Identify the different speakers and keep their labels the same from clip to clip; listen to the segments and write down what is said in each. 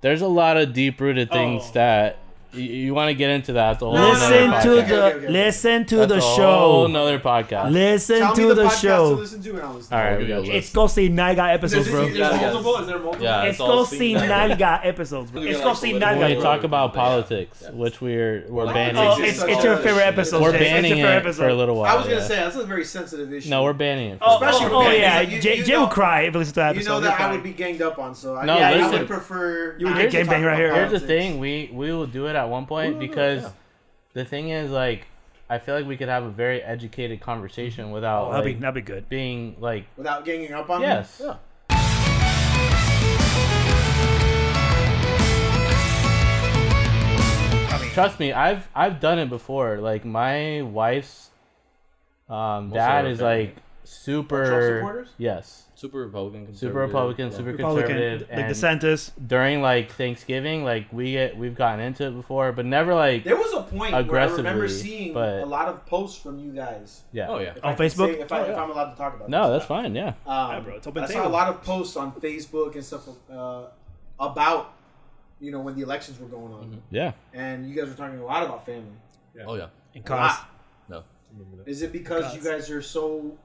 Speaker 1: There's a lot of deep rooted things
Speaker 2: Oh.
Speaker 1: that you, you want to get into that. That's a whole nother
Speaker 3: Listen
Speaker 1: podcast.
Speaker 3: to
Speaker 2: Okay,
Speaker 3: the
Speaker 2: okay, okay.
Speaker 3: listen to
Speaker 1: That's
Speaker 3: the
Speaker 1: a
Speaker 3: show.
Speaker 1: Whole nother podcast.
Speaker 3: Listen
Speaker 2: Tell me
Speaker 3: to
Speaker 2: the,
Speaker 3: the,
Speaker 2: podcast to
Speaker 3: show.
Speaker 2: listen to and I'll listen.
Speaker 1: All right,
Speaker 2: to
Speaker 1: we
Speaker 2: it.
Speaker 1: got
Speaker 3: It's called see Nalga episodes,
Speaker 2: There's,
Speaker 3: bro.
Speaker 2: there's
Speaker 4: Yeah,
Speaker 2: multiple. Is there multiple?
Speaker 4: Yeah.
Speaker 3: It's
Speaker 4: it's all
Speaker 3: called
Speaker 4: seen
Speaker 3: see
Speaker 4: Nalga.
Speaker 3: Nalga episodes, bro.
Speaker 4: We're
Speaker 3: It's
Speaker 4: like
Speaker 3: called see
Speaker 4: political.
Speaker 1: we
Speaker 3: Nalga. bro.
Speaker 1: talk about
Speaker 4: Yeah.
Speaker 1: politics, which we're we're
Speaker 2: Like,
Speaker 1: banning.
Speaker 3: Oh, it's, it's your favorite episode.
Speaker 1: we're
Speaker 3: Jay.
Speaker 1: banning
Speaker 3: it's your favorite
Speaker 1: it for a
Speaker 3: episode.
Speaker 1: little while.
Speaker 2: I was gonna
Speaker 1: yeah.
Speaker 2: say that's a very sensitive issue.
Speaker 1: no, we're banning it. for
Speaker 3: Oh,
Speaker 1: a while.
Speaker 2: Especially
Speaker 3: oh, oh,
Speaker 2: when-
Speaker 3: yeah,
Speaker 2: you-
Speaker 3: Jay,
Speaker 2: you
Speaker 3: Jay will
Speaker 2: know-
Speaker 3: cry if he listens to that
Speaker 2: You
Speaker 3: episode.
Speaker 2: know that
Speaker 3: He'll
Speaker 2: I would
Speaker 3: cry.
Speaker 2: be ganged up on, so I,
Speaker 1: No,
Speaker 2: yeah, I
Speaker 1: listen.
Speaker 2: would prefer.
Speaker 3: You would
Speaker 2: not
Speaker 3: get
Speaker 2: to
Speaker 3: gangbanged
Speaker 2: talk
Speaker 3: right
Speaker 2: about
Speaker 3: here.
Speaker 1: Here's the
Speaker 2: politics.
Speaker 1: thing: we we will do it at one point because the thing is, like, I feel like we could have a very educated conversation without
Speaker 3: Oh, That'd be
Speaker 1: like,
Speaker 3: that'd be good.
Speaker 1: being like,
Speaker 2: Without ganging up on me?
Speaker 1: yes.
Speaker 4: Yeah.
Speaker 1: Trust me, I've I've done it before. Like my wife's um,
Speaker 4: Most of
Speaker 1: dad
Speaker 4: her
Speaker 1: is
Speaker 4: family.
Speaker 1: like super.
Speaker 2: Trump supporters?
Speaker 1: Yes,
Speaker 4: Super Republican.
Speaker 1: super Republican, super
Speaker 3: Republican,
Speaker 1: conservative,
Speaker 3: like
Speaker 1: and
Speaker 3: DeSantis.
Speaker 1: during like Thanksgiving, like we get we've gotten into it before, but never like
Speaker 2: There was a point where I remember
Speaker 1: Aggressively,
Speaker 2: seeing
Speaker 1: but-
Speaker 2: a lot of posts from you guys.
Speaker 1: yeah.
Speaker 4: Oh yeah.
Speaker 2: If
Speaker 3: On
Speaker 2: I can
Speaker 3: Facebook?
Speaker 2: say- if, I,
Speaker 4: Oh, yeah.
Speaker 2: if I'm allowed to talk about
Speaker 1: No,
Speaker 2: this.
Speaker 1: that's fine. Yeah.
Speaker 2: Um,
Speaker 3: Yeah, bro, it's open
Speaker 2: I saw
Speaker 3: table.
Speaker 2: a lot of posts on Facebook and stuff uh, about, you know, when the elections were going on.
Speaker 1: Yeah.
Speaker 2: And you guys were talking a lot about family.
Speaker 4: Oh yeah.
Speaker 3: And cost.
Speaker 2: Ah,
Speaker 4: No.
Speaker 2: Is it because
Speaker 3: Because-
Speaker 2: you guys are so,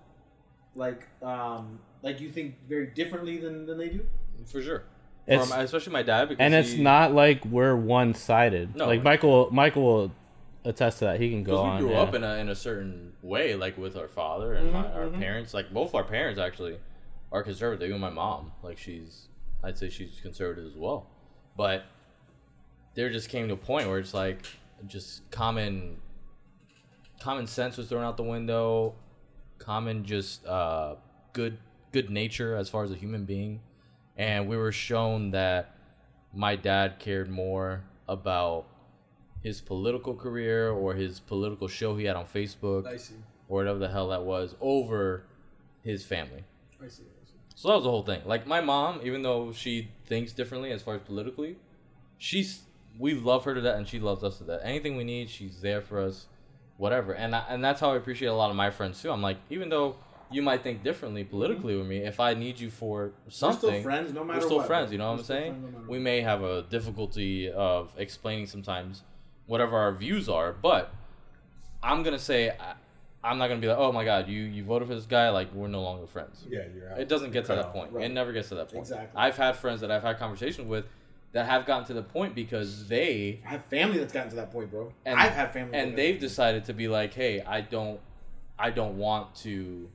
Speaker 2: like, um, like you think very differently than, than they do?
Speaker 4: For sure.
Speaker 1: It's-
Speaker 4: From, especially my dad because
Speaker 1: and it's
Speaker 4: he-
Speaker 1: not like we're one sided.
Speaker 4: No.
Speaker 1: like Michael, Michael will attest to that. He can go
Speaker 4: Because
Speaker 1: on.
Speaker 4: we grew
Speaker 1: yeah.
Speaker 4: up in a, in a certain way, like with our father and my, our parents. Like both our parents actually are conservative. Even my mom, like she's, I'd say she's conservative as well. But there just came to a point where it's like just common, common sense was thrown out the window. Common just uh, good good nature as far as a human being, and we were shown that my dad cared more about his political career or his political show he had on Facebook
Speaker 2: I see.
Speaker 4: or whatever the hell that was over his family.
Speaker 2: I see. I see.
Speaker 4: So that was the whole thing. Like my mom, even though she thinks differently as far as politically, she's we love her to that and she loves us to that. Anything we need, she's there for us, whatever. And I, and that's how I appreciate a lot of my friends too. I'm like, even though you might think differently politically with me, if I need you for something,
Speaker 2: friends no matter
Speaker 4: we're still
Speaker 2: what,
Speaker 4: friends.
Speaker 2: bro.
Speaker 4: You know what
Speaker 2: We're
Speaker 4: I'm
Speaker 2: still
Speaker 4: saying?
Speaker 2: friends no matter
Speaker 4: we
Speaker 2: what.
Speaker 4: may have a difficulty of explaining sometimes whatever our views are, but I'm gonna say. I, I'm not gonna be like, oh my god, you you voted for this guy, like we're no longer friends.
Speaker 5: Yeah, you're out.
Speaker 4: It doesn't get to
Speaker 5: Cut
Speaker 4: that
Speaker 5: out.
Speaker 4: point.
Speaker 2: Right.
Speaker 4: It never gets to that point.
Speaker 2: Exactly.
Speaker 4: I've had friends that I've had conversations with that have gotten to the point because they
Speaker 2: I have family that's gotten to that point, bro.
Speaker 4: and
Speaker 2: I've had family.
Speaker 4: and
Speaker 2: that-
Speaker 4: they've decided to be like, hey, I don't, I don't want to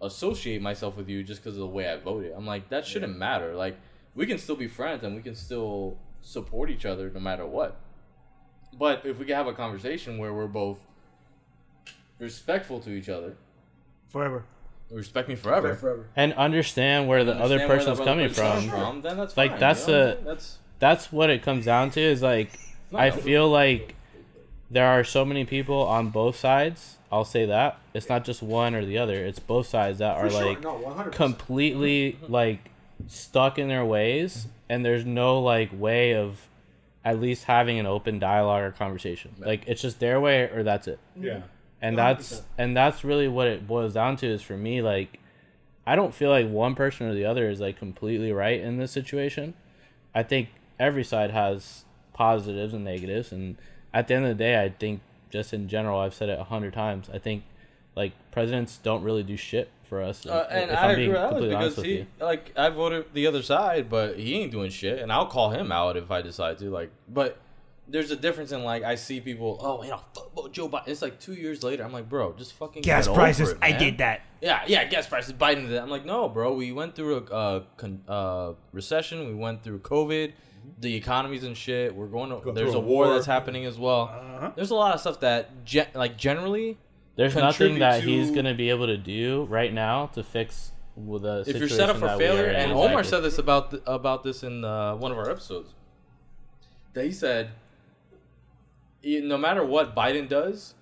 Speaker 4: associate myself with you just because of the way I voted. I'm like, that shouldn't matter. Like, we can still be friends and we can still support each other no matter what. But if we can have a conversation where we're both respectful to each other,
Speaker 3: Forever.
Speaker 4: respect me forever.
Speaker 2: forever.
Speaker 1: and understand where the other
Speaker 4: understand where that
Speaker 1: person's coming from.
Speaker 4: then that's
Speaker 1: Like,
Speaker 4: fine,
Speaker 1: that's
Speaker 4: you know?
Speaker 1: a-
Speaker 4: that's
Speaker 1: That's what it comes down to. Is like
Speaker 4: No,
Speaker 1: I
Speaker 4: no.
Speaker 1: feel like there are so many people on both sides. I'll say that it's not just one or the other. It's both sides that are
Speaker 2: For sure,
Speaker 1: like
Speaker 2: no, 100%.
Speaker 1: completely like stuck in their ways and there's no like way of at least having an open dialogue or conversation like it's just their way or that's it
Speaker 5: Yeah.
Speaker 1: and that's
Speaker 2: 100%.
Speaker 1: and that's really what it boils down to is for me like i don't feel like one person or the other is like completely right in this situation i think every side has positives and negatives and at the end of the day i think just in general i've said it a hundred times i think like presidents don't really do shit for us
Speaker 4: Uh, and I agree with Alex because he, like, I voted the other side, but he ain't doing shit, and I'll call him out if I decide to. Like, but there's a difference in like I see people, oh, you know, fuck about Joe Biden. It's like two years later, I'm like, bro, just fucking
Speaker 3: Gas
Speaker 4: get
Speaker 3: prices.
Speaker 4: Over it,
Speaker 3: I
Speaker 4: man."
Speaker 3: did that.
Speaker 4: Yeah, yeah, gas prices. Biden did that. I'm like, no, bro, we went through a uh, con- uh, recession, we went through COVID, the economies and shit. We're going to.
Speaker 5: Go
Speaker 4: there's
Speaker 5: through
Speaker 4: a
Speaker 5: a
Speaker 4: war,
Speaker 5: war.
Speaker 4: that's happening as well.
Speaker 3: Uh-huh.
Speaker 4: There's a lot of stuff that, ge- like, generally.
Speaker 1: There's nothing
Speaker 4: contribute
Speaker 1: that
Speaker 4: to-
Speaker 1: he's gonna be able to do right now to fix with the
Speaker 4: if
Speaker 1: situation
Speaker 4: you're set up for
Speaker 1: that we are
Speaker 4: failure,
Speaker 1: in,
Speaker 4: and
Speaker 1: exactly.
Speaker 4: Omar said this about th- about this in uh, one of our episodes, that he said, "E- no matter what Biden does,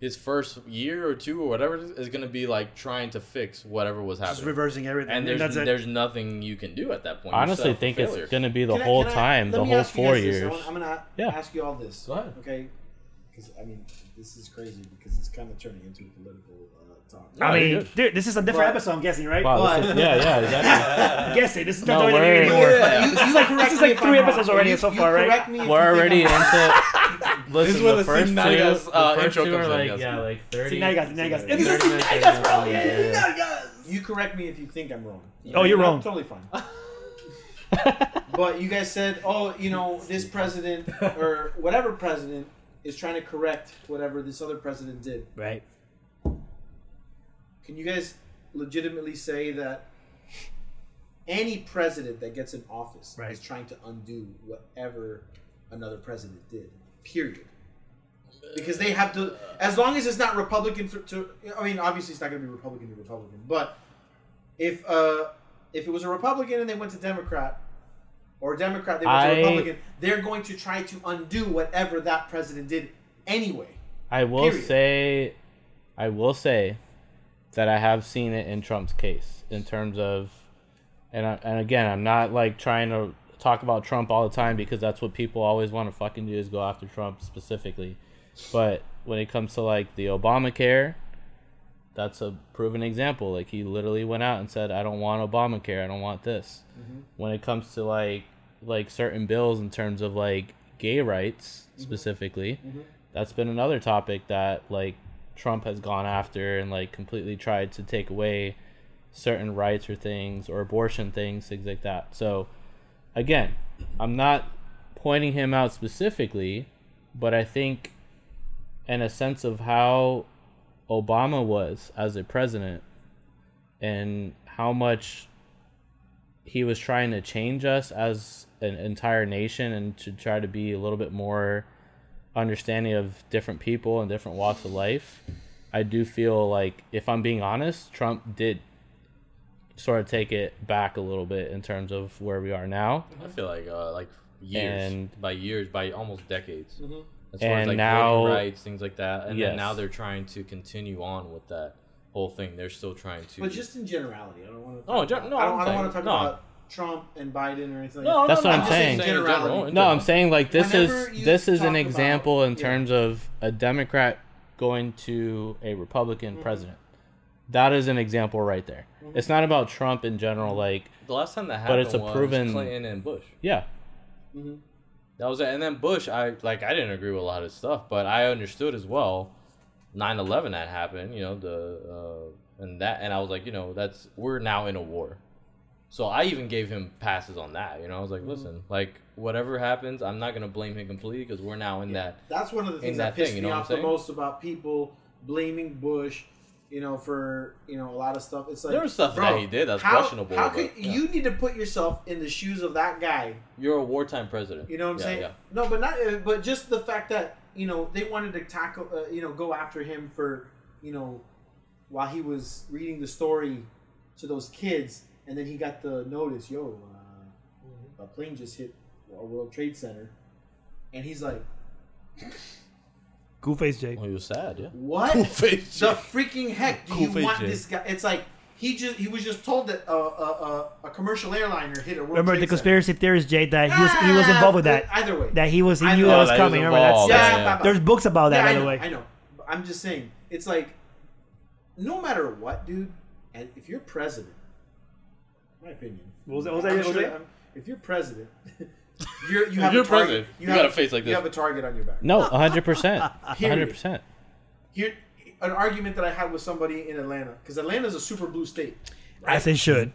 Speaker 4: his first year or two or whatever it is, is going to be like trying to fix whatever was
Speaker 3: Just
Speaker 4: happening,
Speaker 3: reversing everything.
Speaker 4: and there's
Speaker 3: that's it.
Speaker 4: there's nothing you can do at that point.
Speaker 1: I honestly think it's
Speaker 4: to
Speaker 1: gonna be the
Speaker 2: Can I-
Speaker 1: whole
Speaker 2: can I-
Speaker 1: time,
Speaker 2: let
Speaker 1: the
Speaker 2: me
Speaker 1: whole
Speaker 2: ask you
Speaker 1: four
Speaker 2: guys this. I
Speaker 1: years.
Speaker 2: wanna- I'm gonna
Speaker 1: Yeah.
Speaker 2: ask you all this.
Speaker 1: Go ahead.
Speaker 2: Okay. because I mean, this is crazy because it's kind of turning into a political uh, talk.
Speaker 4: Oh,
Speaker 3: I mean,
Speaker 4: you're good.
Speaker 3: dude, this is a different
Speaker 2: But-
Speaker 3: episode. I'm guessing, right?
Speaker 1: Wow,
Speaker 2: But-
Speaker 1: this is- yeah, yeah, exactly.
Speaker 3: I'm guessing this is
Speaker 1: No,
Speaker 3: not WWE
Speaker 1: we're-
Speaker 3: anymore.
Speaker 4: Yeah.
Speaker 2: this is like
Speaker 3: This is like three episodes already so far, right?
Speaker 1: We're already into.
Speaker 4: This
Speaker 1: Listen,
Speaker 4: is where
Speaker 1: the
Speaker 4: the
Speaker 1: first two,
Speaker 4: Sinaga's, uh,
Speaker 1: the first
Speaker 4: intro
Speaker 1: two
Speaker 4: comes
Speaker 1: are like
Speaker 4: in, yes.
Speaker 1: yeah, like thirty.
Speaker 3: Sinagas, Sinagas.
Speaker 1: Sinagas.
Speaker 3: This is
Speaker 1: Thirty minutes
Speaker 3: Sinagas,
Speaker 1: in,
Speaker 3: bro,
Speaker 1: probably,
Speaker 3: yeah,
Speaker 1: yeah.
Speaker 2: You correct me if you think I'm wrong.
Speaker 3: Oh, you're
Speaker 2: No,
Speaker 3: wrong.
Speaker 2: Totally fine. but you guys said, oh, you know, this president or whatever president is trying to correct whatever this other president did.
Speaker 3: Right.
Speaker 2: Can you guys legitimately say that any president that gets in office
Speaker 3: Right.
Speaker 2: is trying to undo whatever another president did? Period. Because they have to, as long as it's not Republican to, to I mean, obviously it's not going to be Republican to Republican, but if uh, if it was a Republican and they went to Democrat, or a Democrat they went
Speaker 1: I-
Speaker 2: to Republican, they're going to try to undo whatever that president did anyway.
Speaker 1: I will
Speaker 2: Period.
Speaker 1: say, I will say that I have seen it in Trump's case in terms of, and I, and again, I'm not like trying to talk about Trump all the time because that's what people always want to fucking do is go after Trump specifically, but when it comes to like the Obamacare. That's a proven example. Like he literally went out and said, "I don't want Obamacare. I don't want this." When it comes to like like certain bills in terms of like gay rights specifically, that's been another topic that like Trump has gone after and like completely tried to take away certain rights or things or abortion things, things like that. So again, I'm not pointing him out specifically, but I think in a sense of how Obama was as a president and how much he was trying to change us as an entire nation and to try to be a little bit more understanding of different people and different walks of life. I do feel like, if I'm being honest, Trump did sort of take it back a little bit in terms of where we are now.
Speaker 4: I feel like uh, like years
Speaker 1: And-
Speaker 4: by years by almost decades.
Speaker 2: Mm-hmm.
Speaker 4: As far as
Speaker 1: And
Speaker 4: like
Speaker 1: now-
Speaker 4: voting rights, things like that, and
Speaker 1: Yes.
Speaker 4: then now they're trying to continue on with that whole thing. They're still trying to.
Speaker 2: But just in generality, I don't want to.
Speaker 4: Oh, gen- no,
Speaker 2: I don't,
Speaker 4: I'm
Speaker 2: I don't want
Speaker 4: saying-
Speaker 2: to talk
Speaker 4: no.
Speaker 2: about Trump and Biden or anything.
Speaker 4: No,
Speaker 1: That's
Speaker 4: no,
Speaker 1: what
Speaker 4: no,
Speaker 1: I'm
Speaker 4: just
Speaker 1: saying.
Speaker 4: in general,
Speaker 2: Generality.
Speaker 4: general.
Speaker 1: No, I'm saying like this
Speaker 2: Whenever
Speaker 1: is
Speaker 2: you
Speaker 1: this is
Speaker 2: talk
Speaker 1: an
Speaker 2: about-
Speaker 1: example in
Speaker 2: yeah.
Speaker 1: terms of a Democrat going to a Republican
Speaker 2: Mm-hmm.
Speaker 1: president. That is an example right there. It's not about Trump in general, like
Speaker 4: The last time that happened
Speaker 1: it's a
Speaker 4: was
Speaker 1: proven-
Speaker 4: Clinton and Bush.
Speaker 1: yeah,
Speaker 4: That was it. And then Bush, I like I didn't agree with a lot of stuff, but I understood as well. 9-11 that happened, you know the uh, and that and I was like, you know, that's we're now in a war. So I even gave him passes on that. You know, I was like,
Speaker 2: Mm-hmm.
Speaker 4: listen, like whatever happens, I'm not gonna blame him completely because we're now in that.
Speaker 2: That's one of the things
Speaker 4: In
Speaker 2: that,
Speaker 4: that thing,
Speaker 2: pissed
Speaker 4: you
Speaker 2: me
Speaker 4: know what
Speaker 2: off
Speaker 4: I'm
Speaker 2: the
Speaker 4: saying?
Speaker 2: most about people blaming Bush, you know, for you know a lot of stuff. It's like
Speaker 4: There was stuff
Speaker 2: bro,
Speaker 4: that he did that's
Speaker 2: how,
Speaker 4: questionable,
Speaker 2: How
Speaker 4: but,
Speaker 2: could
Speaker 4: yeah.
Speaker 2: you need to put yourself in the shoes of that guy?
Speaker 4: You're a wartime president.
Speaker 2: You know what I'm
Speaker 4: Yeah,
Speaker 2: saying?
Speaker 4: yeah.
Speaker 2: No, but not. uh, But just the fact that you know they wanted to tackle, uh, you know, go after him for you know while he was reading the story to those kids, and then he got the notice, yo, uh,
Speaker 3: Mm-hmm.
Speaker 2: a plane just hit a World Trade Center, and he's like,
Speaker 3: Goofface Jake.
Speaker 4: Well, he was sad. Yeah.
Speaker 2: what?
Speaker 4: face.
Speaker 2: the freaking heck do
Speaker 4: Cool
Speaker 2: you
Speaker 4: face,
Speaker 2: want
Speaker 4: Jay.
Speaker 2: this guy? It's like he just he was just told that a uh, uh, uh, a commercial airliner hit a World
Speaker 3: Remember
Speaker 2: Trade
Speaker 3: the
Speaker 2: Center. Ah,
Speaker 3: conspiracy theories, Jay, that he was he was involved with that.
Speaker 2: Either way,
Speaker 3: That he was he
Speaker 2: I
Speaker 3: knew
Speaker 2: know.
Speaker 3: that
Speaker 2: Oh,
Speaker 3: was
Speaker 4: that he was
Speaker 3: coming. Remember that's,
Speaker 4: involved,
Speaker 3: that's
Speaker 4: yeah, yeah.
Speaker 3: there's books about that
Speaker 2: yeah,
Speaker 3: by
Speaker 2: I
Speaker 3: the
Speaker 2: know,
Speaker 3: way.
Speaker 2: I know. But I'm just saying, it's like no matter what, dude. And if you're president, my opinion.
Speaker 3: What was that- what was that-
Speaker 2: I'm
Speaker 3: what was
Speaker 2: sure-
Speaker 3: that?
Speaker 2: I'm- If you're president, you're, you have
Speaker 4: you're
Speaker 2: a target,
Speaker 4: president, you
Speaker 2: have
Speaker 4: got a face like
Speaker 2: You
Speaker 4: this.
Speaker 2: have a target on your back.
Speaker 1: no, hundred percent, hundred
Speaker 2: Period.
Speaker 1: percent.
Speaker 2: Here, an argument that I had with somebody in Atlanta because Atlanta's a super blue state.
Speaker 3: As they should.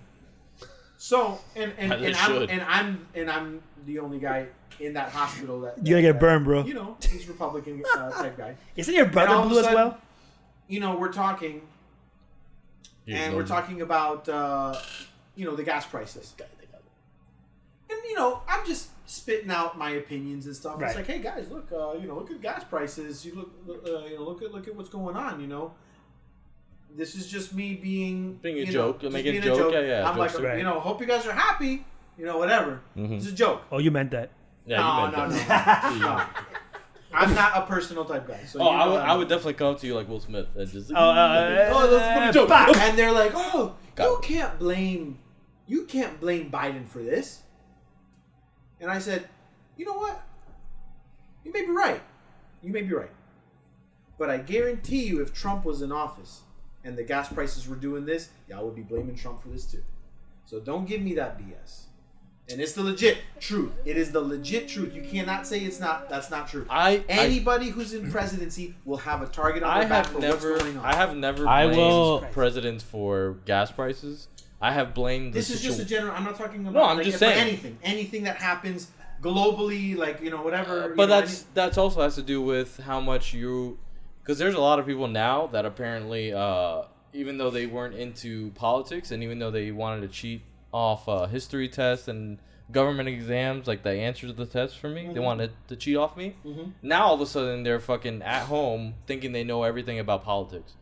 Speaker 2: So and and,
Speaker 4: As
Speaker 2: and
Speaker 4: it
Speaker 2: I'm
Speaker 4: should.
Speaker 2: and I'm and I'm the only guy in that hospital that
Speaker 3: You're gonna
Speaker 2: that-
Speaker 3: get burned, bro.
Speaker 2: You know, he's Republican uh, type guy.
Speaker 3: Isn't your
Speaker 2: And all
Speaker 3: brother
Speaker 2: of a
Speaker 3: blue as
Speaker 2: sudden,
Speaker 3: well?
Speaker 2: You know, we're talking and we're talking about uh, you know the gas prices. And you know, I'm just spitting out my opinions and stuff. It's
Speaker 3: Right.
Speaker 2: like, hey guys, look, uh, you know, look at gas prices. You look, uh, you know, look at look at what's going on. You know, this is just me being
Speaker 4: Being a
Speaker 2: you know,
Speaker 4: joke,
Speaker 2: just
Speaker 4: making a
Speaker 2: being
Speaker 4: joke. Yeah, yeah,
Speaker 2: I'm like,
Speaker 4: jokester.
Speaker 2: you know, hope you guys are happy. You know, whatever. It's a joke.
Speaker 3: Oh, you meant that.
Speaker 4: Mm-hmm. Yeah, you
Speaker 2: no,
Speaker 4: meant
Speaker 2: no,
Speaker 4: that.
Speaker 2: no, no. I'm not a personal type guy. So
Speaker 4: Oh,
Speaker 2: you
Speaker 4: I
Speaker 2: know
Speaker 4: would,
Speaker 2: that.
Speaker 4: I would definitely come up to you like Will Smith and just.
Speaker 3: Oh, uh,
Speaker 2: Oh, that's a funny
Speaker 3: fuck.
Speaker 2: joke. And they're like, oh,
Speaker 4: Got
Speaker 2: you
Speaker 4: it.
Speaker 2: can't blame, you can't blame Biden for this. And I said, you know what? You may be right. You may be right. But I guarantee you, if Trump was in office and the gas prices were doing this, y'all would be blaming Trump for this too. So don't give me that BS. And it's the legit truth. It is the legit truth. You cannot say it's not. That's not true.
Speaker 4: I- I-
Speaker 2: anybody who's in presidency will have a target on
Speaker 4: I
Speaker 2: their back
Speaker 4: have
Speaker 2: for
Speaker 4: never,
Speaker 2: what's going on.
Speaker 4: I have never
Speaker 1: I
Speaker 4: blamed
Speaker 1: will-
Speaker 2: Christ.
Speaker 4: presidents for gas prices. I have blamed
Speaker 2: this
Speaker 4: the
Speaker 2: is just a
Speaker 4: situ-
Speaker 2: general. I'm not talking about.
Speaker 4: I'm
Speaker 2: like,
Speaker 4: just
Speaker 2: for
Speaker 4: saying.
Speaker 2: anything. Anything that happens globally, like you know, whatever.
Speaker 1: Uh,
Speaker 2: you know,
Speaker 4: Uh, but that's that's also has to do with how much you because there's a lot of people now that apparently uh, even though they weren't into politics and even though they wanted to cheat off uh, history tests and government exams like the answers to the tests for me
Speaker 2: Mm-hmm.
Speaker 4: they wanted to cheat off me now all of a sudden they're fucking at home thinking they know everything about politics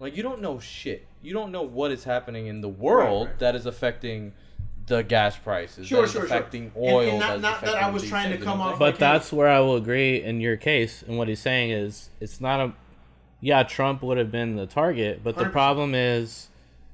Speaker 4: like you don't know shit you don't know what is happening in the world
Speaker 2: right.
Speaker 4: that is affecting the gas prices
Speaker 2: Sure,
Speaker 4: that is
Speaker 2: sure, sure.
Speaker 4: affecting
Speaker 2: And- and
Speaker 4: oil
Speaker 2: not-
Speaker 4: that is
Speaker 2: not that I
Speaker 4: affecting
Speaker 2: was
Speaker 4: these
Speaker 2: trying to
Speaker 4: things and
Speaker 2: come
Speaker 4: things.
Speaker 2: off
Speaker 1: But
Speaker 2: Okay.
Speaker 1: that's where I will agree in your case. And what he's saying is, it's not a. Yeah, Trump would have been the target, but the
Speaker 2: 100%.
Speaker 1: problem is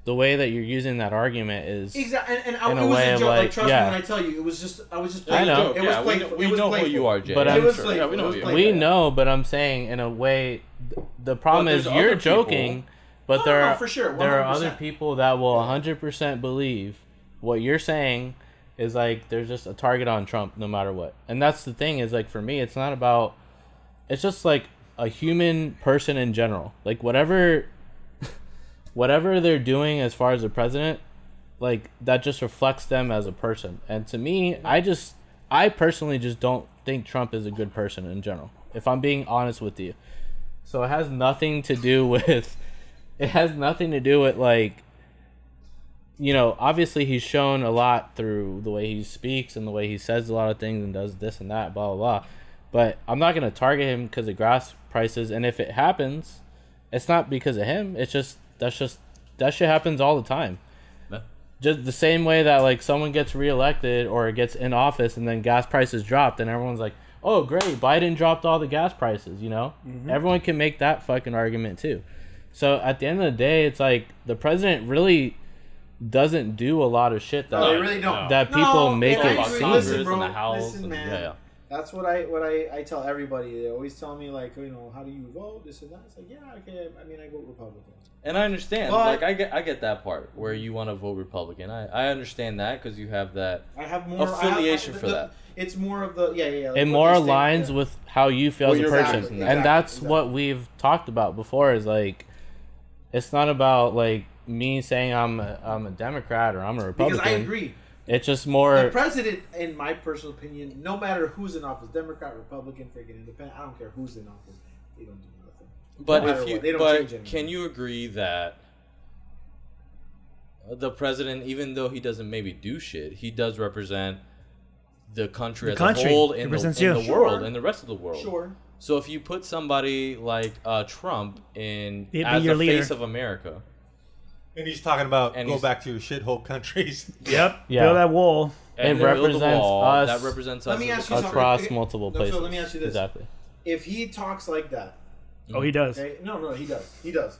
Speaker 1: the way that you're using that argument is.
Speaker 2: Exactly, and, and I,
Speaker 1: In a
Speaker 2: it was
Speaker 1: way
Speaker 2: a
Speaker 1: of
Speaker 2: joke. Like,
Speaker 1: like,
Speaker 2: trust
Speaker 1: yeah.
Speaker 2: me when I tell you, it was just I was just.
Speaker 1: I
Speaker 2: playing-
Speaker 1: know.
Speaker 4: Joke,
Speaker 2: It was
Speaker 4: yeah, we know,
Speaker 2: playful.
Speaker 4: we
Speaker 2: it was
Speaker 4: know
Speaker 2: playful.
Speaker 4: who you are, Jay.
Speaker 1: But I'm
Speaker 2: It was
Speaker 1: sure-
Speaker 2: playful.
Speaker 4: Yeah, we know
Speaker 2: it
Speaker 4: who
Speaker 2: was
Speaker 4: you are.
Speaker 2: playful.
Speaker 1: We know, but I'm saying in a way, th- the problem
Speaker 4: But
Speaker 1: is
Speaker 4: there's
Speaker 1: you're
Speaker 4: other people-
Speaker 1: joking, but
Speaker 2: No,
Speaker 1: there
Speaker 2: no, no,
Speaker 1: are
Speaker 2: for sure,
Speaker 1: there are other
Speaker 2: 100%.
Speaker 1: people that will 100% believe what you're saying is like there's just a target on Trump no matter what. And that's the thing is like for me, it's not about it's just like a human person in general. Like whatever whatever they're doing as far as the president, like that just reflects them as a person. And to me, I just I personally just don't think Trump is a good person in general. If I'm being honest with you. So it has nothing to do with it has nothing to do with like you know, obviously he's shown a lot through the way he speaks and the way he says a lot of things and does this and that, blah blah blah. But I'm not gonna target him because of grass prices. And if it happens, it's not because of him. It's just that's just that shit happens all the time.
Speaker 4: Yeah.
Speaker 1: Just the same way that like someone gets reelected or gets in office and then gas prices dropped and everyone's like, "Oh, great, Biden dropped all the gas prices." You know, everyone can make that fucking argument too. So at the end of the day, it's like the president really doesn't do a lot of shit that
Speaker 2: No, they really don't.
Speaker 4: No.
Speaker 1: that people
Speaker 2: No,
Speaker 1: make
Speaker 2: and I
Speaker 1: it
Speaker 2: agree.
Speaker 1: seem.
Speaker 2: Listen,
Speaker 4: in
Speaker 2: bro.
Speaker 4: the house
Speaker 2: listen,
Speaker 4: and-
Speaker 2: man.
Speaker 4: yeah, yeah.
Speaker 2: That's what I what I, I tell everybody. They always tell me like, you know, how do you vote? This and that. It's like, yeah, okay. I mean, I vote Republican.
Speaker 4: And I understand,
Speaker 2: But-
Speaker 4: like I get, I get that part where you want to vote Republican. I, I understand that because you have that.
Speaker 2: I have more I have- I-
Speaker 4: Affiliation
Speaker 2: the-
Speaker 4: for that.
Speaker 2: the- It's more of the yeah, yeah. yeah like
Speaker 1: it
Speaker 2: what
Speaker 1: more
Speaker 2: they stand
Speaker 1: aligns
Speaker 2: for.
Speaker 1: with how you feel
Speaker 4: Well,
Speaker 1: as a
Speaker 4: you're
Speaker 1: person
Speaker 4: exactly,
Speaker 1: and
Speaker 2: exactly,
Speaker 1: that's
Speaker 2: exactly.
Speaker 1: what we've talked about before is like it's not about like me saying i'm a, I'm a democrat or i'm a
Speaker 2: because
Speaker 1: republican
Speaker 2: I agree.
Speaker 1: it's just
Speaker 2: The
Speaker 1: more
Speaker 2: president, in my personal opinion, no matter who's in office, Democrat, Republican, freaking independent, I don't care who's in office, they don't do nothing.
Speaker 4: But
Speaker 2: No matter
Speaker 4: if you,
Speaker 2: what, they don't change
Speaker 4: but
Speaker 2: anything.
Speaker 4: can you agree that the president, even though he doesn't maybe do shit, he does represent the country
Speaker 3: The
Speaker 4: as
Speaker 3: country.
Speaker 4: a whole
Speaker 3: He
Speaker 4: in, the,
Speaker 3: represents
Speaker 4: in
Speaker 3: you.
Speaker 4: the world
Speaker 2: Sure.
Speaker 4: and the rest of the world.
Speaker 2: Sure.
Speaker 4: So if you put somebody like uh, Trump in
Speaker 3: Be- be
Speaker 4: as
Speaker 3: your
Speaker 4: the
Speaker 3: leader.
Speaker 4: face of America,
Speaker 5: And he's talking about
Speaker 4: And
Speaker 5: go
Speaker 4: he's-
Speaker 5: back to your shithole countries.
Speaker 3: Yep.
Speaker 1: Yeah.
Speaker 3: Build that wall.
Speaker 1: It
Speaker 4: and build the
Speaker 1: represents
Speaker 4: wall,
Speaker 1: us
Speaker 4: That represents
Speaker 2: Let
Speaker 4: us.
Speaker 2: me
Speaker 4: as a
Speaker 2: ask you
Speaker 4: country.
Speaker 2: something.
Speaker 1: across
Speaker 2: Okay.
Speaker 1: multiple
Speaker 2: No,
Speaker 1: places
Speaker 2: so let me ask you this.
Speaker 1: exactly
Speaker 2: If he talks like that,
Speaker 3: Oh, he does.
Speaker 2: okay? No, no, he does. He does.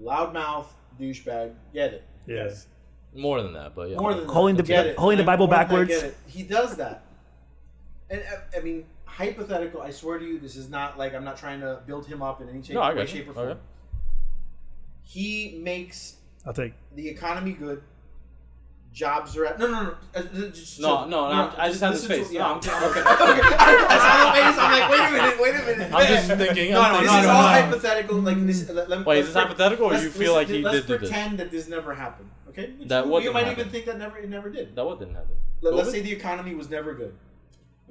Speaker 2: Loudmouth, douchebag, get it.
Speaker 3: Yes.
Speaker 4: More than that, but yeah.
Speaker 2: More than
Speaker 3: Holding
Speaker 2: that,
Speaker 3: the-
Speaker 2: get it.
Speaker 3: holding the
Speaker 2: I-
Speaker 3: Bible
Speaker 2: more than I
Speaker 3: backwards.
Speaker 2: get it. He does that. And uh, I mean, hypothetical. I swear to you, this is not like I'm not trying to build him up in any shape,
Speaker 4: No, I
Speaker 2: way,
Speaker 4: got you.
Speaker 2: shape, or
Speaker 4: I
Speaker 2: form.
Speaker 4: got you.
Speaker 2: He makes
Speaker 3: I'll take.
Speaker 2: the economy good. Jobs are at no no no uh, uh, just-
Speaker 4: No, no, no, I'm- I just have
Speaker 2: listen
Speaker 4: this face.
Speaker 2: to-
Speaker 4: No,
Speaker 2: Yeah,
Speaker 4: I'm-
Speaker 2: okay, okay. I saw the face. I'm like, wait a minute, wait a minute.
Speaker 4: I'm just thinking.
Speaker 2: No,
Speaker 4: I'm
Speaker 2: no,
Speaker 4: thinking-
Speaker 2: this is
Speaker 5: no,
Speaker 2: all
Speaker 5: no.
Speaker 2: hypothetical. Like this. Let, let,
Speaker 4: Wait, is
Speaker 2: let's
Speaker 4: this
Speaker 2: pre-
Speaker 4: hypothetical, or
Speaker 2: let's-
Speaker 4: you feel like he
Speaker 2: let's
Speaker 4: did do this?
Speaker 2: pretend that this never happened. Okay. Which
Speaker 4: That
Speaker 2: you-
Speaker 4: what
Speaker 2: you
Speaker 4: didn't
Speaker 2: might
Speaker 4: happen.
Speaker 2: even think that never it never did.
Speaker 4: That one didn't happen.
Speaker 2: Let,
Speaker 4: COVID?
Speaker 2: us say the economy was never good.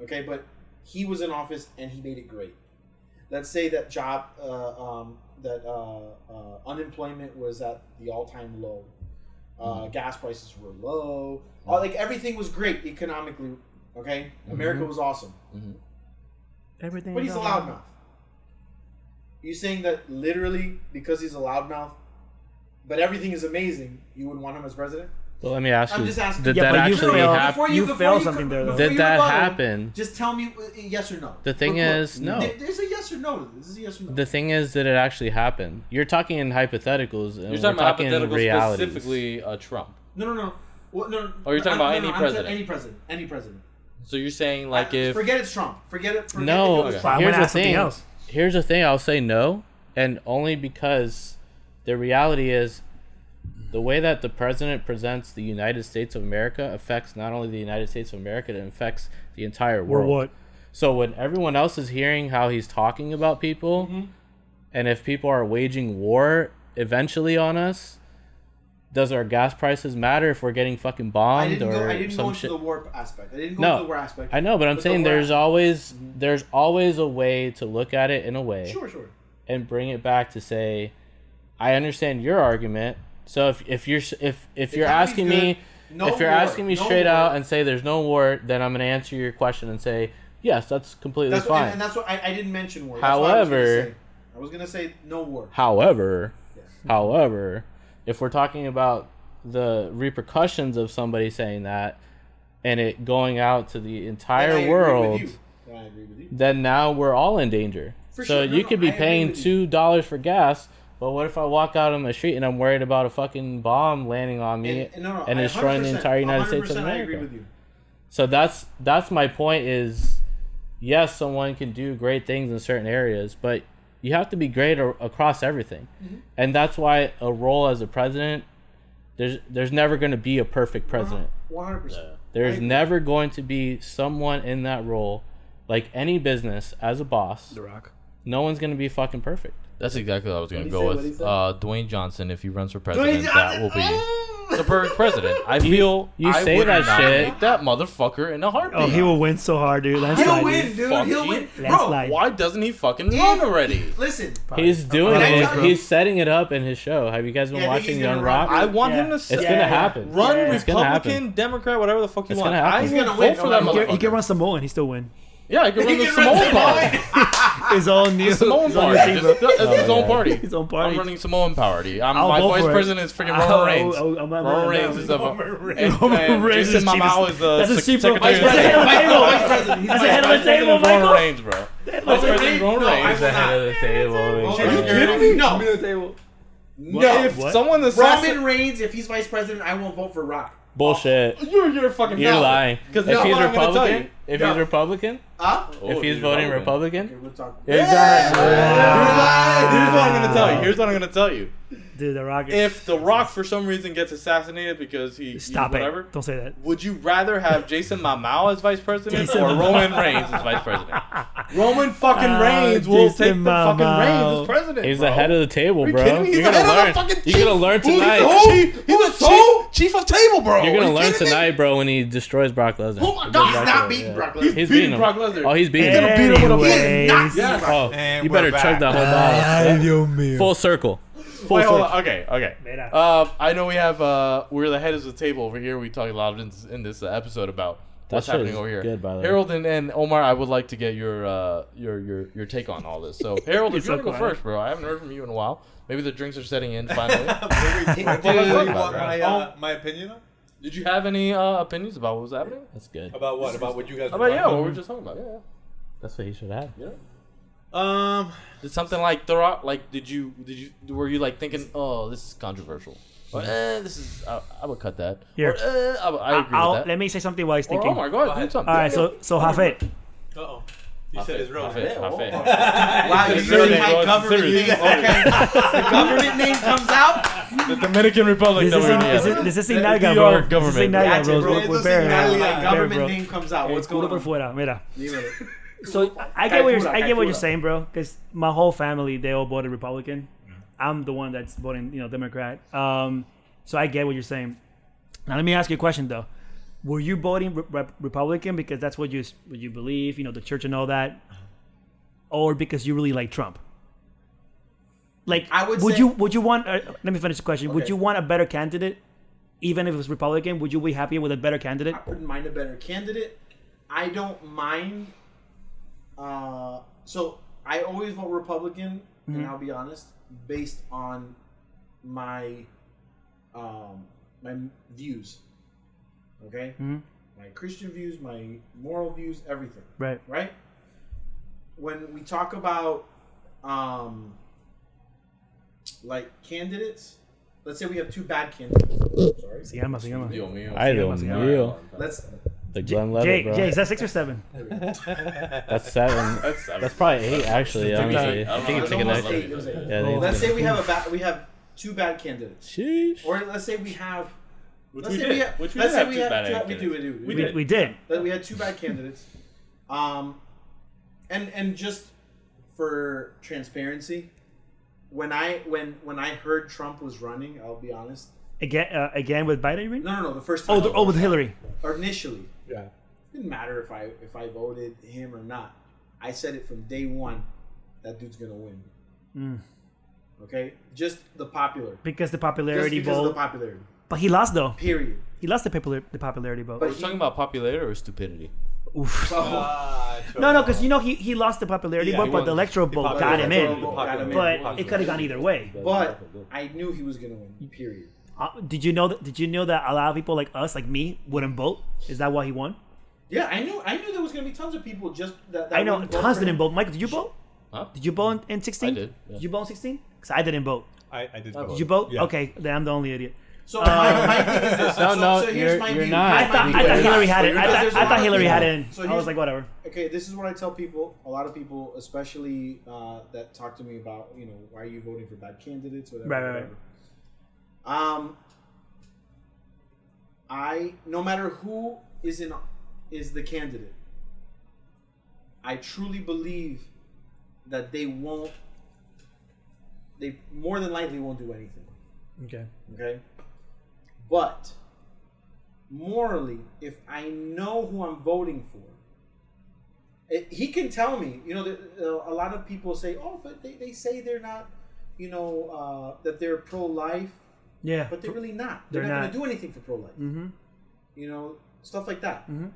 Speaker 2: Okay, but he was in office and he made it great. Let's say that job uh, um, that uh, uh, unemployment was at the all-time low. Uh, Gas prices were low. All, like everything was great economically. Okay, America was awesome,
Speaker 3: Everything.
Speaker 2: but he's a loudmouth. You saying that literally because he's a loudmouth, but everything is amazing. You wouldn't want him as president.
Speaker 1: well let me ask
Speaker 2: I'm
Speaker 1: you
Speaker 2: just asking.
Speaker 1: did
Speaker 3: Yeah,
Speaker 1: that
Speaker 3: but you
Speaker 1: actually
Speaker 3: failed.
Speaker 1: happen
Speaker 2: Before
Speaker 3: you
Speaker 2: before
Speaker 3: failed
Speaker 2: you
Speaker 3: something there, though.
Speaker 2: before
Speaker 1: Did
Speaker 2: you
Speaker 1: that
Speaker 2: rebuttal,
Speaker 1: happen?
Speaker 2: Just tell me uh, yes or no.
Speaker 1: The thing
Speaker 2: Look, look,
Speaker 1: is, no.
Speaker 2: there- There's a yes or no. This is a yes or no.
Speaker 1: the thing is that it actually happened you're talking in hypotheticals and
Speaker 4: You're talking
Speaker 1: we're
Speaker 4: about
Speaker 1: talking
Speaker 4: hypothetical
Speaker 1: realities.
Speaker 4: specifically uh, Trump.
Speaker 2: no, no, no. Well, no, no,
Speaker 4: Oh, you're
Speaker 2: I'm-
Speaker 4: talking about
Speaker 2: no,
Speaker 4: any
Speaker 2: no, I'm
Speaker 4: president.
Speaker 2: saying Any president. Any president.
Speaker 4: So you're saying like
Speaker 2: I-
Speaker 4: if
Speaker 2: forget it's Trump. Forget it. Forget
Speaker 1: no
Speaker 2: If it was
Speaker 3: Well, I'm
Speaker 2: Trump.
Speaker 1: here's
Speaker 3: gonna
Speaker 1: the
Speaker 3: ask something
Speaker 1: thing
Speaker 3: else.
Speaker 1: here's the thing i'll say no and only because the reality is the way that the president presents the United States of America affects not only the United States of America, it affects the entire
Speaker 3: Or
Speaker 1: world.
Speaker 3: what?
Speaker 1: So when everyone else is hearing how he's talking about people,
Speaker 2: Mm-hmm.
Speaker 1: and if people are waging war eventually on us, does our gas prices matter if we're getting fucking bombed
Speaker 2: I didn't
Speaker 1: or
Speaker 2: go. I didn't
Speaker 1: some
Speaker 2: go into
Speaker 1: shit?
Speaker 2: the warp aspect. I didn't go into
Speaker 1: no,
Speaker 2: the war aspect.
Speaker 1: I know, but I'm
Speaker 2: But the Mm-hmm.
Speaker 1: saying
Speaker 2: war-
Speaker 1: there's always there's always a way to look at it in a way
Speaker 2: Sure, sure.
Speaker 1: and bring it back to say, I understand your argument. So if if you're s- if if you're
Speaker 2: economy's
Speaker 1: asking
Speaker 2: good,
Speaker 1: me
Speaker 2: no
Speaker 1: if you're
Speaker 2: war,
Speaker 1: asking me
Speaker 2: no
Speaker 1: straight
Speaker 2: war.
Speaker 1: out and say there's no war, then I'm gonna answer your question and say yes, that's completely
Speaker 2: That's what,
Speaker 1: fine.
Speaker 2: and, and that's what I, I didn't mention war. That's what I was gonna
Speaker 1: However-
Speaker 2: say. I was gonna say no war.
Speaker 1: However, however, if we're talking about the repercussions of somebody saying that and it going out to the
Speaker 2: And I
Speaker 1: entire
Speaker 2: agree with
Speaker 1: world,
Speaker 2: you. I agree with you.
Speaker 1: then now we're all in danger.
Speaker 2: For
Speaker 1: so
Speaker 2: sure. No,
Speaker 1: you
Speaker 2: no,
Speaker 1: could
Speaker 2: I
Speaker 1: be
Speaker 2: agree
Speaker 1: paying
Speaker 2: with you.
Speaker 1: two dollars for gas, but what if I walk out on the street and I'm worried about a fucking bomb landing on me
Speaker 2: And, and, no, no,
Speaker 1: and
Speaker 2: I
Speaker 1: destroying the
Speaker 2: 100%,
Speaker 1: entire United States of
Speaker 2: 100% I agree
Speaker 1: America?
Speaker 2: with you.
Speaker 1: So that's that's my point is yes, someone can do great things in certain areas, but you have to be great a- across everything.
Speaker 2: Mm-hmm.
Speaker 1: And that's why a role as a president there's there's never going to be a perfect
Speaker 2: Uh-huh.
Speaker 1: president.
Speaker 2: One hundred percent.
Speaker 1: There's
Speaker 2: I-
Speaker 1: never going to be someone in that role like any business as a boss.
Speaker 3: The Rock.
Speaker 1: No one's going to be fucking perfect.
Speaker 4: That's exactly what I was going to
Speaker 2: What'd he
Speaker 4: go
Speaker 2: say? What'd he
Speaker 4: with.
Speaker 2: say?
Speaker 4: Uh, Dwayne Johnson, if he runs for
Speaker 2: Dwayne
Speaker 4: president, that
Speaker 2: Johnson-
Speaker 4: will be
Speaker 2: Oh!
Speaker 4: the perfect president. I feel
Speaker 1: you
Speaker 4: I
Speaker 1: say
Speaker 4: would
Speaker 1: that
Speaker 4: nominate
Speaker 1: shit.
Speaker 4: that motherfucker in a heartbeat.
Speaker 3: Oh, he will win so hard, dude. Landslide,
Speaker 2: He'll
Speaker 3: dude.
Speaker 2: win, dude.
Speaker 4: Fuck
Speaker 2: He'll
Speaker 4: you.
Speaker 2: win, bro.
Speaker 3: Landslide.
Speaker 4: Why doesn't he fucking run already?
Speaker 2: Listen,
Speaker 4: Oh,
Speaker 1: He's doing
Speaker 3: Can I
Speaker 1: it.
Speaker 2: tell you-
Speaker 1: He's setting it up in his show. Have you guys been
Speaker 2: Yeah, I think
Speaker 1: watching
Speaker 2: he's gonna
Speaker 1: Young
Speaker 2: run.
Speaker 1: Rock?
Speaker 4: I want
Speaker 3: Yeah.
Speaker 4: him to
Speaker 3: It's
Speaker 4: sit-
Speaker 1: it's gonna
Speaker 3: yeah.
Speaker 1: happen.
Speaker 4: run
Speaker 3: Yeah.
Speaker 1: It's gonna
Speaker 4: Republican, Democrat, whatever the fuck you
Speaker 1: It's
Speaker 4: want.
Speaker 1: gonna happen.
Speaker 4: I
Speaker 1: He's
Speaker 4: will
Speaker 2: gonna
Speaker 4: vote
Speaker 2: win,
Speaker 4: for
Speaker 2: no
Speaker 4: that
Speaker 2: matter
Speaker 3: He
Speaker 4: motherfucker.
Speaker 3: can, he can run Samoa and he still win.
Speaker 4: yeah, he can run the Samoan party.
Speaker 3: His own new.
Speaker 4: The Samoan
Speaker 3: his own
Speaker 4: party.
Speaker 3: team,
Speaker 4: Just-
Speaker 3: bro. Oh,
Speaker 4: That's his own
Speaker 1: yeah.
Speaker 4: party.
Speaker 3: His own
Speaker 4: I'm
Speaker 3: party.
Speaker 4: running Samoan party. I'm,
Speaker 3: I'll
Speaker 4: my
Speaker 3: vote
Speaker 4: vice
Speaker 3: for it.
Speaker 4: president is freaking
Speaker 3: Oh,
Speaker 4: Roman Reigns.
Speaker 3: oh, oh, my- my-
Speaker 4: Roman
Speaker 3: my-
Speaker 4: Reigns is a
Speaker 5: Roman Reigns.
Speaker 4: and-
Speaker 3: Roman
Speaker 4: and
Speaker 3: Reigns
Speaker 4: Jason
Speaker 3: is cheapest-
Speaker 4: Mamau is the
Speaker 3: that's the
Speaker 4: sec-
Speaker 3: cheapest-
Speaker 4: secretary
Speaker 3: Vice
Speaker 4: of
Speaker 3: president.
Speaker 2: Vice
Speaker 4: State.
Speaker 2: president, vice president. He's
Speaker 3: That's
Speaker 2: vice
Speaker 3: ahead of
Speaker 2: president.
Speaker 3: the table,
Speaker 4: Roman
Speaker 3: Michael.
Speaker 4: Reigns, bro. Vice
Speaker 2: Roman
Speaker 4: president
Speaker 2: Reigns?
Speaker 4: Roman
Speaker 2: No, I
Speaker 4: Reigns.
Speaker 2: will not. Are you kidding me? No. No.
Speaker 4: If
Speaker 3: What?
Speaker 4: someone that's
Speaker 2: Roman Reigns, if he's vice president, I won't vote for Rock.
Speaker 1: Bullshit.
Speaker 4: you're you're fucking
Speaker 1: You're
Speaker 4: valid.
Speaker 1: lying.
Speaker 4: 'Cause
Speaker 1: If
Speaker 4: that's
Speaker 1: he's
Speaker 4: what I'm gonna tell
Speaker 1: Republican,
Speaker 4: you.
Speaker 1: if
Speaker 2: No.
Speaker 1: he's Republican,
Speaker 2: Huh?
Speaker 4: Oh,
Speaker 1: if he's
Speaker 4: dude,
Speaker 1: voting
Speaker 2: Okay,
Speaker 1: Republican, uh,
Speaker 2: we'll talk.
Speaker 1: exactly.
Speaker 4: Here's what I'm gonna tell you. Here's what I'm gonna tell you.
Speaker 3: Dude, The Rock. Is,
Speaker 4: If The Rock for some reason gets assassinated because he
Speaker 3: stop
Speaker 4: he, whatever,
Speaker 3: it. Don't say that.
Speaker 4: would you rather have Jason Mamau as vice president
Speaker 3: Jason
Speaker 4: or
Speaker 3: Momoa.
Speaker 4: Roman Reigns as vice president? Roman fucking
Speaker 3: Ah,
Speaker 4: Reigns will
Speaker 3: Jason
Speaker 4: take the fucking
Speaker 3: Momoa.
Speaker 4: Reigns as president.
Speaker 1: He's
Speaker 4: bro.
Speaker 1: the head of the table,
Speaker 4: Are you
Speaker 1: bro.
Speaker 4: kidding me? He's
Speaker 1: You're
Speaker 4: the
Speaker 1: gonna
Speaker 4: head
Speaker 1: learn.
Speaker 4: of the fucking
Speaker 1: You're gonna learn
Speaker 4: Who's
Speaker 1: tonight.
Speaker 4: the chief? He's a chief, chief of table, bro.
Speaker 1: You're
Speaker 4: Are
Speaker 1: gonna
Speaker 4: you
Speaker 1: learn
Speaker 4: kidding me?
Speaker 1: tonight, bro, when he destroys Brock Lesnar.
Speaker 2: Oh my
Speaker 1: He
Speaker 2: God,
Speaker 1: does
Speaker 2: he's
Speaker 1: Brock
Speaker 2: not
Speaker 1: Lesnar,
Speaker 2: beating
Speaker 1: yeah.
Speaker 2: Brock Lesnar.
Speaker 1: He's, beating,
Speaker 4: He's beating
Speaker 1: him.
Speaker 4: Brock Lesnar.
Speaker 1: Oh, he's beating him.
Speaker 4: gonna beat him with a-
Speaker 2: He is not
Speaker 3: Anyways.
Speaker 2: beating Brock.
Speaker 1: Oh,
Speaker 5: And
Speaker 1: you
Speaker 5: we're
Speaker 1: better chug
Speaker 5: back.
Speaker 1: that whole
Speaker 3: Ah,
Speaker 1: bottle.
Speaker 5: Dios
Speaker 1: Full circle. Full
Speaker 4: Wait, hold
Speaker 1: circle.
Speaker 4: on. Okay, okay.
Speaker 3: Mira.
Speaker 4: Uh, I know we have uh, we're the heads of the table over here. We talked a lot in, in this uh, episode about what's
Speaker 1: shit
Speaker 4: happening
Speaker 1: is
Speaker 4: over here.
Speaker 1: good, by the way.
Speaker 4: Harold and, and Omar, I would like to get your uh, your your your take on all this. So Harold, if you
Speaker 3: so
Speaker 4: want to go
Speaker 3: quiet.
Speaker 4: first, bro, I haven't heard from you in a while. Maybe the drinks are setting in finally.
Speaker 5: Dude, you
Speaker 4: Fuck
Speaker 5: want
Speaker 4: about that.
Speaker 5: my, uh,
Speaker 3: Oh.
Speaker 5: my opinion on?
Speaker 4: Did you have any uh, opinions about what was happening?
Speaker 1: That's good.
Speaker 5: about what? About what you guys?
Speaker 4: How
Speaker 5: were
Speaker 4: about yeah,
Speaker 5: talking
Speaker 4: what we were just talking about? Yeah,
Speaker 1: That's what he should have.
Speaker 4: yeah.
Speaker 5: about? Um,
Speaker 4: Did something like the rock? Like, did you did you were you like thinking, oh, this is controversial, or eh, this is I, I would cut that,
Speaker 3: Mm-hmm. Here.
Speaker 4: or eh, I, I agree
Speaker 3: I'll,
Speaker 4: with that. Oh,
Speaker 3: let me say something while he's
Speaker 4: Or
Speaker 3: thinking.
Speaker 4: Omar, go ahead, do something.
Speaker 3: All right, so so Hafet.
Speaker 5: uh-oh. You said his real
Speaker 4: Half it,
Speaker 5: name.
Speaker 4: half it.
Speaker 2: Wow, you
Speaker 4: His
Speaker 2: really
Speaker 4: real name
Speaker 2: had
Speaker 4: was-
Speaker 2: government
Speaker 4: his real
Speaker 2: names. Okay. the government name comes out.
Speaker 4: The Dominican Republic
Speaker 3: This
Speaker 4: that
Speaker 3: is
Speaker 4: we're in.
Speaker 3: this
Speaker 4: yeah.
Speaker 3: is this is
Speaker 4: The
Speaker 3: Ignaga,
Speaker 4: DR
Speaker 3: bro. This is
Speaker 4: government.
Speaker 3: Ignaga,
Speaker 2: Gotcha,
Speaker 3: bro.
Speaker 2: bro.
Speaker 3: We're,
Speaker 2: This
Speaker 3: we're
Speaker 2: is
Speaker 3: bare,
Speaker 2: Ignaga.
Speaker 3: like, bare,
Speaker 2: Government
Speaker 3: bro.
Speaker 2: name comes out. What's
Speaker 3: Culo
Speaker 2: going
Speaker 3: por
Speaker 2: on?
Speaker 3: fuera, mira.
Speaker 2: Leave it.
Speaker 3: So I get what you're,
Speaker 2: Caifura,
Speaker 3: I get what you're
Speaker 2: Caifura.
Speaker 3: saying, bro. Because my whole family they all voted Republican. I'm the one that's voting, you know, Democrat. Um, so I get what you're saying. Now let me ask you a question though. Were you voting re- Rep- Republican because that's what you what you believe, you know, the church and all that,
Speaker 2: Uh-huh.
Speaker 3: or because you really like Trump? Like,
Speaker 2: I would say-
Speaker 3: you would you want? Uh, let me finish the question. Would
Speaker 2: Okay.
Speaker 3: you want a better candidate, even if it was Republican? Would you be happier with a better candidate?
Speaker 2: I wouldn't mind a better candidate. I don't mind. Uh, so I always vote Republican, and I'll be honest, based on my um, my views. Okay, my Christian views, my moral views, everything.
Speaker 3: Right.
Speaker 2: Right. When we talk about um, like candidates, let's say we have two bad candidates. Sorry.
Speaker 3: Se llama, se llama.
Speaker 4: Dios mío.
Speaker 1: I
Speaker 3: don't
Speaker 1: don't
Speaker 3: know.
Speaker 1: know.
Speaker 2: Let's
Speaker 1: The Glenn Levitt,
Speaker 3: Jay,
Speaker 1: bro.
Speaker 3: Jay, is that six or seven?
Speaker 1: That's seven.
Speaker 4: That's seven.
Speaker 1: That's probably eight, actually.
Speaker 4: I don't
Speaker 1: Honestly,
Speaker 4: know.
Speaker 1: I think it's like an
Speaker 2: almost
Speaker 1: extra.
Speaker 2: eight. It was eight.
Speaker 1: Yeah, I think
Speaker 2: Let's
Speaker 1: it's
Speaker 2: say we have a bad, we have two bad candidates,
Speaker 1: Sheesh.
Speaker 2: or let's say we have.
Speaker 4: Which
Speaker 2: let's
Speaker 4: we
Speaker 2: say we
Speaker 4: did.
Speaker 2: have.
Speaker 4: Which we
Speaker 2: let's
Speaker 4: did
Speaker 2: say
Speaker 4: have
Speaker 2: we
Speaker 4: two
Speaker 2: have
Speaker 4: bad
Speaker 2: two-
Speaker 4: egg
Speaker 2: We do. We do.
Speaker 4: We
Speaker 3: We,
Speaker 4: did.
Speaker 3: we did.
Speaker 2: That we had two bad candidates. Um, and and just for transparency, when I when when I heard Trump was running, I'll be honest.
Speaker 3: Again, uh, again with Biden, you mean?
Speaker 2: No, no, no. The first time.
Speaker 3: Oh, the, oh, with Hillary.
Speaker 2: or initially,
Speaker 5: Yeah.
Speaker 2: didn't matter if I if I voted him or not. I said it from day one. That dude's gonna win. Hmm. Okay, just the popular.
Speaker 3: Because the
Speaker 2: Just
Speaker 3: popularity
Speaker 2: because of the
Speaker 3: vote.
Speaker 2: popularity.
Speaker 3: But he lost, though.
Speaker 2: Period.
Speaker 3: He lost the, popular, the popularity vote.
Speaker 2: But
Speaker 4: We're talking about popularity or stupidity.
Speaker 3: Oof.
Speaker 2: uh,
Speaker 5: Ah, Joe.
Speaker 3: No, no, because you know he, he lost the popularity
Speaker 5: Yeah,
Speaker 3: vote,
Speaker 5: he
Speaker 3: but
Speaker 5: won.
Speaker 3: the electoral
Speaker 5: He
Speaker 3: vote
Speaker 5: popular-
Speaker 3: got him
Speaker 2: electoral
Speaker 3: in.
Speaker 2: vote got him in.
Speaker 3: But it could have gone either way.
Speaker 2: But I knew he was gonna win. Period.
Speaker 3: Uh, did you know that? Did you know that a lot of people like us, like me, wouldn't vote? Is that why he won?
Speaker 2: Yeah, I knew. I knew there was gonna be tons of people just that. that
Speaker 3: I know
Speaker 2: wouldn't vote
Speaker 3: tons
Speaker 2: for him.
Speaker 3: didn't vote. Michael, did you vote?
Speaker 4: Huh?
Speaker 3: Did you vote in- in sixteen?
Speaker 4: I did, yeah.
Speaker 3: Did you vote in sixteen? Because I didn't vote.
Speaker 5: I, I did.
Speaker 3: Did you
Speaker 2: Uh,
Speaker 3: vote? Okay, then I'm the only idiot.
Speaker 2: So my, my thing is this.
Speaker 1: No,
Speaker 2: so,
Speaker 1: no,
Speaker 2: so here's
Speaker 1: you're-
Speaker 2: my
Speaker 1: you're
Speaker 2: view.
Speaker 1: not.
Speaker 2: My
Speaker 3: I thought,
Speaker 2: view
Speaker 3: I
Speaker 1: Because-
Speaker 3: thought
Speaker 2: is-
Speaker 3: Hillary had it. I
Speaker 2: because
Speaker 3: thought,
Speaker 2: there's a
Speaker 3: I
Speaker 2: lot
Speaker 3: thought
Speaker 2: of
Speaker 3: Hillary had it.
Speaker 2: people-
Speaker 3: In.
Speaker 2: So
Speaker 3: I
Speaker 2: here's-
Speaker 3: was like, whatever.
Speaker 2: okay this is what i tell people a lot of people especially uh, that talk to me about you know why are you voting for bad candidates whatever
Speaker 3: Right, right, right.
Speaker 2: whatever. um i no matter who is in is the candidate i truly believe that they won't they more than likely won't do anything
Speaker 3: Okay.
Speaker 2: okay but morally if i know who i'm voting for it, he can tell me you know the, uh, a lot of people say oh but they, they say they're not you know uh, that they're pro-life
Speaker 3: Yeah.
Speaker 2: but they're really not they're,
Speaker 3: They're
Speaker 2: not,
Speaker 3: not.
Speaker 2: going to do anything for pro-life
Speaker 3: Mhm.
Speaker 2: you know stuff like that
Speaker 3: Mhm.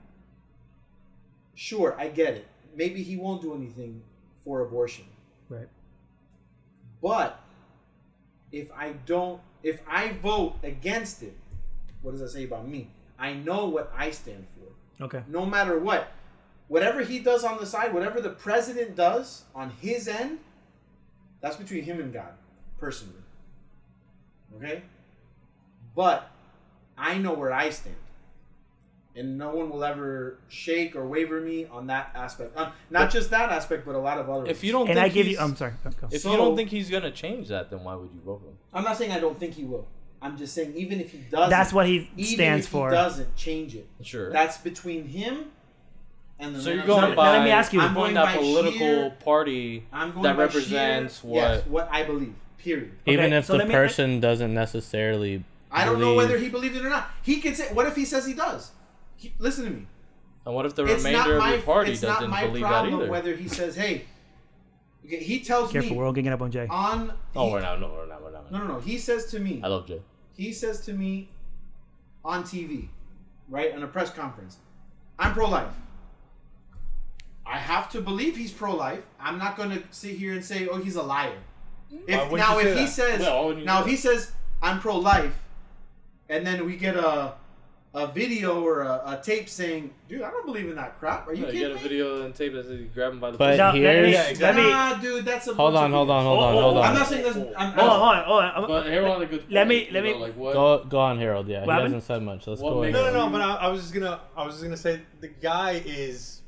Speaker 2: sure i get it maybe he won't do anything for abortion
Speaker 3: Right.
Speaker 2: but if I don't, if I vote against it, what does that say about me? I know what I stand for.
Speaker 3: Okay.
Speaker 2: No matter what, whatever he does on the side, whatever the president does on his end, that's between him and God, personally. Okay? But I know where I stand. And no one will ever shake or waver me on that aspect. Um, not just that aspect, but a lot of other.
Speaker 4: If you don't,
Speaker 3: And
Speaker 4: think
Speaker 3: I give you.
Speaker 4: he's-
Speaker 3: I'm sorry. Go.
Speaker 4: If
Speaker 2: So-
Speaker 4: you don't think he's gonna change that, then why would you vote for him?
Speaker 2: I'm not saying I don't think he will. I'm just saying even if he doesn't,
Speaker 3: That's what he
Speaker 2: even
Speaker 3: stands
Speaker 2: if
Speaker 3: for.
Speaker 2: He doesn't change it.
Speaker 4: Sure.
Speaker 2: That's between him and the.
Speaker 4: so you're
Speaker 2: I'm
Speaker 4: going
Speaker 2: sorry.
Speaker 4: by.
Speaker 3: let me ask you.
Speaker 4: you're
Speaker 2: I'm
Speaker 4: going
Speaker 2: going
Speaker 4: by
Speaker 2: by
Speaker 4: political
Speaker 2: sheer-
Speaker 4: party
Speaker 2: I'm going
Speaker 4: that
Speaker 2: by
Speaker 4: represents
Speaker 2: sheer-
Speaker 4: what.
Speaker 2: yes, what I believe. Period.
Speaker 1: Even
Speaker 3: Okay,
Speaker 1: if
Speaker 3: so
Speaker 1: the
Speaker 3: let me-
Speaker 1: person doesn't necessarily.
Speaker 2: I don't know
Speaker 1: believe-
Speaker 2: whether he believed it or not. He can say. What if he says he does? He, listen to me.
Speaker 4: And what if the
Speaker 2: It's not
Speaker 4: remainder of
Speaker 2: my.
Speaker 4: your party
Speaker 2: it's not
Speaker 4: doesn't
Speaker 2: my
Speaker 4: believe that
Speaker 2: problem
Speaker 4: either?
Speaker 2: whether he says, "Hey," okay, he tells
Speaker 3: Careful,
Speaker 2: me
Speaker 3: we're all ganging up on Jay.
Speaker 2: on.
Speaker 4: oh,
Speaker 2: he-
Speaker 4: we're not. No, we're not. We're not.
Speaker 2: No, no, no. He says to me.
Speaker 4: I love Jay.
Speaker 2: he says to me on TV, right, on a press conference, I'm pro life. I have to believe he's pro life. I'm not going to sit here and say, oh, he's a liar. If,
Speaker 1: Mm-hmm.
Speaker 5: wouldn't
Speaker 2: now, if
Speaker 5: you say
Speaker 2: he
Speaker 5: that?
Speaker 2: says,
Speaker 4: Yeah, why wouldn't you
Speaker 2: now
Speaker 4: say
Speaker 2: if he says, I'm pro life, and then we get a a video or a, a tape saying, dude, I don't believe in that crap. Are you
Speaker 4: You
Speaker 2: kidding
Speaker 4: get a
Speaker 2: me?
Speaker 4: video and tape that says you grab him by the.
Speaker 1: But
Speaker 3: No, let me-
Speaker 1: here's.
Speaker 5: yeah,
Speaker 3: Let me.
Speaker 2: Nah, dude, that's a
Speaker 1: Hold
Speaker 2: bunch
Speaker 1: on,
Speaker 2: of
Speaker 1: hold
Speaker 2: BS.
Speaker 1: on, hold
Speaker 4: Oh,
Speaker 1: on,
Speaker 4: oh,
Speaker 1: hold
Speaker 4: oh,
Speaker 2: I'm
Speaker 1: on.
Speaker 2: not saying that's. I'm,
Speaker 3: Hold on,
Speaker 2: I'm-
Speaker 3: hold on, hold on.
Speaker 4: But here on a good.
Speaker 3: Let me-
Speaker 4: point,
Speaker 3: let
Speaker 4: you know,
Speaker 3: me-
Speaker 4: Like what?
Speaker 1: Go, go on, Harold. Yeah,
Speaker 3: What
Speaker 1: he
Speaker 3: happened?
Speaker 1: hasn't said much. Let's
Speaker 4: What
Speaker 1: go.
Speaker 4: makes-
Speaker 5: No,
Speaker 1: Harold.
Speaker 5: no, no. But I, I was just gonna. I was just gonna say the guy is,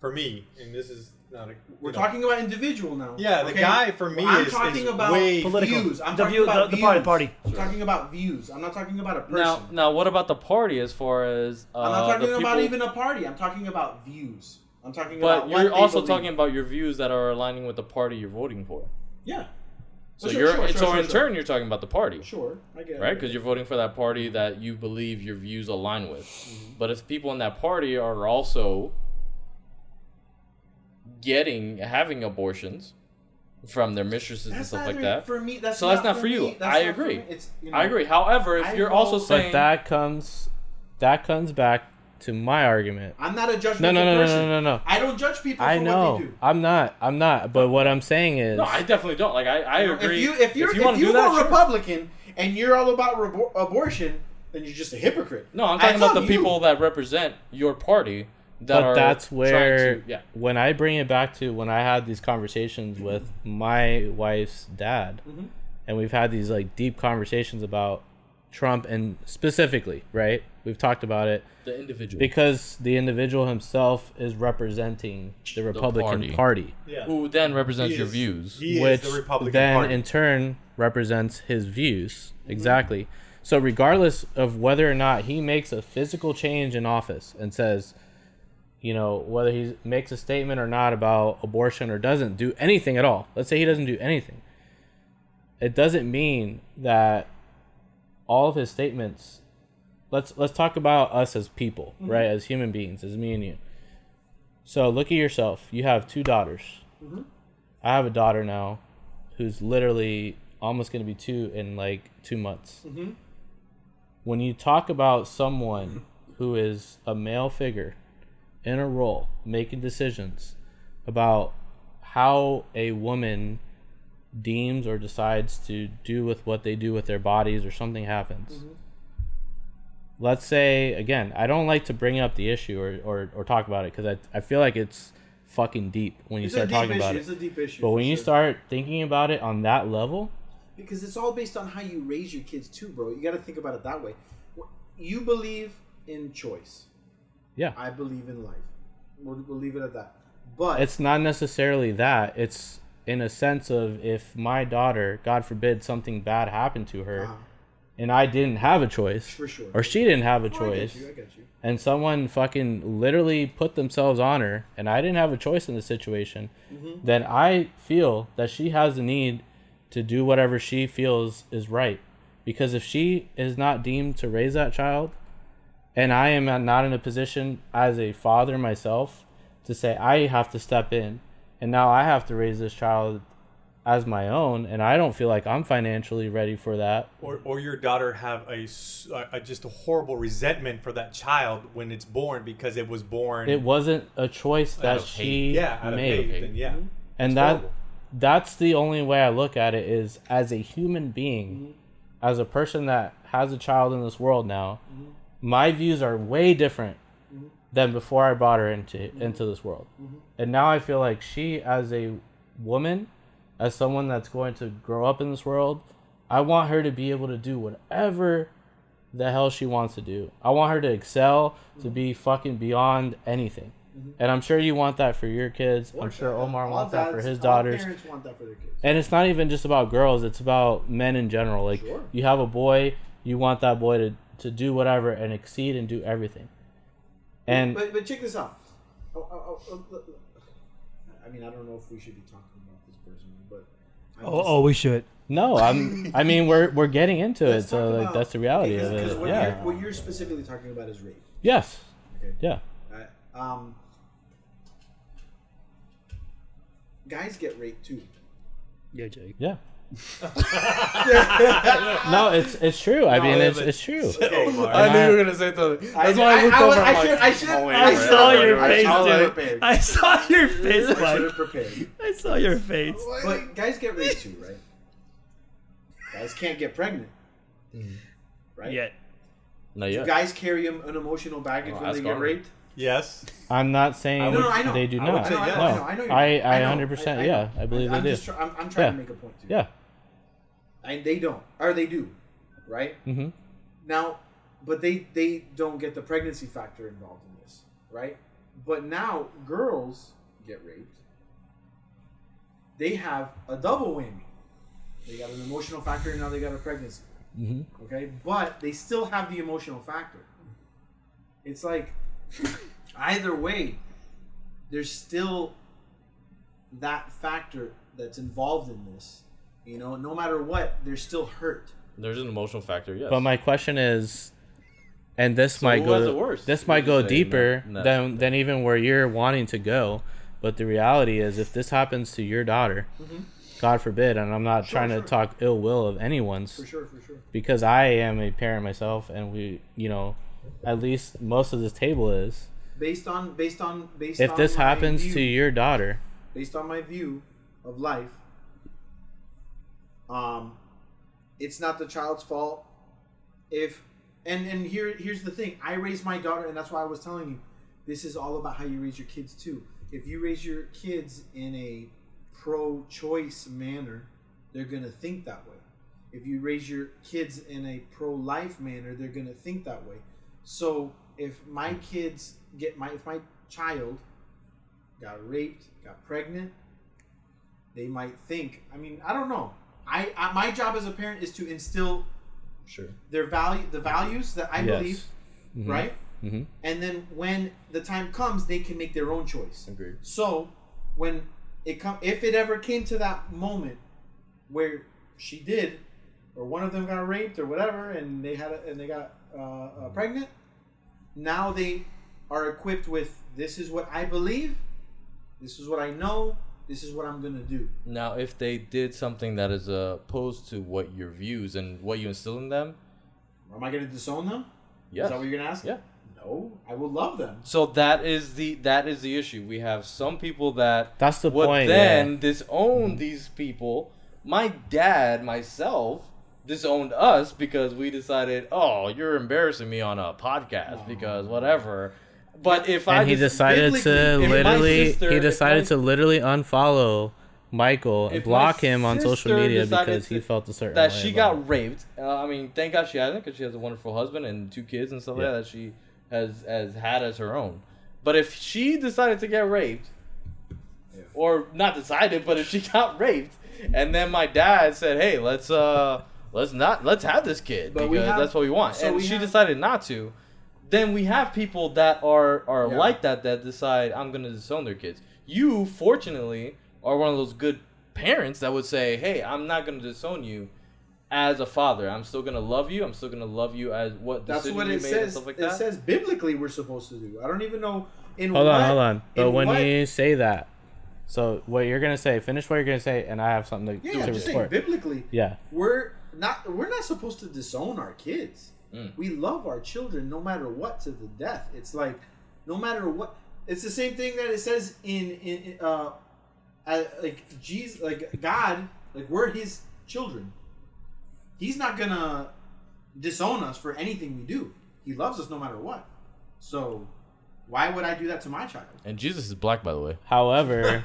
Speaker 5: for me, and this is not. A,
Speaker 2: We're
Speaker 5: you know,
Speaker 2: talking about individual now.
Speaker 5: Yeah, the guy for me
Speaker 2: I'm
Speaker 5: is-
Speaker 2: talking
Speaker 5: is
Speaker 2: about
Speaker 5: way-
Speaker 3: Political.
Speaker 2: views. I'm
Speaker 3: The
Speaker 2: talking
Speaker 3: view- the-
Speaker 2: about
Speaker 3: the
Speaker 2: views.
Speaker 3: party- party.
Speaker 2: I'm talking about views. I'm not talking about a person.
Speaker 4: Now, now, what about the party as far as uh,
Speaker 2: I'm not
Speaker 4: the
Speaker 2: talking
Speaker 4: people,
Speaker 2: about even a party. I'm talking about views. I'm talking
Speaker 4: But
Speaker 2: about. what
Speaker 4: you're also
Speaker 2: they believe.
Speaker 4: talking about your views that are aligning with the party you're voting for.
Speaker 2: Yeah.
Speaker 4: So
Speaker 2: Well, Oh, sure,
Speaker 4: you're
Speaker 2: sure,
Speaker 4: so
Speaker 2: sure, sure,
Speaker 4: in turn you're talking about the party,
Speaker 2: Sure, I get it.
Speaker 4: right? Because you're voting for that party that you believe your views align with.
Speaker 2: Mm-hmm.
Speaker 4: But if people in that party are also getting having abortions from their mistresses and
Speaker 2: that's
Speaker 4: stuff
Speaker 2: not
Speaker 4: like
Speaker 2: really-
Speaker 4: that,
Speaker 2: For me, that's
Speaker 4: So
Speaker 2: not
Speaker 4: that's not for you.
Speaker 2: me. That's
Speaker 4: I
Speaker 2: not for
Speaker 4: agree.
Speaker 2: me. It's, you know,
Speaker 4: I agree. However, if
Speaker 2: I
Speaker 4: you're also
Speaker 2: vote- But
Speaker 4: saying
Speaker 1: But that comes. That comes back to my argument.
Speaker 2: I'm not a judgmental
Speaker 1: No, no, no, no,
Speaker 2: person.
Speaker 1: no, no, no.
Speaker 2: I don't judge people.
Speaker 1: I
Speaker 2: for What they
Speaker 1: know.
Speaker 2: do.
Speaker 1: I'm not. I'm not. But what I'm saying is.
Speaker 4: no, I definitely don't. Like I, I agree.
Speaker 2: If you if you're if you,
Speaker 4: wanna do that,
Speaker 2: were
Speaker 4: sure.
Speaker 2: Republican and you're all about rebo- abortion, then you're just a hypocrite.
Speaker 4: No, I'm talking about the
Speaker 2: That's on you.
Speaker 4: people that represent your party that
Speaker 1: but
Speaker 4: are
Speaker 1: that's where
Speaker 4: trying to, yeah.
Speaker 1: when i bring it back to when i had these conversations with my wife's dad
Speaker 4: Mm-hmm.
Speaker 1: and we've had these like deep conversations about trump and specifically right We've talked about it
Speaker 4: The individual.
Speaker 1: because the individual himself is representing the Republican
Speaker 4: party.
Speaker 1: Party,
Speaker 5: Yeah.
Speaker 4: who then represents
Speaker 5: He
Speaker 4: your
Speaker 5: is-
Speaker 4: views.
Speaker 5: He
Speaker 1: which
Speaker 5: is the Republican
Speaker 1: then
Speaker 5: Party.
Speaker 1: in turn represents his views. Exactly. So regardless of whether or not he makes a physical change in office and says, you know, whether he makes a statement or not about abortion or doesn't do anything at all. Let's say he doesn't do anything. It doesn't mean that all of his statements let's let's talk about us as people,
Speaker 5: Mm-hmm.
Speaker 1: right? As human beings, as me and you. So look at yourself. You have two daughters. I have a daughter now, who's literally almost going to be two in like two months.
Speaker 2: Mm-hmm.
Speaker 1: When you talk about someone who is a male figure in a role making decisions about how a woman deems or decides to do with what they do with their bodies or something happens
Speaker 2: Mm-hmm.
Speaker 1: let's say again i don't like to bring up the issue or, or, or talk about it because I, I feel like it's fucking deep when you
Speaker 2: It's a
Speaker 1: start
Speaker 2: deep
Speaker 1: talking
Speaker 2: issue.
Speaker 1: about it
Speaker 2: It's a deep issue.
Speaker 1: but
Speaker 2: for
Speaker 1: when you
Speaker 2: sure.
Speaker 1: start thinking about it on that level
Speaker 2: because it's all based on how you raise your kids too, bro. You got to think about it that way. You believe in choice.
Speaker 1: yeah
Speaker 2: I believe in life. We'll, we'll leave it at that. But
Speaker 1: it's not necessarily that it's in a sense of if my daughter god forbid something bad happened to her
Speaker 2: Uh-huh.
Speaker 1: and i didn't have a choice
Speaker 2: For sure.
Speaker 1: or she didn't have a
Speaker 2: Oh, I
Speaker 1: choice
Speaker 2: get you. I get you.
Speaker 1: and someone fucking literally put themselves on her and I didn't have a choice in the situation,
Speaker 5: Mm-hmm.
Speaker 1: then I feel that she has the need to do whatever she feels is right. Because if she is not deemed to raise that child, and I am not in a position as a father myself to say I have to step in and now I have to raise this child as my own and I don't feel like I'm financially ready for that.
Speaker 5: or, or your daughter have a, s- a- a- just a horrible resentment for that child when it's born because it was born
Speaker 1: It wasn't a choice that
Speaker 4: of hate.
Speaker 1: she
Speaker 5: yeah out of
Speaker 1: made.
Speaker 5: hate, then yeah
Speaker 1: and that
Speaker 5: horrible.
Speaker 1: that's the only way I look at it is as a human being, as a person that has a child in this world now, my views are way different than before I brought her into into this world. And now I feel like she as a woman, as someone that's going to grow up in this world, I want her to be able to do whatever the hell she wants to do. I want her to excel, to be fucking beyond anything. And I'm sure you want that for your kids. I'm sure Omar
Speaker 2: All
Speaker 1: wants that for
Speaker 2: dads-
Speaker 1: his
Speaker 2: all
Speaker 1: daughters.
Speaker 2: Parents want that for their kids.
Speaker 1: And it's not even just about girls, it's about men in general. Like
Speaker 2: Sure.
Speaker 1: you have a boy, you want that boy to, to do whatever and exceed and do everything. And
Speaker 2: But but check this out. Oh, oh, oh, oh, I mean, I don't know if we should be talking about this personally, but I'm
Speaker 3: Oh,
Speaker 2: just-
Speaker 3: oh, we should.
Speaker 1: no, I'm I mean we're we're getting into it,
Speaker 2: Let's
Speaker 1: so
Speaker 2: talk
Speaker 1: uh, like
Speaker 2: about-
Speaker 1: that's the reality
Speaker 2: because,
Speaker 1: of
Speaker 2: because
Speaker 1: it.
Speaker 2: what,
Speaker 1: Yeah.
Speaker 2: you're, what you're specifically talking about is rape.
Speaker 1: Yes.
Speaker 2: Okay.
Speaker 1: Yeah.
Speaker 2: Right? Um, guys get raped too.
Speaker 3: Yeah, Jake.
Speaker 1: Yeah.
Speaker 2: Ah,
Speaker 1: no, it's it's true. I mean it's
Speaker 5: but-
Speaker 1: it's true.
Speaker 3: Mm-hmm.
Speaker 5: Oh,
Speaker 4: I knew
Speaker 1: I-
Speaker 4: you were gonna say something. That's
Speaker 2: I-
Speaker 4: why I,
Speaker 2: I-
Speaker 4: looked
Speaker 2: I
Speaker 4: over.
Speaker 2: was-
Speaker 4: I'm
Speaker 2: I
Speaker 4: like,
Speaker 2: should- I should-
Speaker 4: oh, wait,
Speaker 2: I
Speaker 3: I
Speaker 4: wait,
Speaker 3: saw
Speaker 4: wait,
Speaker 3: your
Speaker 4: wait,
Speaker 3: face,
Speaker 4: wait.
Speaker 2: I'll
Speaker 3: dude.
Speaker 2: prepare.
Speaker 3: I saw your face,
Speaker 2: I should
Speaker 3: Mike.
Speaker 2: have prepared.
Speaker 3: I saw your face.
Speaker 2: But guys get raped too, right? Guys can't get pregnant,
Speaker 1: Mm-hmm.
Speaker 2: right?
Speaker 3: Yeah.
Speaker 4: Not yet.
Speaker 2: Guys carry em- an emotional baggage
Speaker 4: Oh,
Speaker 2: when they
Speaker 4: ask
Speaker 2: get
Speaker 4: Armin.
Speaker 2: raped.
Speaker 5: yes
Speaker 1: I'm not saying
Speaker 2: No, no, I know.
Speaker 1: they do
Speaker 5: I would
Speaker 1: not.
Speaker 5: say
Speaker 1: no,
Speaker 5: yes.
Speaker 2: I know, I know, I know.
Speaker 1: I, I,
Speaker 2: know.
Speaker 1: 100%
Speaker 2: I- I
Speaker 1: yeah,
Speaker 2: know.
Speaker 1: I believe
Speaker 2: I'm
Speaker 1: they
Speaker 2: just
Speaker 1: do.
Speaker 2: try- I'm, I'm trying to
Speaker 1: Yeah.
Speaker 2: make a point too.
Speaker 1: Yeah.
Speaker 2: And they don't, or they do, right?
Speaker 1: Mhm.
Speaker 2: Now, but they they don't get the pregnancy factor involved in this, right? But now girls get raped. They have a double whammy. They got an emotional factor, and now they got a pregnancy. Mm-hmm. Okay, but they still have the emotional factor. It's like either way, there's still that factor that's involved in this. You know, no matter what, they're still hurt.
Speaker 4: There's an emotional factor. Yes.
Speaker 1: But my question is, and this might
Speaker 4: who
Speaker 1: go
Speaker 4: has it worse?
Speaker 1: this
Speaker 4: Would
Speaker 1: might
Speaker 4: you
Speaker 1: go
Speaker 4: say?
Speaker 1: deeper
Speaker 4: No, no.
Speaker 1: than than even where you're wanting to go. But the reality is, if this happens to your daughter,
Speaker 4: Mm-hmm.
Speaker 1: God forbid, and I'm not trying
Speaker 2: sure.
Speaker 1: to talk ill will of anyone's,
Speaker 2: For sure, for sure.
Speaker 1: because I am a parent myself, and we, you know, at least most of this table is.
Speaker 2: Based on based on based
Speaker 1: If
Speaker 2: on
Speaker 1: this
Speaker 2: my
Speaker 1: happens
Speaker 2: view,
Speaker 1: to your daughter,
Speaker 2: based on my view of life, um it's not the child's fault if and and here here's the thing. I raised my daughter and that's why I was telling you this is all about how you raise your kids too. If you raise your kids in a pro-choice manner, they're going to think that way. If you raise your kids in a pro-life manner, they're going to think that way. So if my kids get my if my child got raped, got pregnant, they might think. I mean, I don't know. I, I my job as a parent is to instill
Speaker 4: Sure.
Speaker 2: their value, the values that I
Speaker 1: Yes.
Speaker 2: believe, right?
Speaker 1: Mm-hmm.
Speaker 2: And then when the time comes, they can make their own choice.
Speaker 4: Agreed.
Speaker 2: So when it come, if it ever came to that moment where she did, or one of them got raped or whatever, and they had a, and they got uh,
Speaker 4: Mm-hmm.
Speaker 2: uh, pregnant, now they are equipped with this is what I believe, this is what I know, this is what I'm gonna do.
Speaker 4: Now, if they did something that is uh, opposed to what your views and what you instill in them,
Speaker 2: Am I gonna disown them?
Speaker 4: yes.
Speaker 2: Is that what you're gonna ask?
Speaker 4: Yeah.
Speaker 2: No, I will love them.
Speaker 4: So that is the that is the issue. We have some people that
Speaker 1: That's the
Speaker 4: would
Speaker 1: point,
Speaker 4: Then
Speaker 1: yeah. Mm-hmm.
Speaker 4: disown these people. My dad, myself, disowned us because we decided, oh, you're embarrassing me on a podcast because whatever. But if I
Speaker 1: And he
Speaker 4: dis-
Speaker 1: decided to
Speaker 4: biblically, if my
Speaker 1: literally,
Speaker 4: sister-
Speaker 1: he
Speaker 4: if
Speaker 1: decided
Speaker 4: my-
Speaker 1: to literally unfollow Michael and
Speaker 4: If my
Speaker 1: block him on social
Speaker 4: sister
Speaker 1: media
Speaker 4: decided
Speaker 1: because he
Speaker 4: to-
Speaker 1: felt a certain
Speaker 4: that
Speaker 1: way
Speaker 4: she
Speaker 1: about
Speaker 4: got raped. Uh, I mean, thank God she hasn't, because she has a wonderful husband and two kids and stuff
Speaker 1: Yeah.
Speaker 4: like that that she has has had as her own. But if she decided to get raped, or not decided, but if she got raped, and then my dad said, "Hey, let's uh, let's not let's have this kid
Speaker 2: But we
Speaker 4: because
Speaker 2: have-
Speaker 4: that's what we want,"
Speaker 2: so
Speaker 4: and
Speaker 2: we
Speaker 4: she
Speaker 2: have-
Speaker 4: decided not to. Then we have people that are are
Speaker 2: Yeah.
Speaker 4: like that that decide I'm gonna disown their kids. You fortunately are one of those good parents that would say, "Hey, I'm not gonna disown you." As a father, I'm still gonna love you. I'm still gonna love you as what
Speaker 2: That's
Speaker 4: decision
Speaker 2: what
Speaker 4: you
Speaker 2: it
Speaker 4: made and
Speaker 2: says.
Speaker 4: stuff like
Speaker 2: it
Speaker 4: that.
Speaker 2: says biblically we're supposed to do. I don't even know in
Speaker 1: Hold
Speaker 2: what,
Speaker 1: on, hold on. But
Speaker 2: in
Speaker 1: when
Speaker 2: what-
Speaker 1: you say that, so what you're gonna say? Finish what you're gonna say, and I have something to,
Speaker 2: yeah,
Speaker 1: to
Speaker 2: I'm just saying
Speaker 1: report.
Speaker 2: biblically,
Speaker 1: Yeah,
Speaker 2: we're not we're not supposed to disown our kids. We love our children no matter what to the death. It's like no matter what. It's the same thing that it says in in in, uh, uh, like Jesus, like God, like we're His children. He's not gonna disown us for anything we do. He loves us no matter what. So why would I do that to my child?
Speaker 4: and Jesus is black, by the way.
Speaker 1: However,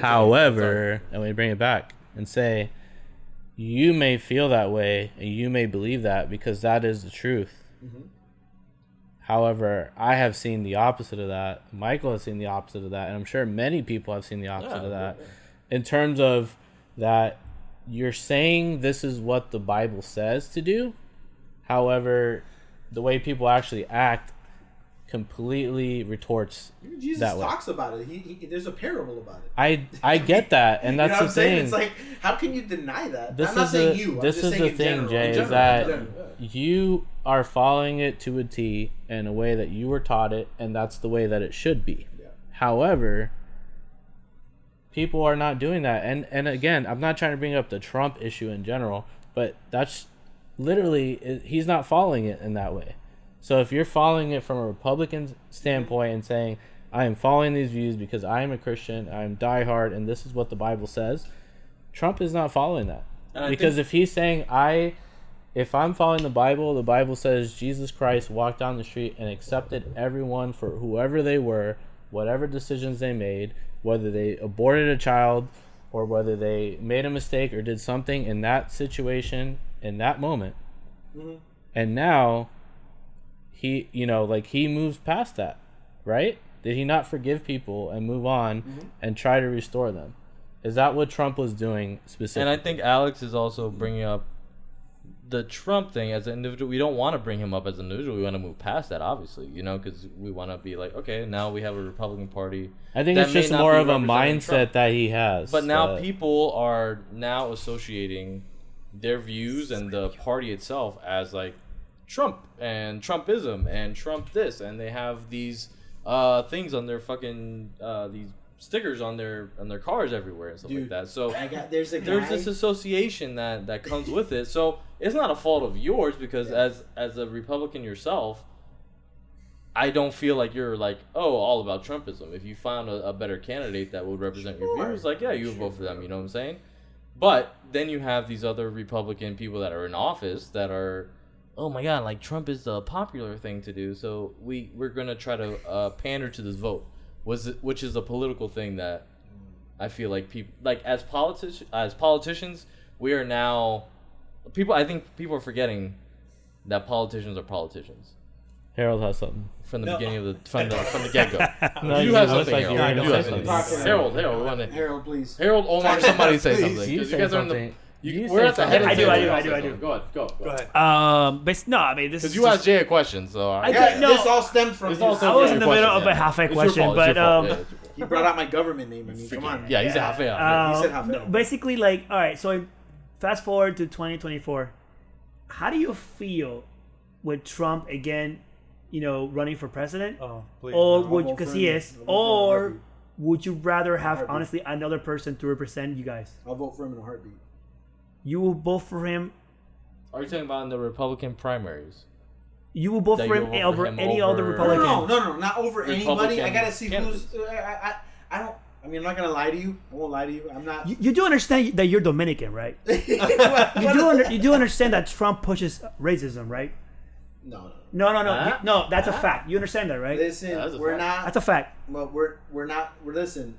Speaker 1: however, and we bring it back and say, you may feel that way and you may believe that because that is the truth. However, I have seen the opposite of that. Michael has seen the opposite of that, and I'm sure many people have seen the opposite
Speaker 4: Yeah,
Speaker 1: of that.
Speaker 4: yeah,
Speaker 1: In terms of that, you're saying this is what the Bible says to do. However, the way people actually act completely retorts
Speaker 2: Jesus
Speaker 1: That way.
Speaker 2: talks about it. He, he there's a parable about it.
Speaker 1: I I get that, and that's
Speaker 2: you know what
Speaker 1: the
Speaker 2: I'm saying?
Speaker 1: thing.
Speaker 2: It's like, how can you deny that?
Speaker 1: this
Speaker 2: I'm not
Speaker 1: is
Speaker 2: saying
Speaker 1: the,
Speaker 2: you.
Speaker 1: this
Speaker 2: I'm just
Speaker 1: is
Speaker 2: saying
Speaker 1: the
Speaker 2: in
Speaker 1: thing,
Speaker 2: general,
Speaker 1: Jay,
Speaker 2: in
Speaker 1: is
Speaker 2: general,
Speaker 1: that
Speaker 2: in general.
Speaker 1: you are following it to a T in a way that you were taught it, and that's the way that it should be.
Speaker 2: Yeah.
Speaker 1: However, people are not doing that, and and again, I'm not trying to bring up the Trump issue in general, but that's literally it- he's not following it in that way. So if you're following it from a Republican standpoint and saying, I am following these views because I am a Christian, I'm diehard, and this is what the Bible says, Trump is not following that.
Speaker 4: And I
Speaker 1: because if he's saying, I, if I'm following the Bible, the Bible says Jesus Christ walked down the street and accepted everyone for whoever they were, whatever decisions they made, whether they aborted a child or whether they made a mistake or did something in that situation, in that moment.
Speaker 4: Mm-hmm.
Speaker 1: And now he you know like he moves past that right did he not forgive people and move on
Speaker 4: Mm-hmm.
Speaker 1: and try to restore them is that what trump was doing
Speaker 4: And
Speaker 1: specifically
Speaker 4: I think Alex is also bringing up the Trump thing as an individual. We don't want to bring him up as an individual. We want to move past that, obviously, you know, because we want to be like, okay, now we have a Republican Party.
Speaker 1: i think
Speaker 4: that
Speaker 1: it's
Speaker 4: may
Speaker 1: just
Speaker 4: not
Speaker 1: more
Speaker 4: be
Speaker 1: of a
Speaker 4: representing
Speaker 1: mindset
Speaker 4: Trump.
Speaker 1: that he has
Speaker 4: But now
Speaker 1: that-
Speaker 4: people are now associating their views and the party itself as like Trump and Trumpism and Trump this, and they have these uh, things on their fucking uh, these stickers on their on their cars everywhere and stuff like
Speaker 2: Dude,
Speaker 4: that. So
Speaker 2: I got there's a guy.
Speaker 4: there's this association that that comes with it. So it's not a fault of yours because as as a Republican yourself, I don't feel like you're like oh all about Trumpism. If you found a, a better candidate that would represent your views, like yeah, you would vote for them. You know what I'm saying? But then you have these other Republican people that are in office that are oh my god, like Trump is the popular thing to do, so we we're gonna try to uh, pander to this vote, was it, which is a political thing that I feel like people like as politici- as politicians we are now people. I think people are forgetting that politicians are politicians
Speaker 1: Harold has something.
Speaker 4: from the
Speaker 5: No.
Speaker 4: beginning of the from the from the get go.
Speaker 1: No,
Speaker 4: you have
Speaker 1: look
Speaker 4: something,
Speaker 1: like you
Speaker 4: Harold.
Speaker 1: were
Speaker 4: you
Speaker 1: gonna
Speaker 4: do have
Speaker 1: say
Speaker 4: something.
Speaker 2: something.
Speaker 4: Harold, Harold, we want to-
Speaker 2: Harold, please.
Speaker 4: Harold, Omar, somebody say
Speaker 5: Please.
Speaker 4: something. 'cause
Speaker 1: You say
Speaker 4: guys are in
Speaker 1: something.
Speaker 4: the.
Speaker 1: You
Speaker 4: You,
Speaker 1: say
Speaker 4: we're at the head of the
Speaker 1: something.
Speaker 4: table.
Speaker 3: I do, I
Speaker 4: Y'all
Speaker 3: do,
Speaker 4: say
Speaker 3: I do.
Speaker 4: something. Go ahead, go, go.
Speaker 5: Go ahead.
Speaker 3: Um, but it's- no, I mean this is
Speaker 4: Because you
Speaker 3: just-
Speaker 4: asked Jay a question, so I,
Speaker 3: I
Speaker 4: Yeah,
Speaker 3: did-
Speaker 2: Yeah,
Speaker 3: no.
Speaker 2: this all stemmed from.
Speaker 4: it's
Speaker 2: you.
Speaker 4: also
Speaker 3: I was in
Speaker 4: your
Speaker 3: the middle
Speaker 4: question,
Speaker 3: of a
Speaker 4: yeah.
Speaker 3: halfway
Speaker 4: It's your
Speaker 3: question,
Speaker 4: fault, it's your
Speaker 3: but, um,
Speaker 4: fault, yeah, it's your fault.
Speaker 2: He brought out my government name. I mean, come on.
Speaker 4: yeah, he's a halfway.
Speaker 3: Uh,
Speaker 2: He said half
Speaker 3: no,
Speaker 2: hour.
Speaker 3: basically, like, all right. So, fast forward to 2024. How do you feel with Trump again? You know, running for president,
Speaker 5: Oh, please.
Speaker 3: or
Speaker 5: no.
Speaker 3: would
Speaker 2: I'm all
Speaker 3: because
Speaker 2: for
Speaker 3: he
Speaker 2: him.
Speaker 3: is,
Speaker 2: I'm all for him.
Speaker 3: or
Speaker 2: Heartbeat.
Speaker 3: would you rather have
Speaker 2: Heartbeat.
Speaker 3: honestly another person to represent you guys?
Speaker 2: I'll vote for him in a heartbeat.
Speaker 3: You will vote for him.
Speaker 4: Are you talking about in the Republican primaries?
Speaker 3: You will vote
Speaker 4: That
Speaker 3: for
Speaker 4: you
Speaker 3: him
Speaker 4: will vote for
Speaker 3: over
Speaker 4: him
Speaker 3: any other
Speaker 4: over-
Speaker 2: No,
Speaker 3: Republican.
Speaker 2: no, no, no, no, not over anybody. I
Speaker 4: Republican
Speaker 2: gotta see
Speaker 4: candidates.
Speaker 2: who's. uh, I, I, I don't. I mean, I'm not gonna lie to you. I won't lie to you. I'm not.
Speaker 3: You, you do understand that you're Dominican, right? You
Speaker 2: What-
Speaker 3: do under, you do understand that Trump pushes racism, right?
Speaker 2: no, no.
Speaker 3: No, no, no,
Speaker 4: Huh?
Speaker 3: no. That's a fact. You understand that, right?
Speaker 2: Listen,
Speaker 4: That's a
Speaker 2: we're
Speaker 4: fact.
Speaker 2: not.
Speaker 3: That's a fact.
Speaker 2: But we're we're not. We're listen.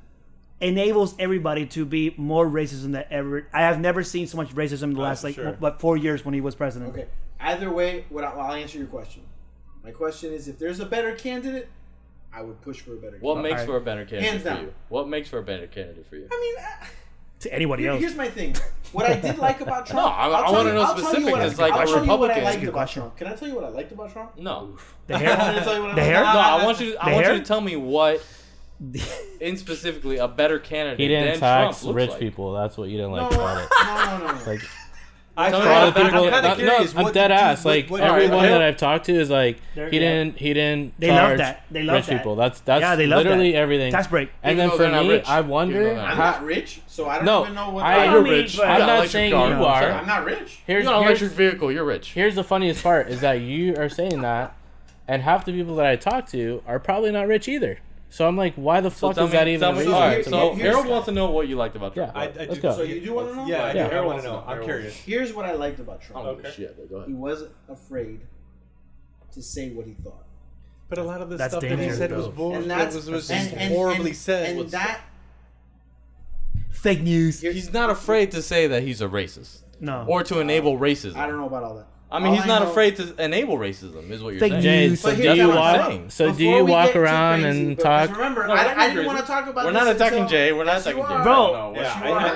Speaker 3: enables everybody to be more racism than ever. I have never seen so much racism in the last like
Speaker 5: sure.
Speaker 3: w- but four years when he was president.
Speaker 2: Okay. Either way, what I, I'll answer your question. My question is, if there's a better candidate, I would push for a better.
Speaker 4: What
Speaker 2: candidate.
Speaker 4: makes
Speaker 3: right.
Speaker 4: for a better candidate
Speaker 2: Hands
Speaker 4: for
Speaker 2: down.
Speaker 4: you? What makes for a better candidate for you?
Speaker 2: I mean, I-
Speaker 3: To anybody
Speaker 2: here-
Speaker 3: else,
Speaker 2: here's my thing. What I did like about Trump.
Speaker 4: No, I-
Speaker 2: I'll
Speaker 4: I
Speaker 2: tell
Speaker 4: wanna
Speaker 2: you-
Speaker 4: know
Speaker 2: I'll tell you
Speaker 4: specific,
Speaker 2: what I-
Speaker 4: 'cause, like,
Speaker 2: I'll
Speaker 4: a
Speaker 2: tell you what I
Speaker 4: Republican-
Speaker 2: liked
Speaker 3: Good
Speaker 2: about
Speaker 3: question.
Speaker 2: Trump. Can I tell you what I liked about Trump?
Speaker 4: No,
Speaker 3: the
Speaker 2: I'm gonna tell
Speaker 3: hair.
Speaker 2: you what I
Speaker 3: The
Speaker 2: liked.
Speaker 3: hair?
Speaker 4: no. I want you. To, I want
Speaker 3: hair?
Speaker 4: you to tell me what, in specifically, a better candidate
Speaker 1: He didn't
Speaker 4: than
Speaker 1: tax
Speaker 4: Trump looks
Speaker 1: rich
Speaker 4: like.
Speaker 1: people. That's what you didn't
Speaker 2: No,
Speaker 1: like
Speaker 2: no,
Speaker 1: about it.
Speaker 2: no, no, no.
Speaker 1: Like
Speaker 5: I,
Speaker 4: Tell me
Speaker 1: lot
Speaker 4: about
Speaker 1: of
Speaker 4: better
Speaker 1: people-
Speaker 4: candidate.
Speaker 5: I'm kinda
Speaker 1: uh,
Speaker 5: curious,
Speaker 1: no, I'm
Speaker 5: what
Speaker 1: dead
Speaker 5: did you-
Speaker 1: ass.
Speaker 5: what-
Speaker 1: like
Speaker 5: what-
Speaker 1: everyone
Speaker 4: Alright,
Speaker 1: that I've talked to is like
Speaker 3: They're-
Speaker 1: he
Speaker 3: yeah.
Speaker 1: didn't he didn't.
Speaker 3: They love
Speaker 1: charge
Speaker 3: that. They love
Speaker 1: rich
Speaker 3: that.
Speaker 1: people. That's that's
Speaker 3: Yeah, they love
Speaker 1: literally
Speaker 3: that.
Speaker 1: everything.
Speaker 3: Tax break.
Speaker 1: And
Speaker 4: Even
Speaker 1: then
Speaker 4: though
Speaker 1: for
Speaker 4: they're not
Speaker 1: me,
Speaker 4: rich.
Speaker 1: I
Speaker 4: Even though
Speaker 1: wonder
Speaker 4: they're not
Speaker 2: I'm
Speaker 4: rich.
Speaker 1: how.
Speaker 2: not rich, so I don't
Speaker 1: No,
Speaker 2: even know what.
Speaker 1: I,
Speaker 2: I,
Speaker 1: you're
Speaker 3: mean,
Speaker 1: rich.
Speaker 3: but-
Speaker 1: I'm
Speaker 4: You got
Speaker 1: not
Speaker 4: electric
Speaker 1: saying
Speaker 4: car.
Speaker 1: you
Speaker 4: No,
Speaker 1: are.
Speaker 2: I'm not rich.
Speaker 1: Here's,
Speaker 4: You got an
Speaker 1: here's,
Speaker 4: electric vehicle. You're rich.
Speaker 1: here's the funniest part is that you are saying that, and half the people that I talk to are probably not rich either. So I'm like, why the
Speaker 4: So
Speaker 1: fuck
Speaker 4: tell
Speaker 1: is
Speaker 4: me,
Speaker 1: that even
Speaker 4: tell
Speaker 1: a
Speaker 4: me.
Speaker 1: reason?
Speaker 4: all right,
Speaker 1: to
Speaker 2: Here-
Speaker 4: so
Speaker 1: vote?
Speaker 2: here-
Speaker 4: Harold wants to know what you liked about Trump.
Speaker 1: Yeah.
Speaker 5: I, I
Speaker 4: Right?
Speaker 5: do,
Speaker 1: Let's go.
Speaker 2: So you do wanna know?
Speaker 5: Yeah, I, do.
Speaker 1: Yeah.
Speaker 5: I want to know. I'm curious.
Speaker 2: Here's what I liked about
Speaker 4: I
Speaker 2: Trump.
Speaker 4: don't give a
Speaker 5: Okay.
Speaker 4: shit. But go
Speaker 2: He
Speaker 4: ahead.
Speaker 2: wasn't afraid to say what he thought.
Speaker 5: But a lot of the
Speaker 3: That's
Speaker 5: stuff that he
Speaker 3: dangerous,
Speaker 5: said was
Speaker 4: though.
Speaker 5: bull.
Speaker 2: And
Speaker 5: That
Speaker 2: that's
Speaker 5: was, was
Speaker 2: and,
Speaker 5: just
Speaker 2: and-
Speaker 5: horribly
Speaker 2: and-
Speaker 5: said.
Speaker 2: And that
Speaker 3: fake news.
Speaker 2: here-
Speaker 4: He's not afraid to say that he's a racist
Speaker 3: No,
Speaker 4: or to enable racism.
Speaker 2: I don't know about all that.
Speaker 4: I mean,
Speaker 2: All
Speaker 4: he's not
Speaker 2: know-
Speaker 4: afraid to enable racism, is what you're
Speaker 3: Fake
Speaker 4: saying.
Speaker 1: Jay,
Speaker 3: But
Speaker 1: so
Speaker 2: here's
Speaker 1: do you
Speaker 2: what I'm
Speaker 1: walk?
Speaker 4: saying.
Speaker 1: So do
Speaker 2: Before
Speaker 1: you
Speaker 2: we get
Speaker 1: walk
Speaker 2: too
Speaker 1: around
Speaker 2: crazy,
Speaker 1: and
Speaker 2: because
Speaker 1: talk?
Speaker 2: Remember,
Speaker 4: No, we're
Speaker 2: I,
Speaker 4: not
Speaker 2: I didn't
Speaker 4: crazy.
Speaker 2: want to talk about.
Speaker 4: We're not
Speaker 2: this
Speaker 4: attacking
Speaker 2: until-
Speaker 4: Jay. We're not
Speaker 2: Yes,
Speaker 4: attacking
Speaker 2: you
Speaker 4: Jay.
Speaker 2: are.
Speaker 3: Bro.
Speaker 4: No, we're-
Speaker 5: Yeah,
Speaker 4: you
Speaker 5: I-
Speaker 4: are.
Speaker 5: I-
Speaker 4: No,
Speaker 5: I-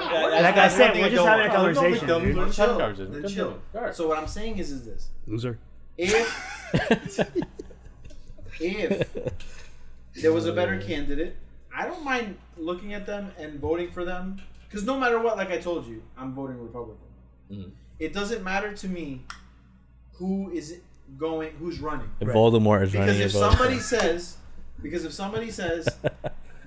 Speaker 3: Like I
Speaker 5: that's
Speaker 3: said,
Speaker 5: one thing
Speaker 3: we're just
Speaker 5: don't
Speaker 3: having a
Speaker 5: want.
Speaker 3: conversation.
Speaker 5: Don't be dumb,
Speaker 3: dude.
Speaker 5: dude.
Speaker 2: Then
Speaker 4: Check
Speaker 2: chill.
Speaker 4: cards in.
Speaker 2: Then
Speaker 4: Come
Speaker 2: chill.
Speaker 4: on. All right.
Speaker 2: So what I'm saying is, is this:
Speaker 3: loser.
Speaker 2: if if there was a better candidate, I don't mind looking at them and voting for them because no matter what, like I told you, I'm voting Republican.
Speaker 4: Mhm.
Speaker 2: It doesn't matter to me who is going, who's running,
Speaker 3: Right.
Speaker 1: Voldemort is running
Speaker 2: because
Speaker 1: your
Speaker 2: if
Speaker 1: vote.
Speaker 2: somebody says, because if somebody says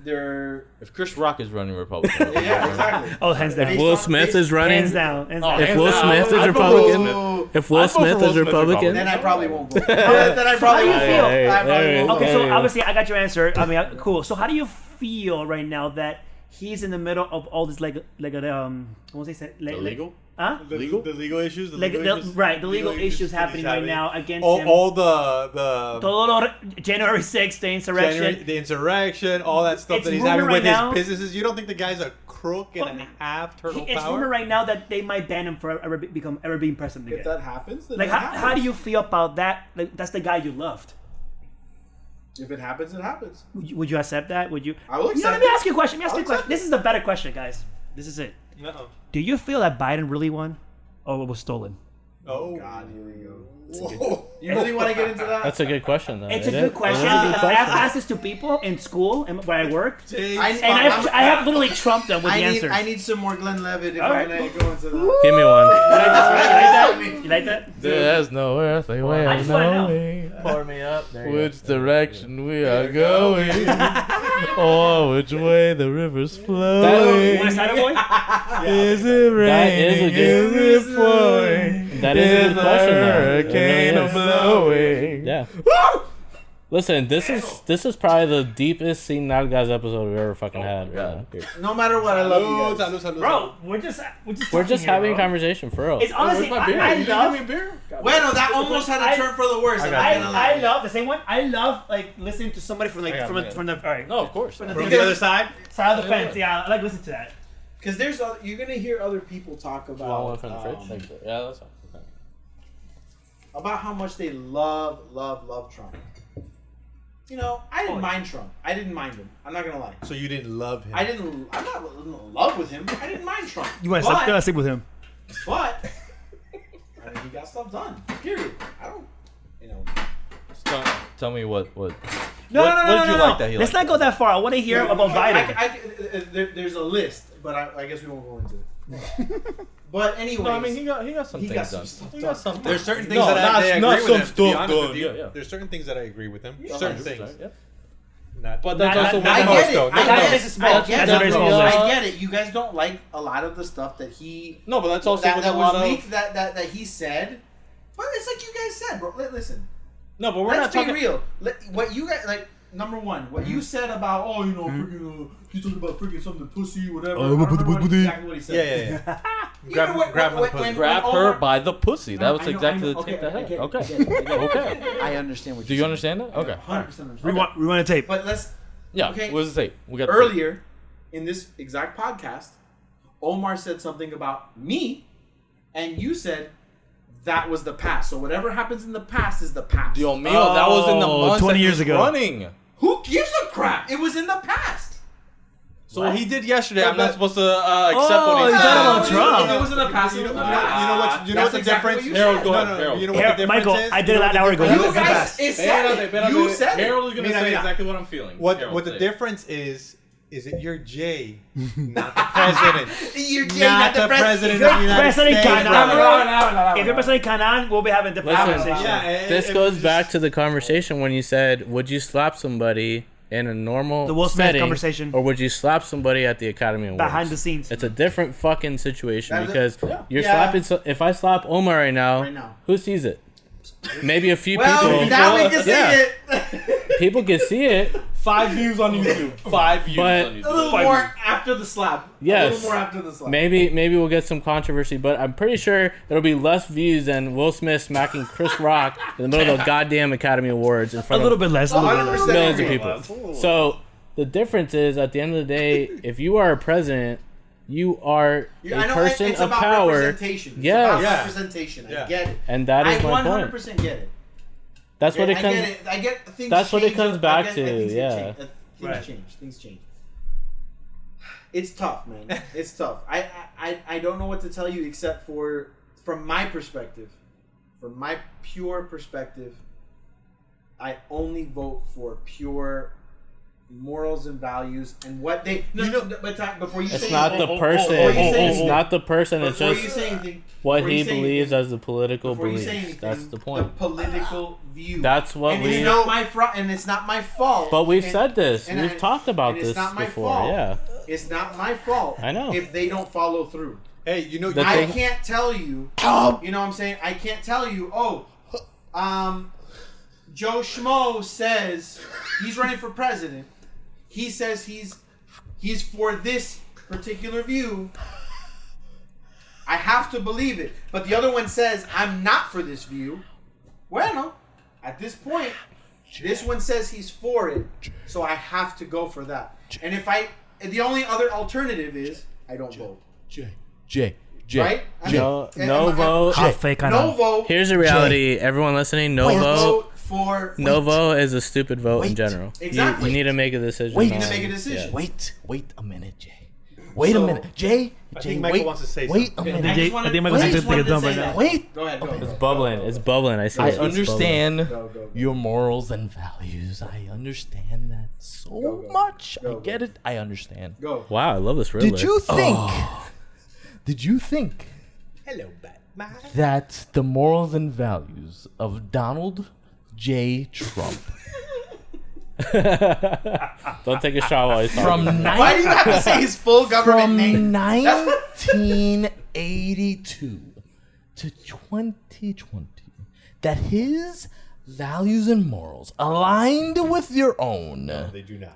Speaker 2: they're
Speaker 4: If Chris Rock is running Republican,
Speaker 2: yeah exactly.
Speaker 3: Oh, hands down.
Speaker 2: If
Speaker 1: Will Smith is running.
Speaker 3: hands down. Hands
Speaker 4: Oh,
Speaker 3: down.
Speaker 4: hands
Speaker 1: Will
Speaker 4: down.
Speaker 1: Smith is
Speaker 4: I'd vote
Speaker 3: Oh,
Speaker 4: for
Speaker 1: Republican-
Speaker 4: Will Smith.
Speaker 2: Ooh,
Speaker 1: If Will
Speaker 4: I'd vote for
Speaker 1: Smith
Speaker 4: Will
Speaker 1: is
Speaker 4: Smith
Speaker 1: Republican,
Speaker 4: Republican.
Speaker 2: Then I probably won't vote. then I probably
Speaker 3: How do you
Speaker 2: won't
Speaker 3: feel?
Speaker 2: vote. I probably
Speaker 1: Hey, hey,
Speaker 2: won't vote.
Speaker 3: Okay, so
Speaker 1: Hey.
Speaker 3: obviously I got your answer. I mean, I- cool. So how do you feel right now that he's in the middle of all this like like um what was he say like,
Speaker 4: illegal.
Speaker 3: Huh?
Speaker 5: The
Speaker 4: Legal?
Speaker 5: the legal issues, the
Speaker 3: Like
Speaker 5: legal
Speaker 3: the,
Speaker 5: issues,
Speaker 3: right, the legal,
Speaker 5: that
Speaker 3: issues
Speaker 5: he's
Speaker 3: happening right
Speaker 5: having. Oh,
Speaker 3: now against
Speaker 5: all,
Speaker 3: him.
Speaker 5: all the the
Speaker 3: Todo lo- January 6th, the insurrection.
Speaker 5: January- the insurrection, all that stuff
Speaker 3: It's
Speaker 5: that he's
Speaker 3: rumored
Speaker 5: having
Speaker 3: right
Speaker 5: with
Speaker 3: now-
Speaker 5: his businesses. You don't think the guy's a crook and a
Speaker 3: Fuck.
Speaker 5: half turtle
Speaker 3: He- it's
Speaker 5: power?
Speaker 3: rumored right now that they might ban him for ever be, become ever being president
Speaker 2: If
Speaker 3: again.
Speaker 2: that happens, then
Speaker 3: like,
Speaker 2: it
Speaker 3: how,
Speaker 2: happens.
Speaker 3: how do you feel about that? Like, that's the guy you loved.
Speaker 2: If it happens, it happens.
Speaker 3: Would you, would you accept that? Would you?
Speaker 2: I will
Speaker 3: You know, let
Speaker 2: accept
Speaker 3: me
Speaker 2: it.
Speaker 3: ask you a question. Let me ask
Speaker 2: I'll
Speaker 3: you a question.
Speaker 2: accept
Speaker 3: This is the better question, guys. This is it.
Speaker 5: Uh-oh.
Speaker 3: Do you feel that Biden really won, or it was stolen?
Speaker 5: Oh,
Speaker 2: God, here we go.
Speaker 5: Whoa.
Speaker 2: You really want to get into that?
Speaker 1: that's a good question though.
Speaker 3: It's
Speaker 1: It
Speaker 3: a
Speaker 1: is-
Speaker 3: good question.
Speaker 1: It is a good
Speaker 3: because I have
Speaker 1: question.
Speaker 3: asked this to people in school and where I work,
Speaker 2: I,
Speaker 5: James.
Speaker 3: and I have,
Speaker 2: I'm-
Speaker 3: I have literally trumped them with
Speaker 2: I
Speaker 3: the
Speaker 2: need,
Speaker 3: answers.
Speaker 2: I need some more Glenn Levitt if
Speaker 3: All
Speaker 2: I'm
Speaker 3: right.
Speaker 2: gonna go into that.
Speaker 1: Give me one.
Speaker 3: you like that?
Speaker 4: There's no earthly way
Speaker 3: I
Speaker 4: of
Speaker 3: just wanna know.
Speaker 4: knowing
Speaker 1: Pour me up. There you go.
Speaker 4: which direction we are going, or which way the river's
Speaker 3: You want a
Speaker 4: flowing.
Speaker 3: cider boy?
Speaker 4: Is it
Speaker 1: That is a
Speaker 4: raining?
Speaker 1: good-
Speaker 4: Is it pouring?
Speaker 1: That is a good
Speaker 4: the
Speaker 1: question, though. It
Speaker 4: hurricane
Speaker 1: really
Speaker 4: a
Speaker 1: is.
Speaker 4: blowing?
Speaker 1: Yeah. Listen, this is this is probably the deepest seen Not Guys episode we've ever fucking had.
Speaker 4: Oh God.
Speaker 1: bro.
Speaker 2: No matter what, I love you
Speaker 5: Salud,
Speaker 2: guys.
Speaker 5: salud, salud.
Speaker 3: Bro, we're just we're just
Speaker 1: We're
Speaker 3: talking
Speaker 1: just
Speaker 3: here,
Speaker 1: having a
Speaker 3: bro.
Speaker 1: conversation for real.
Speaker 3: It's honestly,
Speaker 4: Where's my beer?
Speaker 3: I, I
Speaker 4: You didn't
Speaker 3: love
Speaker 4: give me beer? God
Speaker 2: Bueno, that almost had
Speaker 3: I-
Speaker 2: a turn for the worse. I'm not
Speaker 3: I,
Speaker 2: gonna
Speaker 3: I
Speaker 2: lie.
Speaker 3: love the same one. I love like listening to somebody from like
Speaker 1: got
Speaker 3: from a,
Speaker 1: mine.
Speaker 3: from the all right
Speaker 4: No, of course. not.
Speaker 5: From the other side,
Speaker 3: side of the fence. Yeah, I like listen to that.
Speaker 2: Because there's other, you're gonna hear other people talk
Speaker 1: Want one
Speaker 2: about
Speaker 1: from the
Speaker 2: um,
Speaker 1: fridge?
Speaker 4: Thanks. Yeah, that's fine.
Speaker 2: about how much they love, love, love Trump. You know, I didn't mind Trump. I didn't mind him. I'm not gonna lie.
Speaker 5: So you didn't love him.
Speaker 2: I didn't. I'm not in love with him. I didn't mind Trump.
Speaker 3: You want to
Speaker 2: but,
Speaker 3: sleep, uh, sleep with him?
Speaker 2: But I mean, he got stuff done. Period. I don't. You know.
Speaker 4: Just tell, tell me what what.
Speaker 3: No, no, no,
Speaker 4: What- what
Speaker 3: no,
Speaker 4: did
Speaker 3: no,
Speaker 4: you
Speaker 3: no.
Speaker 4: like that he
Speaker 3: Let's
Speaker 4: liked?
Speaker 3: not go that far. I want to hear about
Speaker 2: I-
Speaker 3: Biden.
Speaker 2: I, I- uh, there, there's a list, but I, I guess we won't go into it. but anyway,
Speaker 4: No, I mean he got he got some
Speaker 2: He
Speaker 4: things
Speaker 2: got some
Speaker 4: done.
Speaker 2: stuff
Speaker 4: he
Speaker 2: done.
Speaker 4: got something.
Speaker 5: There's certain things
Speaker 4: No,
Speaker 5: that I,
Speaker 4: not-
Speaker 5: they agree
Speaker 4: not
Speaker 5: with
Speaker 4: some
Speaker 5: him, to be
Speaker 4: stuff
Speaker 5: honest with
Speaker 4: done,
Speaker 5: you.
Speaker 4: yeah, yeah.
Speaker 5: There's certain things that I agree with him. Certain things.
Speaker 4: Yeah.
Speaker 5: Not,
Speaker 4: But
Speaker 3: Not-
Speaker 4: that's also
Speaker 5: not-
Speaker 2: I
Speaker 4: one of
Speaker 5: the most,
Speaker 2: get
Speaker 4: those-
Speaker 2: it.
Speaker 5: though.
Speaker 2: I
Speaker 5: Not the
Speaker 2: get
Speaker 3: most.
Speaker 2: it.
Speaker 3: That's
Speaker 2: I
Speaker 3: a
Speaker 2: get
Speaker 3: very
Speaker 2: it.
Speaker 3: small
Speaker 2: I
Speaker 3: list.
Speaker 2: get it. You guys don't like a lot of the stuff that he
Speaker 4: No, but that's also
Speaker 2: that,
Speaker 4: what
Speaker 2: that
Speaker 4: a
Speaker 2: was
Speaker 4: lot of.
Speaker 2: leaked that, that that he said. But it's like you guys said, bro. Li- Listen,
Speaker 4: No, but we're
Speaker 2: let's
Speaker 4: not talking.
Speaker 2: be real. Let, what you guys like? Number one, what
Speaker 5: Hmm?
Speaker 2: you said about oh you know freaking uh, he's talking about freaking something pussy whatever.
Speaker 5: Oh,
Speaker 2: I don't remember what- exactly what he said.
Speaker 5: Yeah, yeah, yeah.
Speaker 2: Even
Speaker 5: Grab-
Speaker 2: when-
Speaker 5: grab
Speaker 2: when-
Speaker 5: on the pussy.
Speaker 2: when-
Speaker 4: Grab
Speaker 2: when
Speaker 4: her
Speaker 2: Omar-
Speaker 4: by the pussy. That
Speaker 2: No,
Speaker 4: was
Speaker 2: I know,
Speaker 4: exactly
Speaker 2: I know.
Speaker 4: the tip
Speaker 2: Okay,
Speaker 4: that
Speaker 2: I
Speaker 4: had.
Speaker 2: get it,
Speaker 4: Okay.
Speaker 2: I get it, I get it.
Speaker 4: Okay.
Speaker 2: I understand what
Speaker 4: Do
Speaker 2: you're
Speaker 4: you
Speaker 2: saying.
Speaker 4: understand that? Okay.
Speaker 2: Hundred percent understand.
Speaker 3: rewind, rewind the tape.
Speaker 2: But let's
Speaker 4: Yeah.
Speaker 2: Okay.
Speaker 4: What does it say? We got the-
Speaker 2: earlier in this exact podcast, Omar said something about me, and you said that was the past. So whatever happens in the past is the past.
Speaker 4: Yo, Mio, that was in the
Speaker 3: Oh,
Speaker 4: months
Speaker 3: 20
Speaker 4: that he
Speaker 3: years
Speaker 4: was
Speaker 3: ago.
Speaker 4: Running.
Speaker 2: Who gives a crap? It was in the past.
Speaker 4: So what he did yesterday.
Speaker 5: Yeah,
Speaker 4: I'm not
Speaker 5: but-
Speaker 4: supposed to uh, accept
Speaker 3: Oh,
Speaker 4: what he
Speaker 3: he's
Speaker 4: said.
Speaker 3: talking about
Speaker 2: If
Speaker 3: Trump.
Speaker 2: It was in the past.
Speaker 5: You
Speaker 2: it
Speaker 5: know,
Speaker 2: was
Speaker 5: you
Speaker 2: in the
Speaker 5: know what?
Speaker 2: past.
Speaker 5: You know what
Speaker 2: That's
Speaker 5: the
Speaker 2: exactly
Speaker 5: difference?
Speaker 2: what you
Speaker 4: Harold,
Speaker 2: said.
Speaker 4: go
Speaker 5: No,
Speaker 4: ahead.
Speaker 5: no, no.
Speaker 4: Harold.
Speaker 5: You know
Speaker 3: Harold,
Speaker 5: what the difference
Speaker 3: Michael,
Speaker 5: is?
Speaker 3: I did
Speaker 5: You
Speaker 3: it
Speaker 5: know
Speaker 3: an
Speaker 5: what
Speaker 3: hour
Speaker 5: the
Speaker 3: ago.
Speaker 5: difference
Speaker 2: You
Speaker 5: is?
Speaker 3: Listen
Speaker 2: guys,
Speaker 3: fast.
Speaker 2: it
Speaker 4: Harold,
Speaker 2: said it.
Speaker 4: Harold,
Speaker 2: You
Speaker 4: Harold,
Speaker 2: said it.
Speaker 4: Harold's gonna
Speaker 5: Mira,
Speaker 4: say
Speaker 5: mira.
Speaker 4: exactly what I'm feeling.
Speaker 5: What
Speaker 4: Harold,
Speaker 5: what
Speaker 4: say
Speaker 5: the
Speaker 4: it.
Speaker 5: difference is is that you're Jay, not the president.
Speaker 2: You're Jay,
Speaker 5: not the president of the United
Speaker 3: President
Speaker 5: States.
Speaker 3: cannot
Speaker 5: brother.
Speaker 3: run. If you're presenting Kanan, we'll be having a different
Speaker 1: Listen.
Speaker 3: conversation.
Speaker 5: Yeah, it-
Speaker 1: this
Speaker 5: it
Speaker 1: goes
Speaker 5: was
Speaker 1: back
Speaker 5: just-
Speaker 1: to the conversation when you said, "Would you slap somebody in a normal
Speaker 3: The Will Smith
Speaker 1: setting,
Speaker 3: conversation.
Speaker 1: or would you slap somebody at the Academy Awards?"
Speaker 3: Behind the scenes.
Speaker 1: it's a different fucking situation
Speaker 2: That's
Speaker 1: because
Speaker 2: it. Yeah.
Speaker 1: you're
Speaker 2: Yeah.
Speaker 1: slapping. So- if I slap Omar right now,
Speaker 2: Right now.
Speaker 1: who sees it? Maybe a few
Speaker 2: Well,
Speaker 1: people.
Speaker 2: now we can see
Speaker 1: Yeah.
Speaker 2: it.
Speaker 1: people can see it.
Speaker 4: Five views on YouTube. Five views
Speaker 1: But-
Speaker 4: on
Speaker 2: A
Speaker 4: YouTube.
Speaker 2: little
Speaker 3: Five
Speaker 2: more after the slap. A
Speaker 1: Yes.
Speaker 2: little more after the slap.
Speaker 1: Maybe maybe we'll get some controversy, but I'm pretty sure it'll be less views than Will Smith smacking Chris Rock in the middle of the goddamn Academy Awards in
Speaker 3: A
Speaker 1: front
Speaker 3: little
Speaker 1: of
Speaker 3: bit less. A little bit less.
Speaker 2: 100%
Speaker 1: millions of
Speaker 2: agree.
Speaker 1: people. So the difference is, at the end of the day, if you are a president, you are
Speaker 2: Yeah, I
Speaker 1: a
Speaker 2: know,
Speaker 1: person
Speaker 2: it's
Speaker 1: of
Speaker 2: about
Speaker 1: power,
Speaker 2: representation. It's
Speaker 1: Yes.
Speaker 2: about
Speaker 5: Yeah.
Speaker 2: representation.
Speaker 5: Yeah.
Speaker 2: I get it.
Speaker 1: and that is
Speaker 2: I
Speaker 1: my
Speaker 2: 100%
Speaker 1: point.
Speaker 2: get it.
Speaker 1: That's what
Speaker 2: I
Speaker 1: it comes.
Speaker 2: get it. I get things
Speaker 1: that's what it
Speaker 2: change.
Speaker 1: comes
Speaker 2: I
Speaker 1: back
Speaker 2: get- I
Speaker 1: to,
Speaker 2: things get
Speaker 1: yeah.
Speaker 2: Change. Uh, Things
Speaker 3: Right.
Speaker 2: change. Things change. It's tough, man. It's tough. I, I, I- I don't know what to tell you except for from my perspective, from my pure perspective, I only vote for pure morals and values and what they. No, no, but talk, before you say
Speaker 1: It's not the
Speaker 3: oh, oh,
Speaker 1: person.
Speaker 2: oh, oh,
Speaker 1: It's
Speaker 2: oh.
Speaker 1: not the person. It's
Speaker 2: before you
Speaker 1: just
Speaker 2: say anything,
Speaker 1: what
Speaker 2: before you
Speaker 1: he
Speaker 2: say anything-
Speaker 1: believes as the political
Speaker 2: before you say
Speaker 1: beliefs.
Speaker 2: anything,
Speaker 1: That's the point.
Speaker 2: political view.
Speaker 1: That's what
Speaker 2: and
Speaker 1: we-
Speaker 2: It's not my fr- and it's not my fault.
Speaker 1: But we've
Speaker 2: And-
Speaker 1: said this.
Speaker 2: and
Speaker 1: We've
Speaker 2: I-
Speaker 1: talked about
Speaker 2: and it's
Speaker 1: this
Speaker 2: not my
Speaker 1: before.
Speaker 2: fault.
Speaker 1: Yeah.
Speaker 2: It's not my fault.
Speaker 1: I know.
Speaker 2: If they don't follow through,
Speaker 5: Hey, you know,
Speaker 1: The
Speaker 5: you-
Speaker 2: I
Speaker 1: thing-
Speaker 2: can't tell you. You know what I'm saying? I can't tell you. Oh, um, Joe Schmo says he's running for president. He says he's he's for this particular view. I have to believe it. But the other one says I'm not for this view. Bueno, at this point, this one says he's for it, so I have to go for that. And if I, the only other alternative is I don't vote
Speaker 5: Jay.
Speaker 4: Jay. Jay.
Speaker 2: right? I mean,
Speaker 1: No,
Speaker 2: and-
Speaker 1: no
Speaker 2: and-
Speaker 1: vote.
Speaker 3: How fake I
Speaker 2: No
Speaker 3: know.
Speaker 2: vote.
Speaker 1: Here's the reality. Everyone listening, no
Speaker 2: no
Speaker 1: vote.
Speaker 2: vote for.
Speaker 1: No vote is a stupid vote in general. You-
Speaker 2: Exactly.
Speaker 1: You, need to make a decision.
Speaker 6: Wait. You
Speaker 1: on-
Speaker 6: need
Speaker 2: to make a decision.
Speaker 6: Wait, wait a minute, Jay. Wait
Speaker 2: So-
Speaker 6: a minute, Jay.
Speaker 5: I
Speaker 6: Jay,
Speaker 5: think Michael
Speaker 6: wait,
Speaker 5: wants to say
Speaker 6: wait
Speaker 5: something.
Speaker 6: a
Speaker 3: I
Speaker 6: minute.
Speaker 3: think- I think Michael's
Speaker 2: I
Speaker 3: gonna
Speaker 2: just wanted
Speaker 3: get
Speaker 2: to
Speaker 3: dumb
Speaker 2: say
Speaker 3: right
Speaker 2: that.
Speaker 3: now.
Speaker 6: Wait.
Speaker 2: Go ahead. Go ahead.
Speaker 1: It's bubbling. It's bubbling. I see.
Speaker 6: I
Speaker 1: it. It's bubbling.
Speaker 6: understand
Speaker 2: Go, go, go.
Speaker 6: your morals and values. I understand that so
Speaker 2: go.
Speaker 6: much.
Speaker 2: Go,
Speaker 6: I get it. I understand.
Speaker 2: Go.
Speaker 1: Wow, I love this Riddler.
Speaker 6: Did you think? Did you think
Speaker 5: Hello, Batman.
Speaker 6: that the morals and values of Donald J. Trump
Speaker 1: Don't take a shot while he's talking.
Speaker 6: from
Speaker 2: Why do you have to say his full government
Speaker 6: from
Speaker 2: name?
Speaker 6: 1982 to 2020 that his values and morals aligned with your own.
Speaker 5: They do not.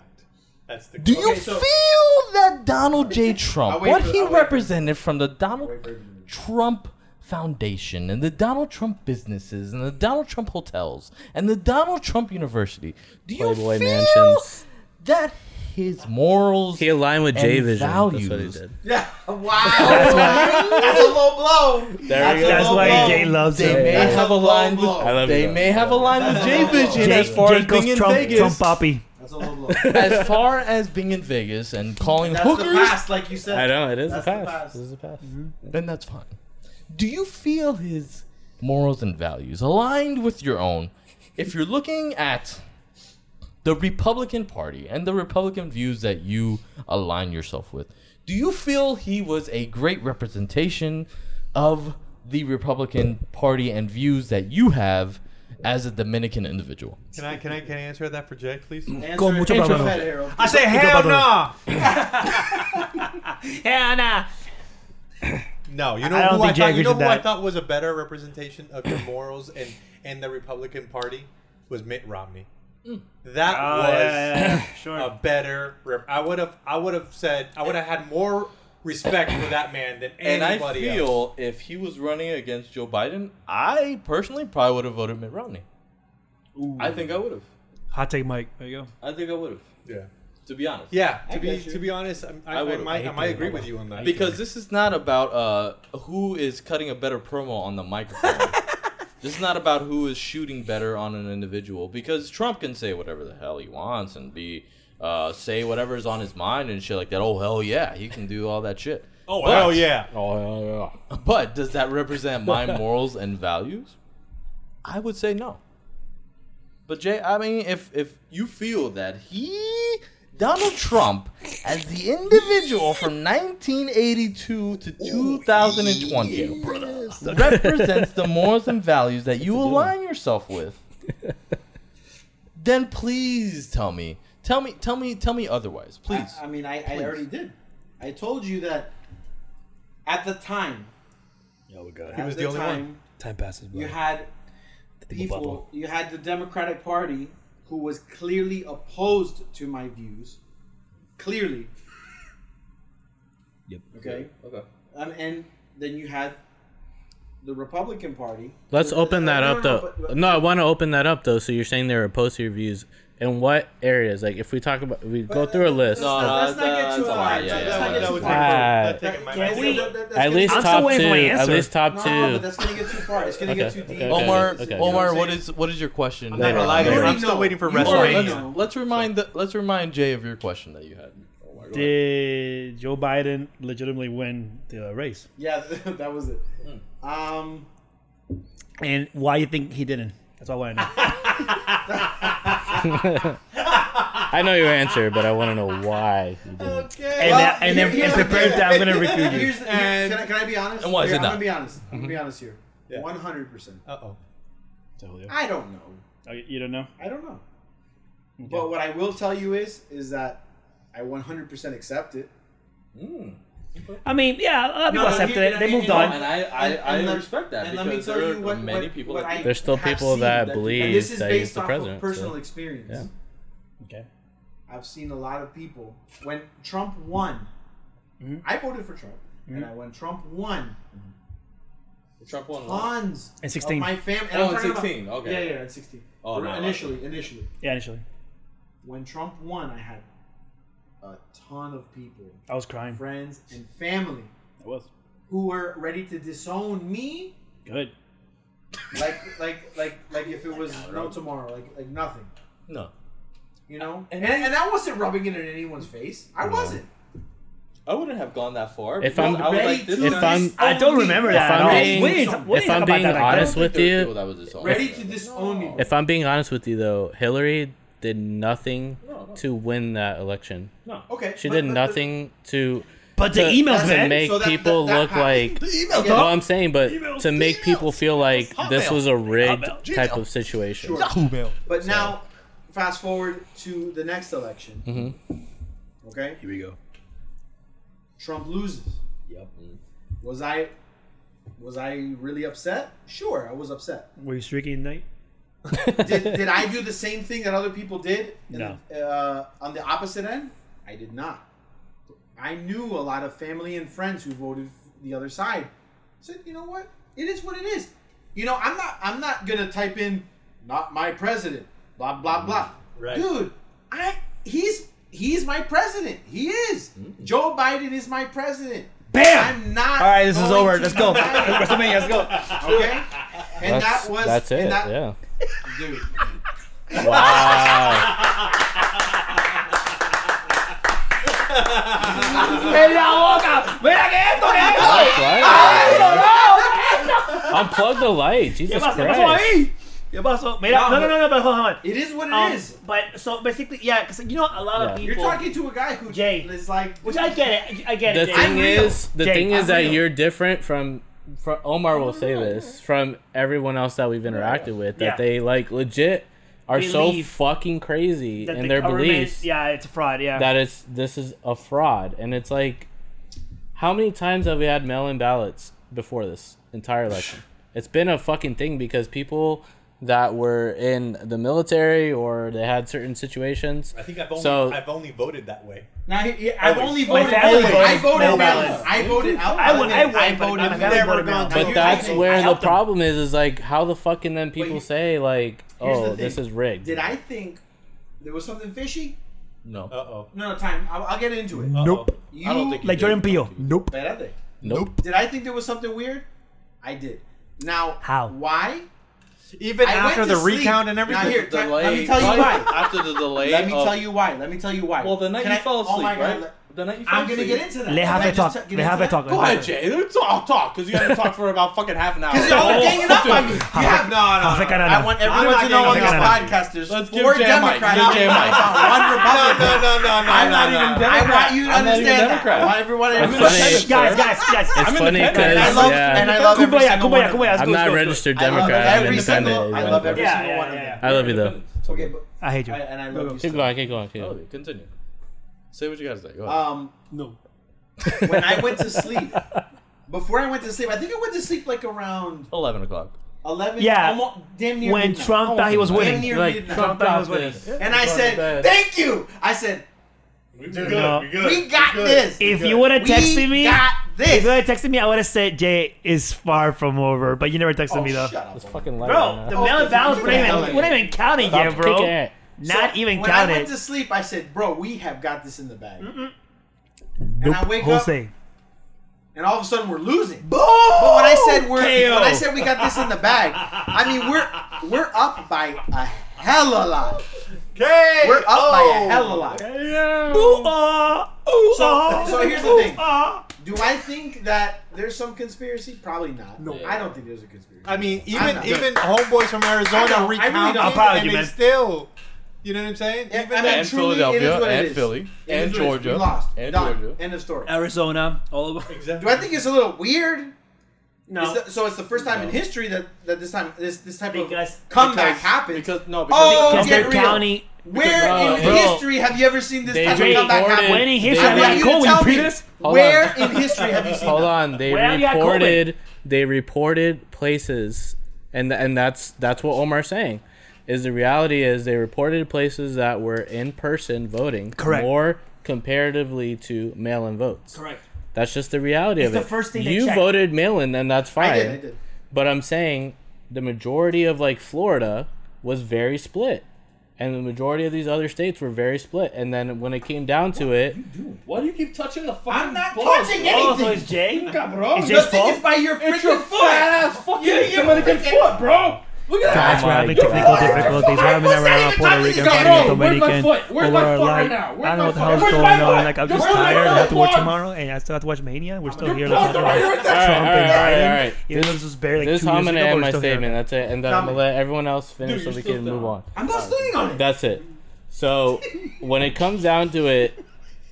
Speaker 5: That's the.
Speaker 6: Do you
Speaker 2: Okay, so-
Speaker 6: feel that Donald J. Trump,
Speaker 2: wait
Speaker 6: what
Speaker 2: for-
Speaker 6: he
Speaker 2: I'll wait for-
Speaker 6: represented from the Donald
Speaker 2: for-
Speaker 6: Trump Foundation and the Donald Trump businesses and the Donald Trump hotels and the Donald Trump University, do you
Speaker 1: Playboy
Speaker 6: feel
Speaker 1: mansions.
Speaker 6: that his morals.
Speaker 1: He aligned with
Speaker 6: And
Speaker 1: J Vision. That's what he
Speaker 6: values.
Speaker 1: did.
Speaker 2: Yeah. Wow. That's a low blow.
Speaker 1: There we go.
Speaker 3: That's
Speaker 2: Oh,
Speaker 3: why
Speaker 2: wow.
Speaker 3: Jay loves
Speaker 6: They
Speaker 3: him.
Speaker 6: may
Speaker 2: That's a
Speaker 6: have a
Speaker 2: low
Speaker 6: line with.
Speaker 2: blow.
Speaker 1: I love
Speaker 6: They
Speaker 1: you,
Speaker 6: may have a line with J
Speaker 2: That's a low
Speaker 6: Vision
Speaker 2: blow.
Speaker 6: as
Speaker 3: Jay,
Speaker 6: far
Speaker 3: Jay
Speaker 6: as being
Speaker 3: goes
Speaker 6: in
Speaker 3: Trump, Trump
Speaker 6: Vegas.
Speaker 3: Poppy.
Speaker 2: That's a low blow.
Speaker 6: As far as being in Vegas and calling
Speaker 2: That's the
Speaker 6: hookers
Speaker 2: past, like you said.
Speaker 1: I know it is a
Speaker 2: That's the
Speaker 1: pass.
Speaker 2: pass. Mm-hmm.
Speaker 1: It is a pass.
Speaker 6: then that's fine. Do you feel his morals and values aligned with your own? If you're looking at the Republican Party and the Republican views that you align yourself with, do you feel he was a great representation of the Republican Party and views that you have as a Dominican individual?
Speaker 5: Can I can I can I answer that for Jay, please?
Speaker 2: Answer
Speaker 3: Con
Speaker 2: it.
Speaker 3: mucho
Speaker 2: Answer
Speaker 3: problema.
Speaker 2: it, Harold.
Speaker 5: I say hell no.
Speaker 3: Yeah, nah.
Speaker 5: No, you know
Speaker 3: I don't
Speaker 5: who I
Speaker 3: think Jay
Speaker 5: thought. You
Speaker 3: agrees
Speaker 5: know
Speaker 3: with
Speaker 5: who I
Speaker 3: that.
Speaker 5: thought was a better representation of your morals and and the Republican Party was Mitt Romney. Mm. That
Speaker 3: Oh,
Speaker 5: was Uh,
Speaker 3: yeah, yeah, yeah. Sure.
Speaker 5: a better. Rep- I would have. I would have said. I would have had more respect for that man than
Speaker 4: And I
Speaker 5: anybody
Speaker 4: feel
Speaker 5: else.
Speaker 4: if he was running against Joe Biden, I personally probably would have voted Mitt Romney. I think I would have.
Speaker 3: Hot take, Mike. There you go.
Speaker 4: I think I would have.
Speaker 5: Yeah.
Speaker 4: To be honest.
Speaker 5: Yeah. To
Speaker 2: I
Speaker 5: be
Speaker 2: get you.
Speaker 5: to be honest, I'm- I,
Speaker 4: I
Speaker 5: I, I,
Speaker 4: would've.
Speaker 5: might I
Speaker 3: hate
Speaker 5: might
Speaker 3: that.
Speaker 5: agree with you on that
Speaker 4: Because this is not about uh, who is cutting a better promo on the microphone. this is not about who is shooting better on an individual. Because Trump can say whatever the hell he wants and be uh, say whatever is on his mind and shit like that. Oh hell yeah, he can do all that shit.
Speaker 5: Oh
Speaker 4: But-
Speaker 5: hell yeah!
Speaker 1: Oh yeah,
Speaker 4: But does that represent my morals and values? I would say no. But Jay, I mean, if if you feel that he
Speaker 6: Donald Trump as the individual from 1982
Speaker 4: Oh,
Speaker 6: to 2020 represents the morals and values that you align yourself with, then please tell me, tell me, tell me, tell me otherwise, please.
Speaker 2: I, I mean, I, I already did. I told you that at the time.
Speaker 7: Oh my god.
Speaker 2: At
Speaker 5: was
Speaker 2: the,
Speaker 5: the only
Speaker 2: time,
Speaker 5: one.
Speaker 7: Time passes by.
Speaker 2: You had
Speaker 7: people
Speaker 2: people.
Speaker 7: bubble.
Speaker 2: You had the Democratic Party, who was clearly opposed to my views. Clearly,
Speaker 7: Yep.
Speaker 2: okay.
Speaker 4: okay.
Speaker 2: Um, and then you had the Republican Party.
Speaker 1: Let's open that
Speaker 2: No,
Speaker 1: up
Speaker 2: no, no,
Speaker 1: though.
Speaker 2: but- but-
Speaker 1: no, I want to open that up though. So you're saying there are opposed to your views in what areas? Like if we talk about, we go through a
Speaker 2: uh,
Speaker 1: list.
Speaker 4: No, no,
Speaker 2: Let's not get
Speaker 4: that's-
Speaker 2: too
Speaker 4: that's a
Speaker 2: high.
Speaker 4: lie. Yeah,
Speaker 2: Let's
Speaker 4: yeah,
Speaker 2: not
Speaker 4: that
Speaker 2: get
Speaker 5: That
Speaker 2: too
Speaker 5: would
Speaker 2: far.
Speaker 5: take-
Speaker 1: Ah,
Speaker 5: that'd take my-
Speaker 2: Can I
Speaker 5: my-
Speaker 2: say that- that- that's
Speaker 1: at
Speaker 2: gonna-
Speaker 1: least
Speaker 3: I'm still
Speaker 1: top
Speaker 3: waiting
Speaker 1: two.
Speaker 3: for my
Speaker 1: At
Speaker 3: answer.
Speaker 1: least top
Speaker 2: No,
Speaker 1: two.
Speaker 2: but that's gonna get too far. It's gonna
Speaker 1: Okay,
Speaker 2: get too deep.
Speaker 1: okay, okay.
Speaker 4: Omar,
Speaker 1: Okay.
Speaker 4: Omar, what is what is your question?
Speaker 5: not gonna lie to
Speaker 2: You
Speaker 5: you.
Speaker 2: already
Speaker 5: I'm still
Speaker 2: know.
Speaker 5: waiting for
Speaker 2: You already
Speaker 5: WrestleMania.
Speaker 2: know.
Speaker 4: Let's remind the, let's remind Jay of your question that you had. Oh my God.
Speaker 3: Did Joe Biden legitimately win the uh, race?
Speaker 2: Yeah, that was it. Um,
Speaker 3: And why you think he didn't? That's all I want to know.
Speaker 1: I know your answer, but I want to know why. you
Speaker 2: Uh,
Speaker 1: didn't.
Speaker 3: And,
Speaker 2: Well,
Speaker 3: that, and, then,
Speaker 2: here-
Speaker 3: and
Speaker 2: here's-
Speaker 3: prepare that I'm going to recruit you.
Speaker 2: Here's, and can, I, can I be honest?
Speaker 4: And why is
Speaker 2: Here,
Speaker 4: it
Speaker 2: I'm
Speaker 4: not?
Speaker 2: gonna be honest. I'm gonna
Speaker 4: Mm-hmm.
Speaker 2: be honest here.
Speaker 5: Yeah.
Speaker 2: One hundred percent.
Speaker 5: Uh-oh.
Speaker 2: I don't know.
Speaker 3: Oh, you don't know?
Speaker 2: I don't know. But what I will tell you is, is that I one hundred percent accept it.
Speaker 3: I mean, yeah, a lot of people
Speaker 2: no,
Speaker 3: accepted
Speaker 2: here-
Speaker 3: it. They
Speaker 2: here-
Speaker 3: moved
Speaker 2: here-
Speaker 3: on.
Speaker 4: Hmm. and I I,
Speaker 2: And- and
Speaker 4: I
Speaker 2: let-
Speaker 4: respect that
Speaker 2: and let me
Speaker 4: because
Speaker 2: tell
Speaker 4: there
Speaker 2: you
Speaker 4: are
Speaker 2: what-
Speaker 4: many
Speaker 2: what-
Speaker 4: people
Speaker 2: what
Speaker 4: that
Speaker 2: I
Speaker 1: There's still
Speaker 2: have
Speaker 1: people
Speaker 2: seen
Speaker 1: that
Speaker 2: do-
Speaker 1: believe
Speaker 2: and this is
Speaker 1: that he's
Speaker 2: based
Speaker 1: the
Speaker 2: off
Speaker 1: president,
Speaker 2: of personal
Speaker 1: so-
Speaker 2: experience.
Speaker 1: yeah.
Speaker 3: Okay.
Speaker 2: I've seen a lot of people when Trump won.
Speaker 1: Mm-hmm.
Speaker 2: I voted for Trump, and I, when Trump won,
Speaker 4: Trump won.
Speaker 2: tons
Speaker 3: And 16.
Speaker 2: of my family.
Speaker 4: Oh, and 16, okay.
Speaker 2: Yeah, yeah, and sixteen.
Speaker 4: Oh, no,
Speaker 2: initially, initially,
Speaker 3: Yeah, initially.
Speaker 2: when Trump won, I had a ton of people,
Speaker 3: I was crying.
Speaker 2: friends and family,
Speaker 3: I was.
Speaker 2: who were ready to disown me,
Speaker 3: Good.
Speaker 2: like, like, like, like if it was no tomorrow, like, like nothing.
Speaker 4: No,
Speaker 2: You know, and, and I wasn't rubbing it in anyone's face. I wasn't.
Speaker 4: I wouldn't have gone that far.
Speaker 1: If
Speaker 4: because
Speaker 1: I'm-
Speaker 4: I was like, this
Speaker 2: to
Speaker 1: if
Speaker 4: is-
Speaker 1: I'm-
Speaker 2: disown
Speaker 3: I don't remember
Speaker 2: me.
Speaker 3: that at
Speaker 1: I'm
Speaker 3: all.
Speaker 1: being-
Speaker 3: We didn't- we
Speaker 1: if
Speaker 3: didn't
Speaker 1: I'm
Speaker 3: talk
Speaker 1: being
Speaker 3: about that back
Speaker 4: I
Speaker 3: then.
Speaker 4: don't
Speaker 1: honest
Speaker 4: think
Speaker 1: with
Speaker 4: there were
Speaker 1: you-
Speaker 4: people that was disowned.
Speaker 2: Ready to disown me.
Speaker 1: If I'm being honest with you, though, Hillary did nothing
Speaker 4: No, no.
Speaker 1: to win that election.
Speaker 2: Okay.
Speaker 1: She
Speaker 2: Oh, but-
Speaker 1: did
Speaker 2: but- but-
Speaker 1: nothing to
Speaker 3: But the
Speaker 1: to-
Speaker 3: emails,
Speaker 1: to
Speaker 3: man.
Speaker 1: make
Speaker 2: So that-
Speaker 1: people
Speaker 2: that- that
Speaker 1: look
Speaker 2: happened.
Speaker 1: like.
Speaker 4: Email
Speaker 1: No, I'm saying, but to make people feel like this
Speaker 6: Hotmail,
Speaker 1: was a rigged
Speaker 6: Gmail.
Speaker 1: type of situation.
Speaker 2: Sure. But now, fast forward to the next election. Okay,
Speaker 7: Here we go.
Speaker 2: Trump loses.
Speaker 7: Yep.
Speaker 2: Was I, was I really upset? Sure, I was upset.
Speaker 3: Were you streaking at night?
Speaker 2: Did, did I do the same thing that other people did? in
Speaker 3: No.
Speaker 2: the- uh, on the opposite end, I did not. I knew a lot of family and friends who voted f- the other side. Said, you know what? It is what it is. You know, I'm not. I'm not gonna type
Speaker 7: Mm-hmm.
Speaker 2: in, not my president. Blah blah blah.
Speaker 5: Right.
Speaker 2: Dude, I he's he he's my president. He is. Joe Biden is my president.
Speaker 7: Mm-hmm. Bam!
Speaker 2: I'm not.
Speaker 7: All right, this is
Speaker 2: going
Speaker 7: over.
Speaker 2: to
Speaker 7: Let's go.
Speaker 2: deny it,
Speaker 7: WrestleMania, let's go.
Speaker 2: Okay. And
Speaker 1: that's,
Speaker 2: that was.
Speaker 1: that's
Speaker 2: and
Speaker 1: it.
Speaker 2: that-
Speaker 1: yeah.
Speaker 2: Dude,
Speaker 1: Wow.
Speaker 7: Mira que esto, que esto.
Speaker 1: Nice light. Unplug the light.
Speaker 3: ¿Qué
Speaker 1: Jesus
Speaker 3: pasó? ¿Qué pasó
Speaker 1: Christ.
Speaker 3: ahí? ¿Qué pasó? Mira, no,
Speaker 2: No,
Speaker 3: no, no, no, but hold on.
Speaker 2: it is what it
Speaker 3: Um,
Speaker 2: is.
Speaker 3: But so basically, yeah, because you know a lot of
Speaker 1: Yeah.
Speaker 3: people.
Speaker 2: You're talking to a guy who
Speaker 3: Jay.
Speaker 2: is like.
Speaker 3: which I get it. I get
Speaker 1: The
Speaker 3: it. Jay.
Speaker 1: thing is, the
Speaker 3: Jake,
Speaker 1: thing is
Speaker 3: I'm
Speaker 1: that
Speaker 2: real.
Speaker 1: you're different from, from Omar will
Speaker 3: Oh.
Speaker 1: say this from everyone else that we've interacted with that
Speaker 3: Yeah.
Speaker 1: they like legit are
Speaker 3: Believe
Speaker 1: so fucking crazy
Speaker 3: That
Speaker 1: in
Speaker 3: the
Speaker 1: their
Speaker 3: government-
Speaker 1: beliefs
Speaker 3: Yeah, it's a fraud. Yeah.
Speaker 1: that it's this is a fraud and it's like how many times have we had mail-in ballots before this entire election it's been a fucking thing because people that were in the military or they had certain situations
Speaker 5: I think I've only
Speaker 1: So-
Speaker 5: I've only voted that way.
Speaker 2: Now, he- he- I've
Speaker 5: Always.
Speaker 2: only
Speaker 5: My
Speaker 2: voted.
Speaker 3: family
Speaker 2: mail-in. I
Speaker 3: voted
Speaker 2: voted.
Speaker 3: mail
Speaker 2: mail-in.
Speaker 3: ballot.
Speaker 2: I voted out.
Speaker 3: I would- I would,
Speaker 2: I
Speaker 3: but
Speaker 2: voted.
Speaker 3: my
Speaker 2: mail-in.
Speaker 3: family voted
Speaker 5: mail-in.
Speaker 2: gone.
Speaker 5: But
Speaker 1: But
Speaker 2: You-
Speaker 1: that's
Speaker 2: I-
Speaker 1: where
Speaker 2: I-
Speaker 1: the
Speaker 3: helped them.
Speaker 1: problem is, is like how the fuck can then people
Speaker 2: Wait,
Speaker 1: say like,
Speaker 2: here's the
Speaker 1: oh, this
Speaker 2: thing.
Speaker 1: is rigged?
Speaker 2: Did I think there was something fishy?
Speaker 5: Uh oh.
Speaker 2: No, no, time. I'll, I'll get into it.
Speaker 3: Nope.
Speaker 2: You,
Speaker 4: think
Speaker 3: Like
Speaker 4: you did.
Speaker 3: Jordan Peele. Nope.
Speaker 2: Espérate.
Speaker 1: Nope.
Speaker 2: Did I think there was something weird? I did. Now,
Speaker 3: How?
Speaker 2: Why?
Speaker 5: Even
Speaker 2: I went
Speaker 5: after the
Speaker 2: to sleep.
Speaker 5: recount and everything.
Speaker 2: Now, here,
Speaker 4: The
Speaker 2: ti- let me
Speaker 4: delay-
Speaker 2: tell you why.
Speaker 4: After the delay,
Speaker 2: Let me
Speaker 4: of-
Speaker 2: tell you why. Let me tell you why.
Speaker 4: uh, Well, the night
Speaker 2: Can
Speaker 4: you
Speaker 2: I-
Speaker 4: fell
Speaker 2: oh
Speaker 4: asleep,
Speaker 2: my God,
Speaker 4: right?
Speaker 2: let-
Speaker 4: the night you fell
Speaker 2: I'm gonna
Speaker 4: asleep.
Speaker 2: get into that.
Speaker 3: Le
Speaker 2: Can I
Speaker 3: have a
Speaker 2: just
Speaker 3: talk.
Speaker 2: t- get
Speaker 3: Le
Speaker 2: into
Speaker 3: have a
Speaker 2: that?
Speaker 3: talk.
Speaker 4: Go ahead, Jay. Let's all talk because you haven't talked for about fucking half an hour.
Speaker 2: Because
Speaker 5: Oh,
Speaker 2: y'all are ganging Oh, up on me. You have no,
Speaker 3: I
Speaker 2: no,
Speaker 3: think
Speaker 2: no.
Speaker 3: I know.
Speaker 2: I want
Speaker 5: I'm
Speaker 2: everyone
Speaker 5: not
Speaker 2: to know on
Speaker 5: ganging
Speaker 2: this
Speaker 3: up on
Speaker 2: podcast. There's
Speaker 4: Let's give
Speaker 2: four
Speaker 4: Jay a mic.
Speaker 2: Democrats.
Speaker 4: Give Jay a mic.
Speaker 2: One Republican.
Speaker 5: no, no, no, no.
Speaker 2: I'm not even
Speaker 4: Democrat.
Speaker 2: I want you to
Speaker 4: I'm not even
Speaker 2: understand that.
Speaker 4: Democrat.
Speaker 2: I want everyone to
Speaker 1: It's
Speaker 2: understand.
Speaker 1: funny.
Speaker 2: that.
Speaker 3: Guys, guys, guys.
Speaker 1: It's funny
Speaker 4: independent.
Speaker 1: because
Speaker 2: And I love,
Speaker 1: yeah,
Speaker 2: and I love every
Speaker 3: Kumbaya,
Speaker 2: single
Speaker 3: kumbaya,
Speaker 2: one of
Speaker 3: kumbaya. Let's
Speaker 2: them.
Speaker 1: I'm
Speaker 3: go, let's
Speaker 1: not
Speaker 3: go, let's go.
Speaker 1: registered
Speaker 2: I love
Speaker 1: Democrat. I'm
Speaker 2: every
Speaker 1: independent.
Speaker 2: single- I
Speaker 1: yeah.
Speaker 2: love every
Speaker 3: Yeah,
Speaker 2: single one
Speaker 3: yeah,
Speaker 2: of them.
Speaker 3: yeah.
Speaker 1: I love you though.
Speaker 2: Okay, but
Speaker 3: I hate you.
Speaker 2: I, and I love you.
Speaker 1: Keep
Speaker 2: still.
Speaker 1: going. Keep going. Keep
Speaker 4: Oh,
Speaker 1: going.
Speaker 4: continue. Say what you gotta say. Go ahead.
Speaker 2: Um,
Speaker 5: No.
Speaker 2: when I went to sleep, before I went to sleep, I think I went to sleep like around
Speaker 4: Eleven o'clock.
Speaker 2: eleven.
Speaker 3: Yeah.
Speaker 2: almost damn near
Speaker 3: When
Speaker 2: midnight.
Speaker 3: Trump thought he was
Speaker 2: Damn
Speaker 3: winning.
Speaker 2: near
Speaker 1: Like
Speaker 2: midnight.
Speaker 1: Trump
Speaker 3: thought he was
Speaker 1: got
Speaker 3: winning.
Speaker 1: this.
Speaker 2: and I said, "Thank you." I said,
Speaker 3: No.
Speaker 2: "We got this."
Speaker 3: If you would have
Speaker 2: we
Speaker 3: texted me,
Speaker 2: got
Speaker 3: if
Speaker 2: this.
Speaker 3: you would have texted me, I would have said Jay is far from over. But you never texted
Speaker 2: Oh,
Speaker 3: me though.
Speaker 2: shut up,
Speaker 1: It's
Speaker 2: Omar.
Speaker 1: fucking loud.
Speaker 3: Bro, the
Speaker 2: Oh,
Speaker 3: mail
Speaker 2: it's-
Speaker 3: in ballots
Speaker 2: it's
Speaker 3: wouldn't
Speaker 2: okay.
Speaker 3: even, wouldn't even count it yet, bro. Not even
Speaker 2: when I
Speaker 3: count
Speaker 2: went
Speaker 3: it.
Speaker 2: to sleep, I said, "Bro, we have got this in the bag." And I wake up,
Speaker 3: Jose.
Speaker 2: and all of a sudden we're losing. But when I said we're, when I said we got this in the bag, I mean we're we're up by a hella lot.
Speaker 5: Okay. Oh.
Speaker 2: We're up by a hella lot.
Speaker 3: Ooh, ah, ooh,
Speaker 2: So-
Speaker 3: ah,
Speaker 2: so here's the
Speaker 3: ooh,
Speaker 2: thing.
Speaker 3: ah.
Speaker 2: Do I think that there's some conspiracy? Probably not. No, I don't think there's a conspiracy.
Speaker 5: I mean,
Speaker 2: I'm
Speaker 5: even
Speaker 2: not-
Speaker 5: even homeboys from
Speaker 2: I know, I
Speaker 5: Arizona
Speaker 2: really
Speaker 5: recounted
Speaker 2: don't.
Speaker 5: it,
Speaker 2: I'm proud
Speaker 3: of
Speaker 5: and
Speaker 3: you,
Speaker 5: they
Speaker 3: man.
Speaker 5: still, you know what I'm saying?
Speaker 2: Yeah,
Speaker 5: Even
Speaker 2: I mean,
Speaker 5: that-
Speaker 4: And
Speaker 2: truly, it is
Speaker 4: Philadelphia,
Speaker 2: what it
Speaker 4: and
Speaker 2: is.
Speaker 4: Philly,
Speaker 2: It is
Speaker 4: and
Speaker 2: what it is. We
Speaker 4: Georgia,
Speaker 2: lost.
Speaker 4: and
Speaker 2: Done.
Speaker 4: Georgia.
Speaker 2: End of story.
Speaker 3: Arizona, all over.
Speaker 5: Exactly.
Speaker 2: Do I think it's a little weird?
Speaker 3: No,
Speaker 2: It's the- so it's the first time in history that, that this time this this type
Speaker 3: Because-
Speaker 2: of comeback
Speaker 4: Because-
Speaker 2: happens.
Speaker 4: Because no,
Speaker 2: Oh,
Speaker 4: because
Speaker 3: because
Speaker 2: get
Speaker 3: their
Speaker 2: real.
Speaker 3: county.
Speaker 2: where
Speaker 4: Bro,
Speaker 2: in
Speaker 4: bro.
Speaker 2: history have you ever seen this
Speaker 1: They
Speaker 2: type
Speaker 1: Wait,
Speaker 3: Wait,
Speaker 2: of comeback happen?
Speaker 1: recorded-
Speaker 3: when he hits,
Speaker 1: They
Speaker 2: I
Speaker 3: I'm
Speaker 2: want
Speaker 3: like,
Speaker 2: you to
Speaker 3: Cole, you
Speaker 2: tell me
Speaker 3: repeat this?
Speaker 1: Hold
Speaker 2: where
Speaker 1: on.
Speaker 2: in history have you seen
Speaker 1: Hold
Speaker 2: that?
Speaker 1: on. They
Speaker 3: Well, yeah, COVID.
Speaker 1: reported. They reported places, and and that's that's what Omar's saying. Is the reality is they reported places that were in person voting
Speaker 3: Correct.
Speaker 1: more comparatively to mail in votes.
Speaker 3: Correct.
Speaker 1: That's just the reality
Speaker 3: It's
Speaker 1: of
Speaker 3: the
Speaker 1: it.
Speaker 3: first thing they
Speaker 1: you
Speaker 3: check.
Speaker 1: voted mail in, and that's fine.
Speaker 2: I did. I did.
Speaker 1: But I'm saying the majority of like Florida was very split. And the majority of these other states were very split. And then when it came down to it,
Speaker 4: Why do you keep touching the fucking?
Speaker 2: I'm not
Speaker 4: balls?
Speaker 2: touching
Speaker 3: Oh, so
Speaker 2: anything.
Speaker 3: it's Jay.
Speaker 4: Cabrón.
Speaker 3: It's Jay's
Speaker 2: Nothing
Speaker 3: fault.
Speaker 2: is by your
Speaker 4: It's your
Speaker 2: freaking
Speaker 4: fat ass
Speaker 2: foot.
Speaker 4: fucking
Speaker 2: Yeah, yeah,
Speaker 4: Dominican
Speaker 2: fucking-
Speaker 4: foot, bro. Look at that.
Speaker 3: Guys, we're
Speaker 1: my
Speaker 3: having
Speaker 1: God.
Speaker 3: technical difficulties. We're having
Speaker 2: Who's
Speaker 3: a round
Speaker 2: not
Speaker 3: of Puerto
Speaker 2: even touching
Speaker 3: Rican,
Speaker 2: this
Speaker 3: Puerto
Speaker 2: guy?
Speaker 3: Dominican.
Speaker 4: Where's my foot? Where's my
Speaker 3: over our
Speaker 4: foot right
Speaker 3: life.
Speaker 4: now?
Speaker 3: I
Speaker 4: Where's
Speaker 3: don't know
Speaker 4: my
Speaker 3: what the
Speaker 4: foot?
Speaker 3: hell's
Speaker 4: Where's
Speaker 3: going
Speaker 4: my
Speaker 3: on.
Speaker 4: foot?
Speaker 3: Like, I'm just
Speaker 4: Where's my
Speaker 3: tired. I have to work
Speaker 4: foot?
Speaker 3: tomorrow, and I still have to watch Mania. We're still here.
Speaker 4: You're
Speaker 3: Like,
Speaker 4: talking about your-
Speaker 3: Trump
Speaker 4: All
Speaker 1: right, all right, all
Speaker 3: and
Speaker 1: right,
Speaker 3: Biden.
Speaker 1: all right.
Speaker 3: Even though this was barely like
Speaker 1: this is
Speaker 3: two
Speaker 1: how I'm
Speaker 3: years
Speaker 1: going to
Speaker 3: ago,
Speaker 1: end
Speaker 3: we're
Speaker 1: my
Speaker 3: still here.
Speaker 1: statement. That's it. And then I'm going
Speaker 2: Dominic.
Speaker 1: to let everyone else finish
Speaker 4: Dude,
Speaker 1: so
Speaker 4: you're
Speaker 1: we
Speaker 4: still
Speaker 1: can move
Speaker 4: down.
Speaker 1: on.
Speaker 2: I'm not standing on it.
Speaker 1: That's it. So when it comes down to it,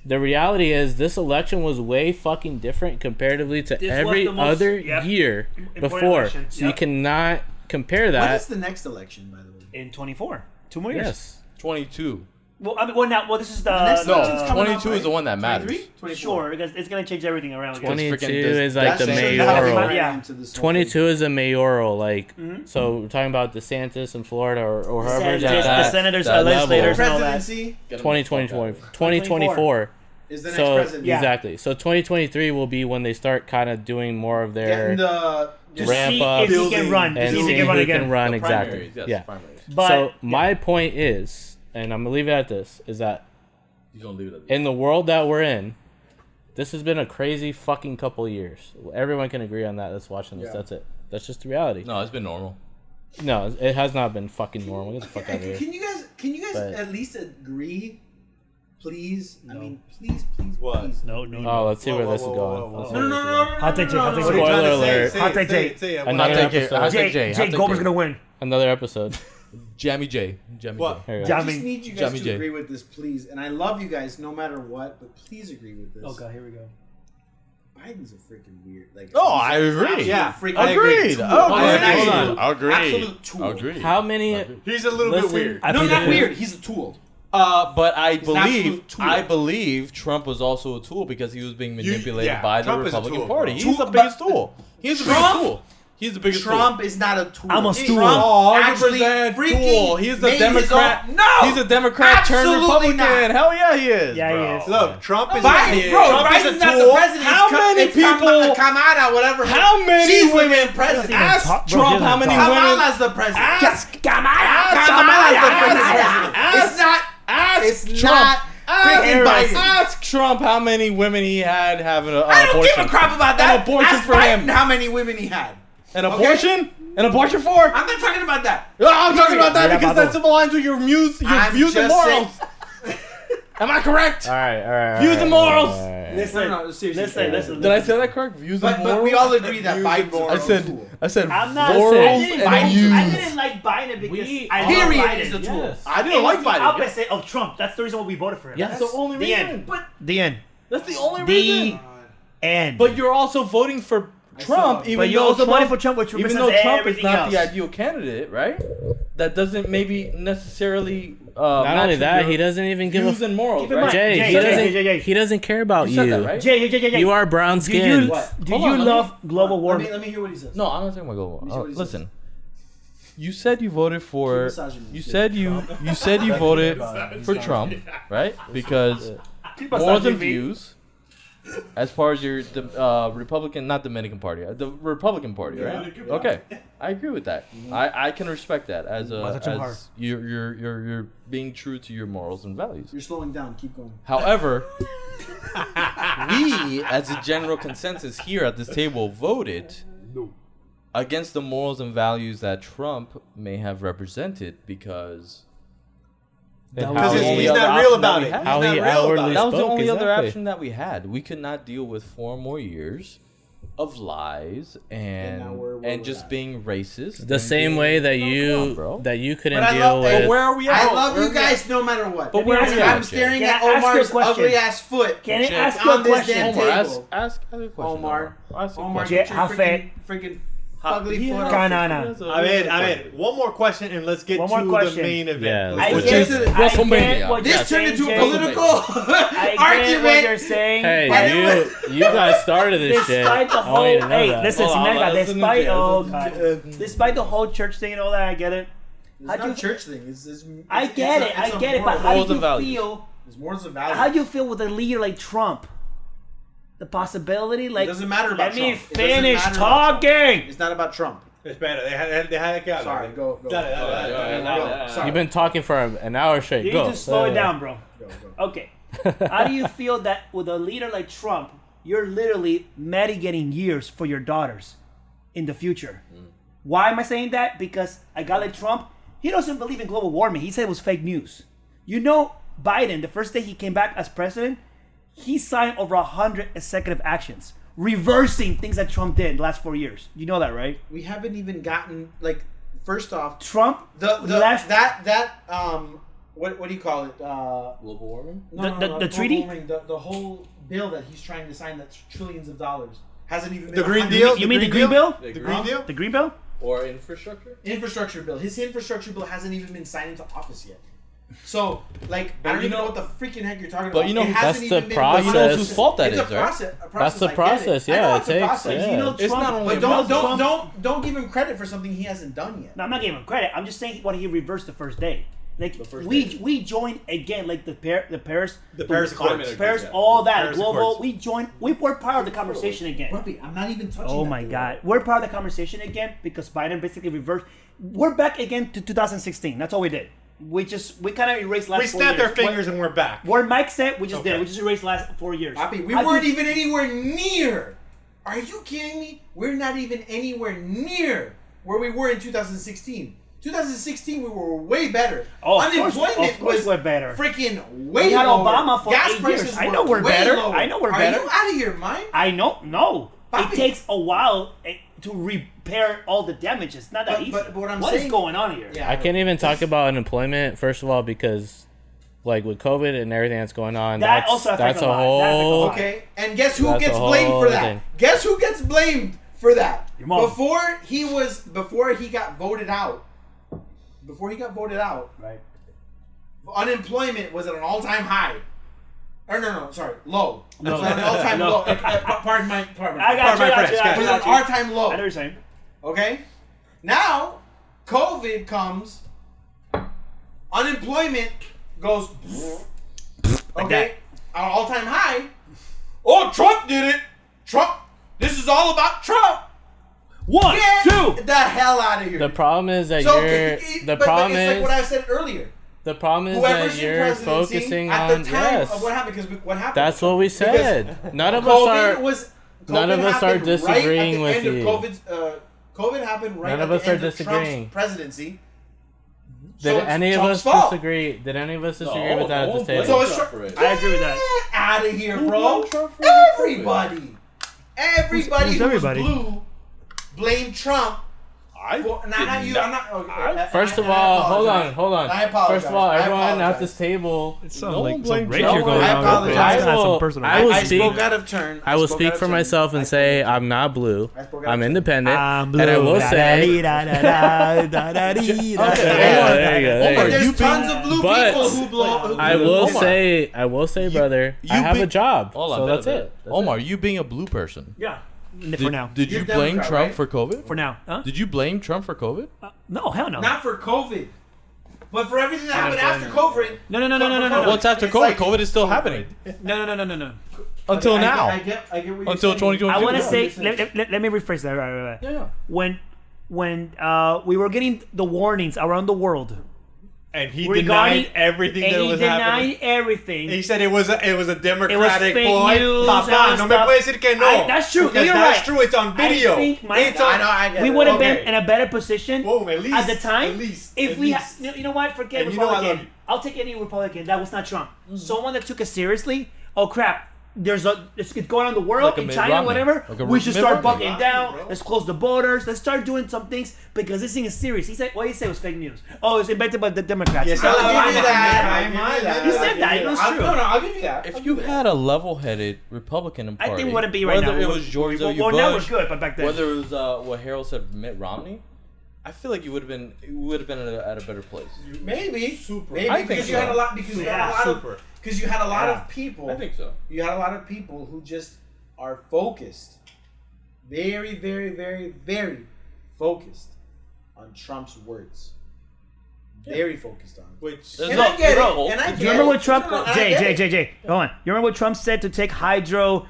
Speaker 1: the reality is this election was way fucking different comparatively to
Speaker 3: This was
Speaker 1: every
Speaker 3: the most-
Speaker 1: other
Speaker 3: yep,
Speaker 1: year
Speaker 3: important
Speaker 1: before.
Speaker 3: election,
Speaker 1: So you
Speaker 3: yep.
Speaker 1: cannot compare
Speaker 2: When
Speaker 1: that.
Speaker 2: is the next election, by the way?
Speaker 3: in 24. Two more years.
Speaker 1: yes.
Speaker 4: Twenty-two.
Speaker 3: Well, I mean, well, now, well, this is the,
Speaker 2: next
Speaker 3: the-
Speaker 2: election's coming up,
Speaker 4: 22 is the
Speaker 2: right?
Speaker 4: one that matters.
Speaker 2: 23? 24.
Speaker 3: Sure, because it's gonna change everything around. again.
Speaker 1: 22
Speaker 4: freaking Dis-
Speaker 1: is like
Speaker 2: That's
Speaker 1: the
Speaker 2: just
Speaker 3: Disney.
Speaker 1: mayoral.
Speaker 2: how they
Speaker 3: Yeah.
Speaker 2: ran into this whole
Speaker 1: 22 is a mayoral, like, so we're talking about DeSantis in Florida or, or whoever's
Speaker 3: Senators-
Speaker 1: at
Speaker 3: the
Speaker 1: that.
Speaker 3: senators,
Speaker 4: that
Speaker 3: uh,
Speaker 4: level.
Speaker 2: thing.
Speaker 3: legislators, and all that.
Speaker 2: Presidency
Speaker 1: 2024. 2024.
Speaker 2: is the next
Speaker 1: So,
Speaker 2: president.
Speaker 3: Yeah.
Speaker 1: exactly. So, 2023 will be when they start kind of doing more of their
Speaker 2: And uh,
Speaker 3: To
Speaker 1: Ramp
Speaker 3: see
Speaker 1: up
Speaker 3: if he can
Speaker 2: building
Speaker 3: run, to
Speaker 1: and
Speaker 3: see if
Speaker 1: see
Speaker 3: he
Speaker 1: who
Speaker 3: can run
Speaker 1: can
Speaker 3: again.
Speaker 1: run,
Speaker 4: The
Speaker 1: exactly.
Speaker 4: primaries, yes,
Speaker 1: yeah.
Speaker 4: primaries.
Speaker 3: But
Speaker 1: so, my point is, and I'm going to leave it at this, is that
Speaker 8: He's gonna leave it at that.
Speaker 1: in the world that we're in, this has been a crazy fucking couple of years. Everyone can agree on that. That's watching this.
Speaker 2: Yeah.
Speaker 1: That's it. That's just the reality. No.
Speaker 4: No, it's been normal.
Speaker 1: it has not been fucking normal. Get the fuck out of
Speaker 2: Can,
Speaker 1: here.
Speaker 2: can you guys? Can you guys
Speaker 1: But-
Speaker 2: at least agree? Please, I mean, please, please,
Speaker 5: What?
Speaker 2: please.
Speaker 3: No, no, no.
Speaker 1: Oh, let's see
Speaker 5: Whoa,
Speaker 1: where
Speaker 5: whoa,
Speaker 1: this is
Speaker 5: whoa,
Speaker 1: going.
Speaker 5: whoa, whoa,
Speaker 1: Let's
Speaker 5: whoa.
Speaker 1: see
Speaker 2: No, no,
Speaker 1: where this is
Speaker 2: no, no,
Speaker 1: going.
Speaker 2: no,
Speaker 3: Hot take, Jake, hot
Speaker 2: no, no,
Speaker 3: take,
Speaker 2: no.
Speaker 1: Jake. Spoiler alert.
Speaker 3: Hot take,
Speaker 5: say,
Speaker 3: Jake.
Speaker 5: it, say it.
Speaker 1: Another
Speaker 5: What?
Speaker 4: take it.
Speaker 1: episode.
Speaker 4: I'll take
Speaker 3: Jake,
Speaker 4: Jay, I'll
Speaker 3: Jake,
Speaker 4: take
Speaker 3: Goldberg's
Speaker 4: Jay.
Speaker 3: gonna win.
Speaker 1: Another episode.
Speaker 4: Jammy J. Jammy
Speaker 5: What?
Speaker 4: J.
Speaker 1: Here we go.
Speaker 2: I
Speaker 3: Jam-
Speaker 2: just
Speaker 3: Jamming.
Speaker 2: need you guys
Speaker 4: Jammy
Speaker 2: to
Speaker 4: J.
Speaker 2: agree with this, please. And I love you guys no matter what, but please agree with this.
Speaker 3: Okay, Oh, here we go.
Speaker 2: Biden's a freaking weird. Like,
Speaker 4: Oh,
Speaker 2: he's
Speaker 4: I
Speaker 2: an
Speaker 4: agree.
Speaker 2: absolute
Speaker 5: Yeah,
Speaker 2: freaking
Speaker 5: I agree.
Speaker 2: tool.
Speaker 4: Oh,
Speaker 5: I
Speaker 2: He's an
Speaker 5: agree.
Speaker 2: absolute-
Speaker 4: Hold on. Agreed.
Speaker 2: Absolute tool.
Speaker 4: Agreed.
Speaker 1: How many?
Speaker 5: He's a little
Speaker 1: Listen-
Speaker 5: bit weird.
Speaker 3: I
Speaker 2: No,
Speaker 3: plead the
Speaker 2: not
Speaker 3: fifth.
Speaker 2: weird. He's a tool.
Speaker 4: Uh, but I
Speaker 2: an
Speaker 4: believe
Speaker 2: absolute tool.
Speaker 4: I believe Trump was also a tool because he was being manipulated
Speaker 5: yeah,
Speaker 4: by the
Speaker 5: Trump is a
Speaker 4: Republican
Speaker 5: tool, bro.
Speaker 4: Party. He's
Speaker 2: Tool-
Speaker 4: the biggest
Speaker 2: but-
Speaker 4: tool. He's the biggest
Speaker 2: Trump-
Speaker 4: tool. He's the biggest
Speaker 2: Trump is not a tool.
Speaker 3: I'm a stool.
Speaker 2: Trump
Speaker 4: Oh, 100%
Speaker 2: actually freaking
Speaker 4: tool. He's
Speaker 2: made
Speaker 4: a
Speaker 2: his
Speaker 4: Democrat.
Speaker 2: own- No,
Speaker 4: He's a Democrat turned
Speaker 2: Absolutely
Speaker 4: Republican.
Speaker 2: not.
Speaker 4: Hell yeah, he is.
Speaker 3: Yeah,
Speaker 4: bro.
Speaker 3: he is.
Speaker 5: Look, Trump is
Speaker 2: Biden, bro,
Speaker 4: Trump
Speaker 2: Biden's
Speaker 4: is a
Speaker 2: not
Speaker 4: tool.
Speaker 2: the president.
Speaker 4: How
Speaker 2: It's Kam-
Speaker 4: many
Speaker 2: it's Kam-
Speaker 4: people-
Speaker 2: Kamala, whatever. her-
Speaker 4: How many
Speaker 2: She's the
Speaker 4: women-
Speaker 2: damn president.
Speaker 3: Doesn't even
Speaker 2: Ask
Speaker 3: talk- bro, he
Speaker 4: Trump how
Speaker 3: doesn't
Speaker 4: many
Speaker 3: talk.
Speaker 4: women.
Speaker 2: Kamala's the president.
Speaker 4: Ask
Speaker 3: Kamala,
Speaker 2: Kamala's the
Speaker 3: Kamala.
Speaker 2: president. It's not.
Speaker 4: Ask
Speaker 2: It's
Speaker 4: Trump.
Speaker 2: not. Freaking
Speaker 4: ask,
Speaker 2: Biden.
Speaker 4: Trump how many women he had having an
Speaker 2: I don't
Speaker 4: abortion.
Speaker 2: give a crap about
Speaker 4: An
Speaker 2: that.
Speaker 4: abortion
Speaker 2: Ask
Speaker 4: for
Speaker 2: Biden
Speaker 4: him.
Speaker 2: How many women he had?
Speaker 4: An abortion? An abortion for?
Speaker 2: I'm not talking about that.
Speaker 4: No, I'm talking about that
Speaker 3: Yeah,
Speaker 4: because
Speaker 3: Pablo.
Speaker 4: that symbolizes your muse, your
Speaker 2: I'm
Speaker 4: views
Speaker 2: just
Speaker 4: and morals. Am I correct?
Speaker 1: All right, all right. all
Speaker 4: Views
Speaker 1: right,
Speaker 4: and
Speaker 1: all right,
Speaker 4: morals.
Speaker 1: all right.
Speaker 3: Listen,
Speaker 2: No, no, seriously.
Speaker 3: listen, listen.
Speaker 4: Did I say that correct? Views
Speaker 2: But,
Speaker 4: and
Speaker 2: but
Speaker 4: morals.
Speaker 2: we all agree that Biden's
Speaker 4: I
Speaker 2: a
Speaker 4: said.
Speaker 2: tool.
Speaker 4: I said
Speaker 3: I'm not.
Speaker 4: morals
Speaker 3: I didn't,
Speaker 4: and
Speaker 3: like,
Speaker 4: views.
Speaker 3: I didn't like Biden because
Speaker 1: We
Speaker 3: I love
Speaker 2: Period
Speaker 3: Biden.
Speaker 2: is a tool.
Speaker 1: Yes.
Speaker 4: I
Speaker 3: It
Speaker 4: didn't
Speaker 3: was
Speaker 4: like
Speaker 3: the
Speaker 4: Biden.
Speaker 3: opposite of Trump. That's the reason why we voted for him.
Speaker 1: Yes.
Speaker 4: That's the only
Speaker 3: The
Speaker 4: reason.
Speaker 3: end. The end.
Speaker 4: That's the only
Speaker 3: The
Speaker 4: reason.
Speaker 3: end.
Speaker 4: But you're also voting for
Speaker 2: saw-
Speaker 4: Trump, even
Speaker 3: But you're
Speaker 4: though
Speaker 3: also
Speaker 4: Trump,
Speaker 3: voting for Trump, which
Speaker 4: even though
Speaker 3: represents
Speaker 4: Trump is
Speaker 3: everything
Speaker 4: not the
Speaker 3: else.
Speaker 4: ideal candidate, right? That doesn't maybe necessarily. Uh,
Speaker 1: Not
Speaker 4: match
Speaker 1: only
Speaker 4: with
Speaker 1: that,
Speaker 4: your
Speaker 1: he doesn't even give a
Speaker 4: views
Speaker 1: f-
Speaker 4: and morals,
Speaker 3: Keep in
Speaker 4: right?
Speaker 3: mind-
Speaker 1: Jay,
Speaker 3: Jay,
Speaker 1: he
Speaker 3: Jay,
Speaker 1: doesn't.
Speaker 3: Jay, Jay.
Speaker 1: He doesn't care about
Speaker 4: You
Speaker 1: you.
Speaker 4: said that, right?
Speaker 3: Jay, Jay, Jay, Jay.
Speaker 1: You are brown
Speaker 3: Do you,
Speaker 1: skinned.
Speaker 2: What?
Speaker 3: do
Speaker 4: Hold on,
Speaker 3: you
Speaker 4: let me-
Speaker 3: love global
Speaker 2: Let
Speaker 3: warming?
Speaker 2: me, let me hear what he says.
Speaker 4: No, I'm not talking about global.
Speaker 2: see
Speaker 4: Oh,
Speaker 2: what he
Speaker 4: listen. You said you voted for.
Speaker 2: Keep misogyny.
Speaker 4: You said you you said you voted for Trump, right? Because more than views, as far as your the uh, Republican, not Dominican Party, uh, the Republican Party, right? Okay, I agree with that. I, I can respect that as a
Speaker 3: Mother Trump hard.
Speaker 4: as you're you're you're you're being true to your morals and values.
Speaker 2: You're slowing down. Keep going.
Speaker 4: However, we, as a general consensus here at this table, voted against the morals and values that Trump may have represented because
Speaker 1: And
Speaker 4: was
Speaker 1: how
Speaker 5: Because
Speaker 4: the
Speaker 1: he-
Speaker 5: he's
Speaker 4: only
Speaker 5: not
Speaker 4: other
Speaker 5: real
Speaker 4: option that
Speaker 5: about
Speaker 4: we
Speaker 5: it.
Speaker 4: had.
Speaker 5: He's
Speaker 1: How
Speaker 5: not
Speaker 1: he
Speaker 5: real about
Speaker 1: outwardly-
Speaker 5: it.
Speaker 4: that was the
Speaker 1: spoke,
Speaker 4: only other
Speaker 1: exactly.
Speaker 4: option that we had. We could not deal with four more years of lies and
Speaker 2: now
Speaker 4: and,
Speaker 2: we're where we're
Speaker 4: just
Speaker 2: at.
Speaker 4: being racist.
Speaker 1: the
Speaker 4: and
Speaker 1: same
Speaker 4: being-
Speaker 1: way that
Speaker 4: come on,
Speaker 1: you
Speaker 4: bro.
Speaker 1: that you couldn't
Speaker 2: But I
Speaker 1: deal
Speaker 2: love that-
Speaker 1: with.
Speaker 4: But where are we at?
Speaker 2: I love
Speaker 4: Where
Speaker 2: you
Speaker 4: are we at?
Speaker 2: guys no matter what.
Speaker 4: But where are we
Speaker 3: Can I
Speaker 4: at?
Speaker 2: I'm
Speaker 4: Jay?
Speaker 2: staring
Speaker 3: Can I
Speaker 2: at
Speaker 3: ask you a
Speaker 2: Omar's
Speaker 3: question?
Speaker 2: ugly ass foot.
Speaker 3: Can I
Speaker 4: Jay,
Speaker 3: ask you
Speaker 2: on
Speaker 3: a
Speaker 2: this
Speaker 3: question?
Speaker 2: damn
Speaker 4: Omar, ask
Speaker 2: table.
Speaker 4: ask other question.
Speaker 2: Omar,
Speaker 4: ask a
Speaker 2: Omar,
Speaker 4: question.
Speaker 3: Jay,
Speaker 2: get your
Speaker 3: how
Speaker 2: freaking, freaking ugly
Speaker 4: Yeah.
Speaker 2: foot. off.
Speaker 3: Can I- Canana.
Speaker 5: I'm in. I'm in. One more question, and let's get
Speaker 3: One more
Speaker 5: to the
Speaker 3: question.
Speaker 5: main
Speaker 1: Yeah,
Speaker 5: event.
Speaker 1: let's
Speaker 5: Let's
Speaker 3: I
Speaker 5: go
Speaker 4: Which
Speaker 3: get-
Speaker 5: to-
Speaker 4: is
Speaker 3: I get
Speaker 4: WrestleMania.
Speaker 3: what
Speaker 4: This
Speaker 3: you're
Speaker 2: This
Speaker 3: saying,
Speaker 2: turned into a
Speaker 3: Jay.
Speaker 2: political
Speaker 3: I get what you're
Speaker 2: argument.
Speaker 3: saying.
Speaker 1: Hey,
Speaker 2: But it
Speaker 1: you you guys started this shit.
Speaker 3: Despite the
Speaker 1: I want you
Speaker 3: whole,
Speaker 1: to know
Speaker 3: hey,
Speaker 1: that.
Speaker 3: listen,
Speaker 2: Oh,
Speaker 4: Hold on,
Speaker 3: Sineka,
Speaker 4: listen to
Speaker 3: despite
Speaker 4: Jay.
Speaker 3: oh
Speaker 4: Listen to Jay.
Speaker 3: God, despite the whole church thing and all that, I get it.
Speaker 2: uh, It's
Speaker 3: How do
Speaker 2: not a
Speaker 3: you-
Speaker 2: church thing. It's, it's,
Speaker 3: I
Speaker 2: it's-
Speaker 3: get
Speaker 2: it's
Speaker 3: it.
Speaker 2: a-
Speaker 3: I
Speaker 2: it's a
Speaker 3: get it. But
Speaker 2: moral-
Speaker 3: how
Speaker 4: morals
Speaker 3: do
Speaker 4: and
Speaker 3: you
Speaker 4: values.
Speaker 3: feel?
Speaker 2: It's morals and values.
Speaker 3: How do you feel with a leader like Trump? The possibility, like,
Speaker 2: doesn't matter
Speaker 3: let
Speaker 2: about
Speaker 3: me
Speaker 2: Trump. It doesn't
Speaker 3: finish
Speaker 2: matter about Trump.
Speaker 3: talking.
Speaker 2: It's not about Trump.
Speaker 5: It's better. They had, they had it covered.
Speaker 2: Sorry, go, go.
Speaker 5: Done it, done it, done it, done it, done it.
Speaker 2: Go, sorry.
Speaker 1: You've been talking for an hour straight.
Speaker 3: You
Speaker 1: Go.
Speaker 3: need to slow it down, bro.
Speaker 2: Go, go.
Speaker 3: Okay. How do you feel that with a leader like Trump, you're literally mitigating years for your daughters in the future? Why am I saying that? Because a guy like Trump, he doesn't believe in global warming. He said it was fake news. You know, Biden, the first day he came back as president, he signed over 100 executive actions, reversing things that Trump did in the last four years. You know that, right?
Speaker 2: We haven't even gotten like. First off,
Speaker 3: Trump
Speaker 2: the, the
Speaker 3: left.
Speaker 2: that that um what what do you call it uh
Speaker 8: Global warming?
Speaker 2: no,
Speaker 3: The-
Speaker 2: no,
Speaker 3: the-
Speaker 2: no, no,
Speaker 3: the
Speaker 2: global
Speaker 3: treaty?
Speaker 2: warming, the, the whole bill that he's trying to sign that's trillions of dollars hasn't even been
Speaker 5: The Green
Speaker 2: a-
Speaker 5: Deal.
Speaker 3: you mean the Green Bill?
Speaker 5: The Green Deal.
Speaker 3: the Green Bill?
Speaker 8: Or infrastructure?
Speaker 2: infrastructure bill his infrastructure bill hasn't even been signed into office yet so like I don't
Speaker 4: you
Speaker 2: even know,
Speaker 4: know-
Speaker 2: what the freaking heck you're talking
Speaker 4: but
Speaker 2: about
Speaker 4: you know-
Speaker 2: It
Speaker 4: that's
Speaker 2: hasn't
Speaker 1: the
Speaker 2: even been
Speaker 1: process.
Speaker 2: done.
Speaker 1: But you know
Speaker 4: whose fault that
Speaker 2: it's a
Speaker 4: is, right?
Speaker 2: process, a process
Speaker 1: That's the
Speaker 2: I get it.
Speaker 1: process,
Speaker 2: I know
Speaker 1: yeah,
Speaker 2: it's
Speaker 1: it
Speaker 2: a
Speaker 1: takes-
Speaker 2: process
Speaker 1: yeah.
Speaker 2: you know
Speaker 1: It's
Speaker 2: Trump,
Speaker 4: not only
Speaker 2: but don't
Speaker 4: about
Speaker 2: don't
Speaker 3: Trump.
Speaker 2: don't don't give him credit for something he hasn't done yet
Speaker 3: No, I'm not giving him credit. I'm just saying he- what he reversed the first day. Like
Speaker 2: first
Speaker 3: we
Speaker 2: day.
Speaker 3: we joined again, like the Par- the Paris,
Speaker 5: The Paris Accords.
Speaker 3: Paris,
Speaker 5: Yeah.
Speaker 3: all that
Speaker 5: Paris
Speaker 3: global.
Speaker 5: Accords.
Speaker 3: We joined. We were part of the conversation again.
Speaker 2: Rumpy, I'm not even touching
Speaker 3: Oh
Speaker 2: that
Speaker 3: my
Speaker 2: bill.
Speaker 3: God, we're part of the conversation again because Biden basically reversed. We're back again to 2016. That's all we did.
Speaker 9: we just we kind of erased last.
Speaker 5: We
Speaker 9: four
Speaker 5: snapped our
Speaker 9: years.
Speaker 5: fingers and we're back.
Speaker 9: What, what Mike said, we just
Speaker 5: Okay.
Speaker 9: did. We just erased last four years.
Speaker 2: Papi, we
Speaker 9: I
Speaker 2: weren't
Speaker 9: think-
Speaker 2: even anywhere near. Are you kidding me? We're not even anywhere near where we were in 2016. 2016, we were way better.
Speaker 9: Oh, of course-
Speaker 2: Unemployment
Speaker 9: of course
Speaker 2: was
Speaker 9: we're better.
Speaker 2: freaking way
Speaker 9: We had
Speaker 2: lower.
Speaker 9: Obama for
Speaker 2: Gas
Speaker 9: eight
Speaker 2: prices
Speaker 9: years. I
Speaker 2: were
Speaker 9: know we're
Speaker 2: way
Speaker 9: better.
Speaker 2: lower.
Speaker 9: I know we're
Speaker 2: Are
Speaker 9: better.
Speaker 2: you out of your mind?
Speaker 9: I know. No,
Speaker 2: Papi.
Speaker 9: it takes a while eh, to repair all the damage. It's not that
Speaker 2: But-
Speaker 9: easy.
Speaker 2: but what I'm
Speaker 9: is
Speaker 2: saying-
Speaker 9: going on here?
Speaker 2: Yeah,
Speaker 1: I can't even talk about unemployment first of all because, like with COVID and everything that's going on,
Speaker 9: That
Speaker 1: that's
Speaker 9: also affects
Speaker 1: that's
Speaker 9: a
Speaker 1: a
Speaker 9: lot. That affects a
Speaker 1: whole.
Speaker 9: lot.
Speaker 2: Okay, and guess who
Speaker 1: That's
Speaker 2: gets
Speaker 1: a
Speaker 2: blamed for
Speaker 1: whole
Speaker 2: that?
Speaker 1: thing.
Speaker 2: Guess who gets blamed for that?
Speaker 9: Your mom.
Speaker 2: Before he was, before he got voted out, before he got voted out,
Speaker 9: Right.
Speaker 2: unemployment was at an all-time high. Or no, no, sorry, low. It was
Speaker 9: Low.
Speaker 2: at an all-time
Speaker 9: Low.
Speaker 2: low. Uh, uh, Pardon my, pardon my.
Speaker 9: I got you. I got
Speaker 5: friends,
Speaker 9: you. I
Speaker 5: guys.
Speaker 2: it was
Speaker 9: got
Speaker 2: at
Speaker 9: you.
Speaker 2: an all-time
Speaker 9: I know what
Speaker 2: low.
Speaker 9: you're saying.
Speaker 2: Okay, now COVID comes, unemployment goes. okay, at an all-time high. Oh, Trump did it. Trump. This is all about Trump.
Speaker 9: One,
Speaker 2: Get
Speaker 9: two.
Speaker 2: the hell out of here.
Speaker 1: The problem is that
Speaker 2: so,
Speaker 1: you're
Speaker 2: it- it-
Speaker 1: the
Speaker 2: but,
Speaker 1: problem
Speaker 2: but it's
Speaker 1: is
Speaker 2: like what I said earlier.
Speaker 1: the problem is
Speaker 2: Whoever's
Speaker 1: that
Speaker 2: in
Speaker 1: you're
Speaker 2: presidency
Speaker 1: focusing
Speaker 2: at
Speaker 1: on
Speaker 2: the time of
Speaker 1: yes.
Speaker 2: what happened because we- what happened.
Speaker 1: That's what we
Speaker 2: Because
Speaker 1: said. None of us
Speaker 2: COVID
Speaker 1: are
Speaker 2: was. COVID
Speaker 1: none of us are
Speaker 2: happened
Speaker 1: disagreeing
Speaker 2: right at
Speaker 1: with
Speaker 2: the end
Speaker 1: you.
Speaker 2: Of COVID's, uh, COVID happened right
Speaker 1: None
Speaker 2: at
Speaker 1: of
Speaker 2: the
Speaker 1: us are
Speaker 2: end of
Speaker 1: disagreeing.
Speaker 2: Trump's presidency.
Speaker 1: Did
Speaker 2: So it's
Speaker 1: any of
Speaker 2: Trump's
Speaker 1: us
Speaker 2: fault.
Speaker 1: disagree? Did any of us disagree
Speaker 4: No,
Speaker 1: with that
Speaker 4: no
Speaker 1: at this
Speaker 4: one blames
Speaker 1: table?
Speaker 2: So it's
Speaker 4: Trump
Speaker 2: Tru-
Speaker 4: for it.
Speaker 9: I agree with that.
Speaker 2: Get out of here, bro.
Speaker 4: blamed Trump for the
Speaker 2: Everybody, everybody,
Speaker 3: who's
Speaker 2: who was
Speaker 3: everybody?
Speaker 2: blue, blame Trump.
Speaker 4: I
Speaker 2: For, not, not you. I'm not. Okay,
Speaker 4: I-
Speaker 2: I-
Speaker 1: First
Speaker 2: I-
Speaker 1: of
Speaker 2: I
Speaker 1: all, hold on,
Speaker 2: apologize.
Speaker 1: hold on.
Speaker 2: I apologize.
Speaker 1: First of all,
Speaker 2: I
Speaker 1: everyone at
Speaker 2: apologize.
Speaker 1: this table,
Speaker 3: Some,
Speaker 4: No
Speaker 3: like,
Speaker 4: one
Speaker 3: some
Speaker 4: blames
Speaker 3: rage
Speaker 4: Trump.
Speaker 3: here going on.
Speaker 2: I
Speaker 3: real quick.
Speaker 2: apologize.
Speaker 3: It's not
Speaker 1: I will-
Speaker 3: some personal.
Speaker 1: I will
Speaker 2: I
Speaker 1: speak-
Speaker 2: spoke out of turn.
Speaker 1: I will
Speaker 2: spoke
Speaker 1: speak
Speaker 2: out of
Speaker 1: for
Speaker 2: turn.
Speaker 1: myself
Speaker 2: I
Speaker 1: and
Speaker 2: spoke
Speaker 1: say
Speaker 2: out of turn.
Speaker 1: I'm not blue.
Speaker 2: I spoke out
Speaker 1: I'm
Speaker 2: of turn.
Speaker 1: independent,
Speaker 3: I'm blue.
Speaker 1: and I will say. Yeah, there you go, there
Speaker 2: But
Speaker 1: you go.
Speaker 2: there's tons of blue
Speaker 1: But
Speaker 2: people who blow. Who
Speaker 1: I
Speaker 2: who
Speaker 1: will
Speaker 2: blow up.
Speaker 1: say, I will say, brother,
Speaker 6: you
Speaker 1: I have
Speaker 6: be-
Speaker 1: a job,
Speaker 6: Hold on,
Speaker 1: so
Speaker 6: bet-
Speaker 1: that's
Speaker 6: bet-
Speaker 1: it.
Speaker 6: bet. Omar, you being a blue person,
Speaker 3: Yeah.
Speaker 6: did,
Speaker 3: For now.
Speaker 6: did
Speaker 2: You're
Speaker 6: you blame
Speaker 2: Democrat,
Speaker 6: Trump
Speaker 2: right?
Speaker 6: for COVID?
Speaker 3: For now. Huh?
Speaker 6: Did you blame Trump for COVID?
Speaker 3: No, hell no.
Speaker 2: not for COVID, but for everything that happened after COVID.
Speaker 3: No, no, no, no, no, no, no.
Speaker 6: Well, it's after
Speaker 2: It's
Speaker 6: COVID.
Speaker 2: like-
Speaker 6: COVID is still happening
Speaker 3: No, no, no, no, no, no.
Speaker 6: until
Speaker 2: I get-
Speaker 6: now.
Speaker 2: I get, I get what you're
Speaker 6: until
Speaker 2: saying.
Speaker 6: 2022.
Speaker 3: I want to
Speaker 2: Yeah,
Speaker 3: say
Speaker 2: makes
Speaker 3: let,
Speaker 2: sense.
Speaker 3: let- let- let me rephrase that. Right, right, right.
Speaker 6: yeah.
Speaker 3: When when uh, we were getting the warnings around the world,
Speaker 5: And he
Speaker 3: Regarding-
Speaker 5: denied everything
Speaker 3: and
Speaker 5: that
Speaker 3: he
Speaker 5: was
Speaker 3: denied
Speaker 5: happening.
Speaker 3: everything.
Speaker 5: He said it was a, it was a democratic
Speaker 3: fake
Speaker 5: boy.
Speaker 3: news, all
Speaker 5: Papa,
Speaker 3: that
Speaker 5: no me
Speaker 3: stuff.
Speaker 5: puede decir que no.
Speaker 3: I- that's true.
Speaker 5: Because
Speaker 3: You're
Speaker 5: that's
Speaker 3: right.
Speaker 5: true. It's on
Speaker 3: I
Speaker 5: video.
Speaker 3: think my-
Speaker 5: it's on.
Speaker 2: I know, I get
Speaker 3: we
Speaker 2: it.
Speaker 3: would have
Speaker 2: Okay.
Speaker 3: been in a better position
Speaker 5: Whoa, at least-
Speaker 3: the time.
Speaker 5: at least-
Speaker 3: if
Speaker 5: at
Speaker 3: we, ha-
Speaker 5: least.
Speaker 3: you you know what, forget
Speaker 5: And you know I love
Speaker 3: Republican.
Speaker 5: you.
Speaker 3: I'll take any Republican. That was not Trump. Someone that took us seriously. Oh crap! There's a it's going on in the world
Speaker 6: Like a
Speaker 3: in
Speaker 6: Mitt
Speaker 3: China,
Speaker 6: Romney.
Speaker 3: whatever.
Speaker 6: Like a Ro-
Speaker 3: we should
Speaker 6: Mitt
Speaker 3: start
Speaker 6: Romney.
Speaker 3: bucking down. Let's close the borders. Let's start doing some things because this thing is serious. He said what he said was fake news. Oh, it's invented by the Democrats.
Speaker 5: Yes,
Speaker 3: Oh,
Speaker 5: I
Speaker 2: I'll
Speaker 5: love
Speaker 2: give you
Speaker 3: I'm-
Speaker 2: that.
Speaker 5: I'm-
Speaker 2: I'll give
Speaker 5: I'm-
Speaker 2: you
Speaker 5: You
Speaker 3: said that.
Speaker 2: I'll give
Speaker 3: It was
Speaker 2: I'll-
Speaker 3: true.
Speaker 2: No, no, I'll give you that. I'll
Speaker 6: If
Speaker 2: give
Speaker 6: you
Speaker 2: that.
Speaker 6: had a level-headed Republican
Speaker 3: I
Speaker 6: party,
Speaker 3: think what it'd be right
Speaker 6: whether
Speaker 3: now
Speaker 6: it
Speaker 3: would-
Speaker 6: was George
Speaker 3: well,
Speaker 6: W.
Speaker 3: well,
Speaker 6: Bush,
Speaker 3: now it's good, but back then-
Speaker 6: whether it was uh, what Harold said, Mitt Romney, I feel like you would have been would have been at a, at a better place.
Speaker 2: Maybe.
Speaker 5: Super.
Speaker 2: Maybe
Speaker 6: I think
Speaker 2: because you
Speaker 6: so.
Speaker 2: had a lot because you had a
Speaker 3: Yeah,
Speaker 2: lot
Speaker 5: super.
Speaker 2: of because you had a lot
Speaker 3: Yeah.
Speaker 2: of people.
Speaker 6: I think so.
Speaker 2: You had a lot of people who just are focused, very, very, very, very focused on Trump's words. Very focused on. it.
Speaker 5: Which
Speaker 6: There's
Speaker 2: And
Speaker 6: no-
Speaker 2: I get
Speaker 6: there's no-
Speaker 2: it. And I get
Speaker 3: You remember
Speaker 2: it.
Speaker 3: what Trump?
Speaker 2: No, no, I
Speaker 3: Jay,
Speaker 2: get
Speaker 3: Jay,
Speaker 2: it.
Speaker 3: Jay, Jay. Hold on. You remember what Trump said to take hydro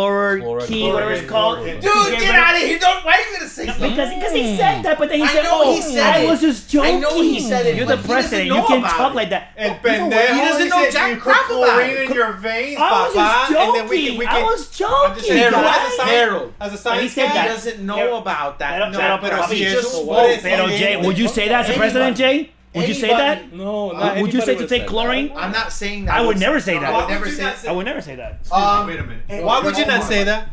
Speaker 3: chloroquine, whatever it's called? to
Speaker 5: Chloroquine.
Speaker 2: Dude, get
Speaker 3: rid of-
Speaker 2: out of here! Don't. Why are you gonna say something?
Speaker 3: Because because he said that, but then he
Speaker 2: I
Speaker 3: said,
Speaker 2: know
Speaker 3: "Oh,
Speaker 2: he said
Speaker 3: I
Speaker 2: it.
Speaker 3: was just
Speaker 2: I
Speaker 3: joking."
Speaker 2: know he said it,
Speaker 3: You're the
Speaker 2: but he doesn't
Speaker 3: president. You
Speaker 2: know
Speaker 3: can't
Speaker 2: about
Speaker 3: talk
Speaker 2: it.
Speaker 3: like that.
Speaker 5: El
Speaker 3: People were-
Speaker 5: pendejo.
Speaker 2: he doesn't
Speaker 5: he
Speaker 2: know
Speaker 5: said
Speaker 2: jack
Speaker 5: you put
Speaker 2: crap about
Speaker 5: chlorine
Speaker 2: it.
Speaker 5: in your veins,
Speaker 3: I was
Speaker 5: papa,
Speaker 3: just
Speaker 5: and then we can,
Speaker 3: joking.
Speaker 5: we
Speaker 3: I
Speaker 5: can.
Speaker 3: was
Speaker 5: I'm just
Speaker 3: joking.
Speaker 5: saying,
Speaker 2: Harold,
Speaker 3: guys.
Speaker 5: as a science,
Speaker 2: Harold.
Speaker 5: as a
Speaker 3: he
Speaker 5: science
Speaker 3: said
Speaker 2: He
Speaker 5: guy,
Speaker 3: that.
Speaker 2: doesn't know
Speaker 3: Harold-
Speaker 2: about that.
Speaker 3: Harold-
Speaker 2: no,
Speaker 3: Harold,
Speaker 2: pero
Speaker 3: Harold,
Speaker 2: si
Speaker 5: Harold,
Speaker 2: eso
Speaker 5: Harold,
Speaker 2: es-
Speaker 3: Pero Jay, would you say that as a
Speaker 2: Anybody.
Speaker 3: president, Jay? Would you say that?
Speaker 2: Anybody.
Speaker 6: No, not
Speaker 3: Would
Speaker 6: anybody
Speaker 3: you say to
Speaker 6: would've
Speaker 3: take
Speaker 6: said
Speaker 3: chlorine?
Speaker 2: I'm not saying that.
Speaker 3: I would never say
Speaker 2: I would
Speaker 3: that.
Speaker 2: never say that.
Speaker 3: I would never say that.
Speaker 2: Um,
Speaker 5: Wait a minute.
Speaker 2: and-
Speaker 5: Why would you
Speaker 2: Omar.
Speaker 5: not say that?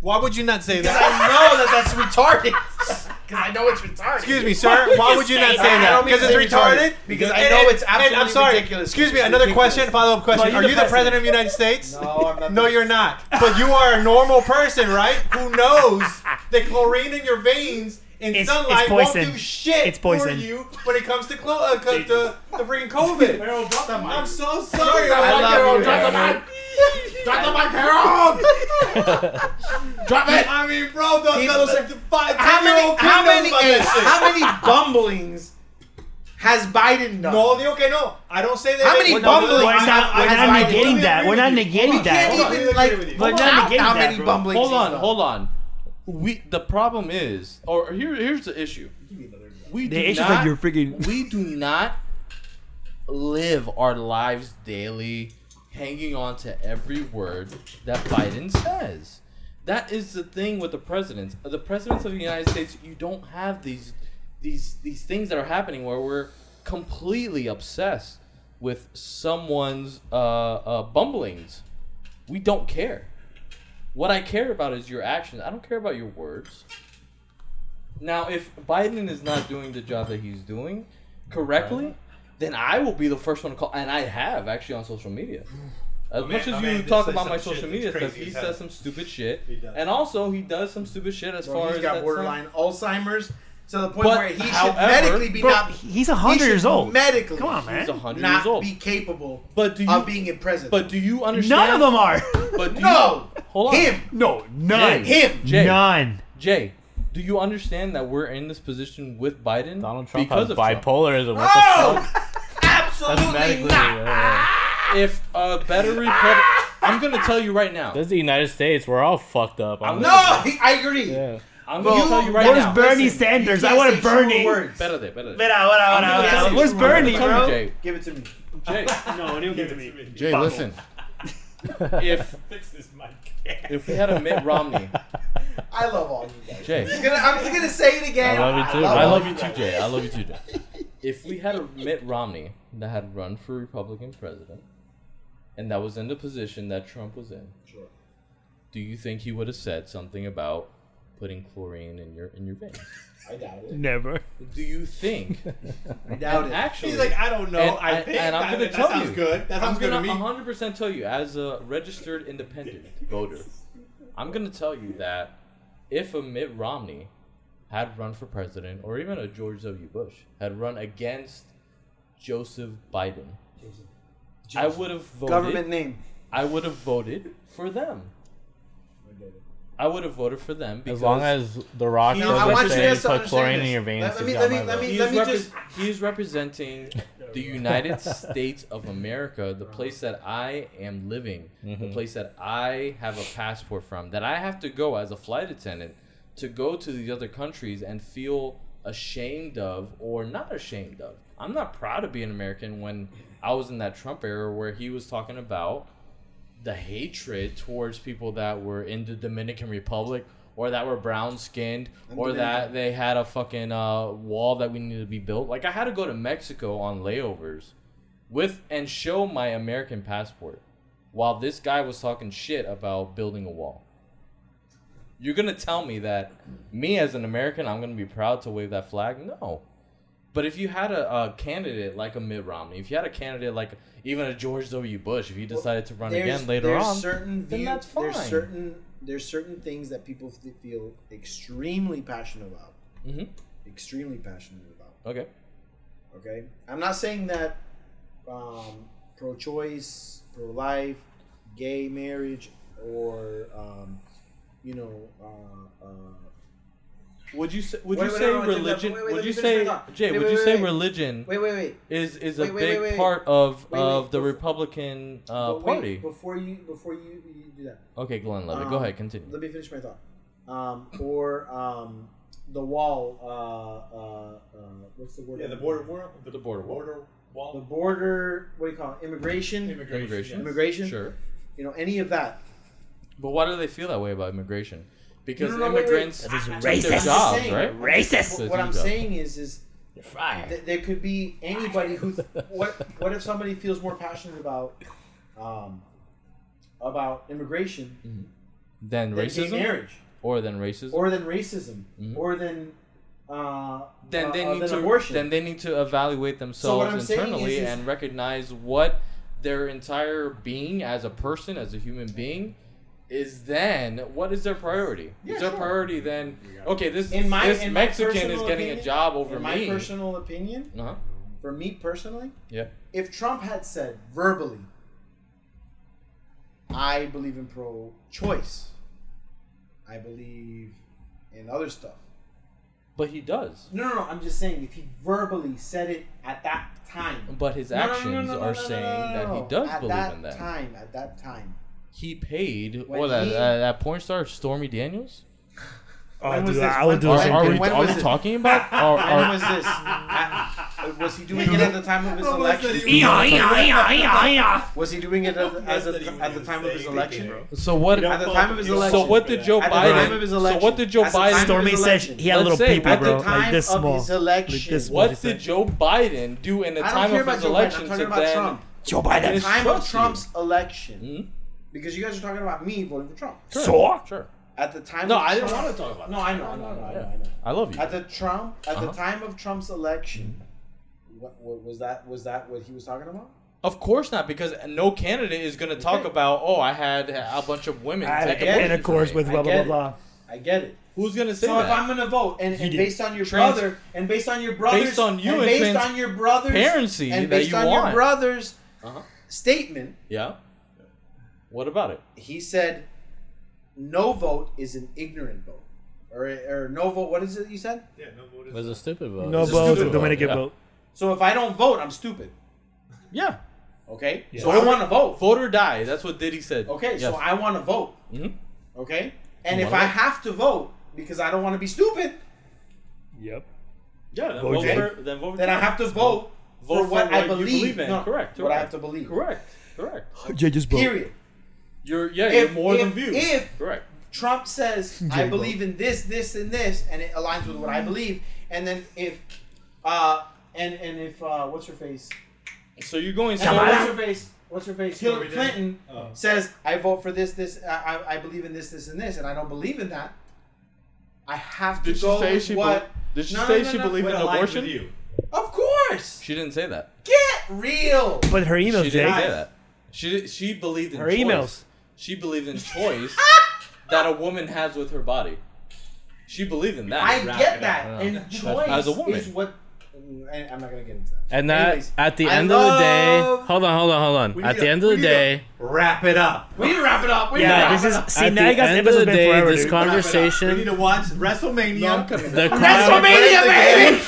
Speaker 5: Why would you not say
Speaker 2: I
Speaker 5: that?
Speaker 2: know that that's retarded. Because I know it's retarded.
Speaker 5: Excuse me, sir.
Speaker 3: would
Speaker 5: Why
Speaker 3: you
Speaker 5: would you
Speaker 3: say
Speaker 5: not say
Speaker 3: that?
Speaker 2: I
Speaker 5: that?
Speaker 2: don't mean
Speaker 5: Because
Speaker 2: to
Speaker 5: it's
Speaker 2: say retarded.
Speaker 5: retarded.
Speaker 2: Because I
Speaker 5: And-
Speaker 2: know
Speaker 5: and-
Speaker 2: it's
Speaker 5: and I'm
Speaker 2: absolutely
Speaker 5: sorry.
Speaker 2: ridiculous.
Speaker 5: Excuse me.
Speaker 2: It's
Speaker 5: Another
Speaker 2: ridiculous.
Speaker 5: question. Follow up question.
Speaker 3: you're
Speaker 5: Are
Speaker 3: the
Speaker 5: you the
Speaker 3: president.
Speaker 5: president of the United States?
Speaker 2: No, I'm not.
Speaker 5: No, you're not. But you are a normal person, right? Who knows that chlorine in your veins in
Speaker 3: It's-
Speaker 5: sunlight
Speaker 3: it's
Speaker 5: won't
Speaker 3: poison.
Speaker 5: do shit
Speaker 3: It's poison.
Speaker 5: for you when it comes to clo- uh, comes to the freaking COVID. I'm so sorry. I
Speaker 2: love you, Harold.
Speaker 5: Drop the mic, Harold. Drop it. I mean, bro, the,
Speaker 2: People
Speaker 5: the,
Speaker 2: say-
Speaker 5: the five,
Speaker 2: How many?
Speaker 5: ten-year-old
Speaker 2: How
Speaker 5: kid knows
Speaker 2: many?
Speaker 5: about
Speaker 2: eh,
Speaker 5: that shit.
Speaker 2: How many bumblings has Biden done?
Speaker 5: No, digo que no. I don't say that.
Speaker 2: How many
Speaker 5: Well, no,
Speaker 2: bumblings?
Speaker 3: We're not, we're
Speaker 2: has
Speaker 3: not
Speaker 2: Biden
Speaker 5: getting
Speaker 2: done?
Speaker 3: negating that. We're not
Speaker 2: We
Speaker 3: negating that.
Speaker 2: can't
Speaker 5: Hold on.
Speaker 2: even like.
Speaker 5: We're
Speaker 2: pull
Speaker 3: not
Speaker 2: out
Speaker 3: negating
Speaker 2: how
Speaker 3: that,
Speaker 2: many
Speaker 3: bro.
Speaker 2: bumblings?
Speaker 6: Hold on, hold on. We the problem is, or here here's the issue. We do
Speaker 3: The issue is
Speaker 6: not,
Speaker 3: that you're freaking.
Speaker 6: we do not
Speaker 4: live our lives daily hanging on to every word that Biden says. That is the thing with the presidents. The presidents of the United States, you don't have these these these things that are happening where we're completely obsessed with someone's uh, uh, bumblings. We don't care. What I care about is your actions. I don't care about your words. Now, if Biden is not doing the job that he's doing correctly, then I will be the first one to call, and I have actually on social media. As
Speaker 5: My
Speaker 4: much
Speaker 5: man-
Speaker 4: as
Speaker 5: my
Speaker 4: you
Speaker 5: man did
Speaker 4: talk
Speaker 5: say
Speaker 4: about my
Speaker 5: some shit
Speaker 4: social
Speaker 5: that's
Speaker 4: media stuff,
Speaker 5: crazy
Speaker 4: he
Speaker 5: as
Speaker 4: says
Speaker 5: hell.
Speaker 4: some stupid shit,
Speaker 5: He does.
Speaker 4: and also he does some stupid shit as
Speaker 2: Bro,
Speaker 4: far
Speaker 2: he's
Speaker 4: as
Speaker 2: got
Speaker 4: that's
Speaker 2: borderline
Speaker 4: not-
Speaker 2: Alzheimer's to the point
Speaker 4: But,
Speaker 2: where he
Speaker 4: however-
Speaker 2: should medically be
Speaker 3: Bro,
Speaker 2: not.
Speaker 3: he's 100
Speaker 2: he should
Speaker 3: years old.
Speaker 2: Medically,
Speaker 3: Come on, man.
Speaker 4: He's hundred
Speaker 2: not
Speaker 4: years old.
Speaker 2: be capable
Speaker 4: But do you-
Speaker 2: of being a president.
Speaker 4: but do you
Speaker 3: None of
Speaker 4: understand?
Speaker 3: them are.
Speaker 4: But do
Speaker 2: no,
Speaker 4: You, hold on.
Speaker 2: him,
Speaker 3: No, none.
Speaker 2: him.
Speaker 4: Jay,
Speaker 3: None.
Speaker 4: Jay, do you understand that we're in this position with Biden
Speaker 1: Donald Trump
Speaker 4: because
Speaker 1: has
Speaker 4: of
Speaker 1: bipolarism. What the
Speaker 2: Oh,
Speaker 1: fuck? That's
Speaker 2: absolutely
Speaker 1: medically.
Speaker 2: not.
Speaker 1: uh,
Speaker 4: Trump? If a better Republic, I'm gonna tell you right now.
Speaker 1: this is the United States. We're all fucked up. I'm
Speaker 2: No, I agree.
Speaker 1: Yeah.
Speaker 4: I'm gonna
Speaker 2: You-
Speaker 4: tell you right
Speaker 3: Where's
Speaker 4: now.
Speaker 3: Bernie
Speaker 2: Listen,
Speaker 3: Sanders?
Speaker 2: you
Speaker 3: I
Speaker 2: can't
Speaker 3: want
Speaker 2: say
Speaker 3: Bernie.
Speaker 2: true words.
Speaker 4: Better day, better day.
Speaker 3: Wait, out, wait, out,
Speaker 2: I'm
Speaker 3: wait,
Speaker 2: gonna
Speaker 3: out.
Speaker 2: say
Speaker 3: Where's
Speaker 2: true words.
Speaker 3: Bernie,
Speaker 4: I'm telling you,
Speaker 3: bro?
Speaker 4: Jay.
Speaker 2: Give it to me.
Speaker 4: Jay,
Speaker 3: No, he'll give it to me.
Speaker 4: Jay, listen. if
Speaker 5: Fix this mic.
Speaker 4: if we had a Mitt Romney,
Speaker 2: I love all you guys.
Speaker 4: Jay,
Speaker 2: Gonna- I'm just gonna say it again.
Speaker 1: I love you too.
Speaker 4: I
Speaker 1: bro.
Speaker 4: love you too, Jay. I love you too, Jay. If we had a Mitt Romney that had run for Republican president, and that was in the position that Trump was in, do you think he would have said something about putting chlorine in your in your veins?
Speaker 2: I doubt it.
Speaker 3: Never.
Speaker 4: Do you think?
Speaker 2: I doubt it.
Speaker 4: Actually,
Speaker 5: He's like, I don't know.
Speaker 4: And
Speaker 5: I
Speaker 4: I-
Speaker 5: think
Speaker 4: and I'm
Speaker 5: that-
Speaker 4: gonna
Speaker 5: that
Speaker 4: tell
Speaker 5: sounds
Speaker 4: you.
Speaker 5: good. That sounds
Speaker 4: I'm
Speaker 5: good to
Speaker 4: gonna
Speaker 5: me.
Speaker 4: 100% tell you, as a registered independent voter, I'm gonna tell you that if a Mitt Romney had run for president, or even a George W. Bush had run against Joseph Biden, I would have voted.
Speaker 2: Government name.
Speaker 4: I would have voted for them. I would have voted for them because
Speaker 1: As long as The Rock
Speaker 4: No,
Speaker 1: doesn't
Speaker 4: I want you
Speaker 1: say
Speaker 2: guys to
Speaker 1: put
Speaker 2: understand
Speaker 1: chlorine
Speaker 2: this.
Speaker 1: in your veins,
Speaker 2: Let- let
Speaker 1: he's
Speaker 2: me-
Speaker 1: got
Speaker 2: let me-
Speaker 1: my
Speaker 2: let
Speaker 1: vote.
Speaker 2: me-
Speaker 4: He's,
Speaker 2: just-
Speaker 4: repres- he's representing the United States of America, the place that I am living, the place that I have a passport from, that I have to go as a flight attendant to go to these other countries and feel ashamed of or not ashamed of. I'm not proud of being American when I was in that Trump era where he was talking about the hatred towards people that were in the Dominican Republic or that were brown skinned or that they had a fucking uh, wall that we needed to be built. Like I had to go to Mexico on layovers with and show my American passport while this guy was talking shit about building a wall. You're gonna tell me that me as an American, I'm gonna be proud to wave that flag? No. But if you had a, a candidate like a Mitt Romney, if you had a candidate like even a George W. Bush, if you decided to run
Speaker 2: There's-
Speaker 4: again later
Speaker 2: there's
Speaker 4: on,
Speaker 2: certain
Speaker 4: then
Speaker 2: view-
Speaker 4: that's
Speaker 2: There's
Speaker 4: fine.
Speaker 2: certain there's certain things that people f- feel extremely passionate about.
Speaker 4: Mhm.
Speaker 2: Extremely passionate about.
Speaker 4: okay,
Speaker 2: Okay, I'm not saying that um, pro-choice, pro-life, gay marriage, or um, you know, uh, uh,
Speaker 4: would you say, would
Speaker 2: Wait,
Speaker 4: you
Speaker 2: wait,
Speaker 4: say
Speaker 2: wait, wait,
Speaker 4: religion?
Speaker 2: wait, wait, let
Speaker 4: would you
Speaker 2: me finish my
Speaker 4: say
Speaker 2: thought.
Speaker 4: Jay?
Speaker 2: Wait,
Speaker 4: would
Speaker 2: wait,
Speaker 4: you
Speaker 2: wait,
Speaker 4: say
Speaker 2: wait.
Speaker 4: religion
Speaker 2: wait, wait, wait.
Speaker 4: is is
Speaker 2: Wait,
Speaker 4: a
Speaker 2: wait,
Speaker 4: big
Speaker 2: wait, wait.
Speaker 4: part of
Speaker 2: Wait, wait,
Speaker 4: of the
Speaker 2: befo-
Speaker 4: Republican uh,
Speaker 2: But wait,
Speaker 4: party?
Speaker 2: Before you, before you, you do that,
Speaker 4: Okay, Glenn Levy,
Speaker 2: Um,
Speaker 4: go ahead, continue.
Speaker 2: Let me finish my thought. Um, or um, the wall. Uh, uh, uh, what's the word?
Speaker 5: Yeah, the border, border the
Speaker 4: border wall.
Speaker 5: border
Speaker 2: The
Speaker 5: wall,
Speaker 2: border. What do you call it? Immigration.
Speaker 5: immigration,
Speaker 4: Immigration.
Speaker 5: yes.
Speaker 2: Immigration.
Speaker 4: Sure,
Speaker 2: You know any of that?
Speaker 4: but why do they feel that way about immigration? Because
Speaker 2: No, no, no, wait, wait.
Speaker 4: immigrants
Speaker 2: I'm
Speaker 4: take their
Speaker 2: just
Speaker 4: jobs,
Speaker 2: saying.
Speaker 4: right?
Speaker 2: Wh-
Speaker 10: Racist.
Speaker 4: Their
Speaker 2: What I'm
Speaker 4: jobs.
Speaker 2: saying is, is th- there could be anybody who. What What if somebody feels more passionate about, um, about immigration
Speaker 4: Then
Speaker 2: than gay
Speaker 4: racism,
Speaker 2: marriage,
Speaker 4: or then racism,
Speaker 2: or than racism,
Speaker 4: Mhm.
Speaker 2: or than. Uh,
Speaker 4: then
Speaker 2: uh,
Speaker 4: they
Speaker 2: uh,
Speaker 4: need
Speaker 2: than
Speaker 4: to
Speaker 2: abortion.
Speaker 4: then they need to evaluate
Speaker 2: I'm
Speaker 4: themselves
Speaker 2: saying
Speaker 4: internally
Speaker 2: is- is-
Speaker 4: and recognize what their entire being as a person as a human being is then what is their priority
Speaker 2: Yeah,
Speaker 4: is their
Speaker 2: sure.
Speaker 4: priority then okay this
Speaker 2: In my-
Speaker 4: this
Speaker 2: in my
Speaker 4: mexican is
Speaker 2: personal
Speaker 4: getting a
Speaker 2: opinion-
Speaker 4: job over
Speaker 2: in my
Speaker 4: me
Speaker 2: personal opinion,
Speaker 4: uh-huh.
Speaker 2: for me personally,
Speaker 4: yeah
Speaker 2: if Trump had said verbally, I believe in pro choice, I believe in other stuff.
Speaker 4: but he does
Speaker 2: No, no, no, I'm just saying if he verbally said it at that time.
Speaker 4: but his
Speaker 2: No, no, no, no,
Speaker 4: actions
Speaker 2: no, no,
Speaker 4: are
Speaker 2: no, no,
Speaker 4: saying
Speaker 2: no, no,
Speaker 4: that
Speaker 2: no.
Speaker 4: he does
Speaker 2: at
Speaker 4: believe
Speaker 2: that
Speaker 4: in that
Speaker 2: time, at that time.
Speaker 4: he paid
Speaker 2: When
Speaker 4: what that,
Speaker 2: he-
Speaker 4: that, that porn star stormy daniels
Speaker 3: Oh,
Speaker 2: When was
Speaker 3: dude,
Speaker 2: this?
Speaker 3: I would
Speaker 2: When-
Speaker 3: do
Speaker 4: are,
Speaker 3: the
Speaker 2: when-
Speaker 3: same
Speaker 4: are
Speaker 3: thing.
Speaker 4: we,
Speaker 2: when
Speaker 4: are
Speaker 2: was
Speaker 4: we
Speaker 2: it?
Speaker 4: talking about are,
Speaker 2: When
Speaker 4: are,
Speaker 2: was this? I- Was he doing it at the time of his
Speaker 5: Nobody said
Speaker 2: election?
Speaker 5: he was-
Speaker 2: Was he doing it at, as a, at the time of his
Speaker 5: Say
Speaker 2: election?
Speaker 5: anything,
Speaker 4: So what?
Speaker 2: At the time of his election.
Speaker 4: So what did Joe
Speaker 2: At the time
Speaker 4: Biden?
Speaker 2: of his
Speaker 4: So
Speaker 2: election.
Speaker 4: what did Joe
Speaker 2: At the time of
Speaker 4: Biden?
Speaker 2: his
Speaker 3: Stormy said
Speaker 2: election.
Speaker 3: he had
Speaker 4: Let's
Speaker 3: little
Speaker 4: say,
Speaker 3: people,
Speaker 2: At the
Speaker 3: bro,
Speaker 2: time
Speaker 3: like this
Speaker 2: of
Speaker 3: small.
Speaker 2: his election.
Speaker 3: this small.
Speaker 4: What did Joe Biden do in the
Speaker 2: I don't
Speaker 4: time
Speaker 2: care
Speaker 4: of
Speaker 2: about
Speaker 4: his
Speaker 2: Joe Biden. I'm
Speaker 4: election to
Speaker 2: talking about
Speaker 4: then? Hmm?
Speaker 2: Trump.
Speaker 3: Joe
Speaker 2: At the
Speaker 3: Biden.
Speaker 2: time of
Speaker 4: Trump's
Speaker 2: Trump's election. Because you guys are talking about me voting for Trump.
Speaker 3: So?
Speaker 4: Sure.
Speaker 2: At the time.
Speaker 4: No,
Speaker 2: of
Speaker 4: I didn't
Speaker 2: Trump-
Speaker 4: want to talk about. Uh-huh.
Speaker 2: No,
Speaker 4: that.
Speaker 2: I know, I know, I know, I know, I know.
Speaker 4: I love you.
Speaker 2: At the Trump, at the time of Trump's election,
Speaker 4: Hmm.
Speaker 2: what, what was that? Was that what he was talking about?
Speaker 4: Of course not, because no candidate is going to talk
Speaker 2: Okay.
Speaker 4: about. Oh, I had a bunch of women.
Speaker 2: get
Speaker 4: take
Speaker 2: it.
Speaker 4: abortions
Speaker 3: And of course,
Speaker 4: from me."
Speaker 3: with blah,
Speaker 2: I
Speaker 3: blah,
Speaker 2: get
Speaker 3: blah, blah.
Speaker 2: I get it.
Speaker 4: who's going to say
Speaker 2: So if
Speaker 4: that?
Speaker 2: I'm gonna vote, and, and
Speaker 3: did.
Speaker 2: based on your
Speaker 4: Trans-
Speaker 2: brother, and based on your brothers,
Speaker 4: Based on you
Speaker 2: and
Speaker 4: and
Speaker 2: based
Speaker 4: trans-
Speaker 2: on your brother's
Speaker 4: parency
Speaker 2: and
Speaker 4: that
Speaker 2: based
Speaker 4: you
Speaker 2: on your
Speaker 4: want.
Speaker 2: brother's
Speaker 4: Uh-huh.
Speaker 2: statement,
Speaker 4: yeah. What about it?
Speaker 2: he said, "No vote is an ignorant vote, or or no vote. What is it you said?
Speaker 5: Yeah, no vote is-
Speaker 1: was a stupid vote.
Speaker 3: No
Speaker 1: It's a
Speaker 3: vote,
Speaker 1: stupid
Speaker 3: the Dominican
Speaker 4: yeah.
Speaker 3: vote.
Speaker 2: So if I don't vote, I'm stupid.
Speaker 4: Yeah.
Speaker 2: Okay, so I want to vote.
Speaker 4: Vote or die. That's what Diddy said.
Speaker 2: Okay,
Speaker 4: Yes.
Speaker 2: so I want to vote.
Speaker 4: Mhm.
Speaker 2: Okay, and
Speaker 4: You
Speaker 2: if
Speaker 4: wanna
Speaker 2: I
Speaker 4: vote.
Speaker 2: have to vote because I don't want to be stupid,
Speaker 3: Yep.
Speaker 4: yeah. Then
Speaker 3: Vote
Speaker 4: vote,
Speaker 3: Jay.
Speaker 4: for, then vote for
Speaker 2: then I
Speaker 4: Trump.
Speaker 2: have to vote,
Speaker 4: Vote
Speaker 2: for, what, I
Speaker 4: you
Speaker 2: believe.
Speaker 4: in.
Speaker 2: No,
Speaker 4: correct.
Speaker 2: What I
Speaker 4: correct.
Speaker 2: have to believe.
Speaker 4: Correct. Correct.
Speaker 3: Jay just broke.
Speaker 2: Period.
Speaker 4: You're yeah.
Speaker 2: If-
Speaker 4: you're more
Speaker 2: if-
Speaker 4: than views.
Speaker 2: if-
Speaker 4: correct.
Speaker 2: Trump says I
Speaker 3: Jay
Speaker 2: believe in this, this, and this, and it aligns with what I believe. And then if, uh, and and if uh, what's her face?
Speaker 4: So you're going.
Speaker 2: And what's
Speaker 4: So
Speaker 2: her face? What's her face? Hillary Clinton
Speaker 5: Oh.
Speaker 2: says I vote for this, this. I, I, I believe in this, this, and this, and I don't believe in that. I have to
Speaker 4: Did she
Speaker 2: go
Speaker 4: say
Speaker 2: with
Speaker 4: she
Speaker 2: what?
Speaker 4: be- did she
Speaker 2: No,
Speaker 4: say
Speaker 2: no, no,
Speaker 4: she
Speaker 2: no.
Speaker 4: believed
Speaker 2: What
Speaker 4: in
Speaker 2: aligns
Speaker 4: abortion?
Speaker 2: with you? Of course.
Speaker 4: She didn't say that.
Speaker 2: Get real.
Speaker 3: But her emails,
Speaker 4: She didn't say
Speaker 3: Jay.
Speaker 4: that. She she believed in
Speaker 3: Her
Speaker 4: choice.
Speaker 3: emails.
Speaker 4: She believed in choice that a woman has with her body. She believed in that.
Speaker 2: I
Speaker 5: wrap
Speaker 2: get
Speaker 5: it
Speaker 2: that.
Speaker 5: up.
Speaker 2: And choice
Speaker 4: As a woman.
Speaker 2: is what. I- I'm not gonna get into that.
Speaker 1: And that
Speaker 2: Anyways,
Speaker 1: at the
Speaker 2: I
Speaker 1: end of the day,
Speaker 2: love-
Speaker 1: hold on, hold on, hold on.
Speaker 5: We
Speaker 1: at
Speaker 5: need
Speaker 1: the
Speaker 5: a-
Speaker 1: end of
Speaker 5: we
Speaker 1: the
Speaker 5: need a
Speaker 1: day,
Speaker 5: Wrap it up.
Speaker 2: we need to wrap it up. We need to
Speaker 3: Yeah,
Speaker 2: wrap
Speaker 3: this
Speaker 2: it
Speaker 3: is.
Speaker 2: up.
Speaker 3: See,
Speaker 1: at
Speaker 3: now
Speaker 1: the
Speaker 3: you guys'
Speaker 1: end of
Speaker 3: episode's
Speaker 1: the
Speaker 3: been
Speaker 1: day,
Speaker 3: forever.
Speaker 1: this
Speaker 3: dude.
Speaker 5: Wrap it up. We need
Speaker 1: conversation,
Speaker 5: to watch WrestleMania.
Speaker 1: the con-
Speaker 2: WrestleMania, baby.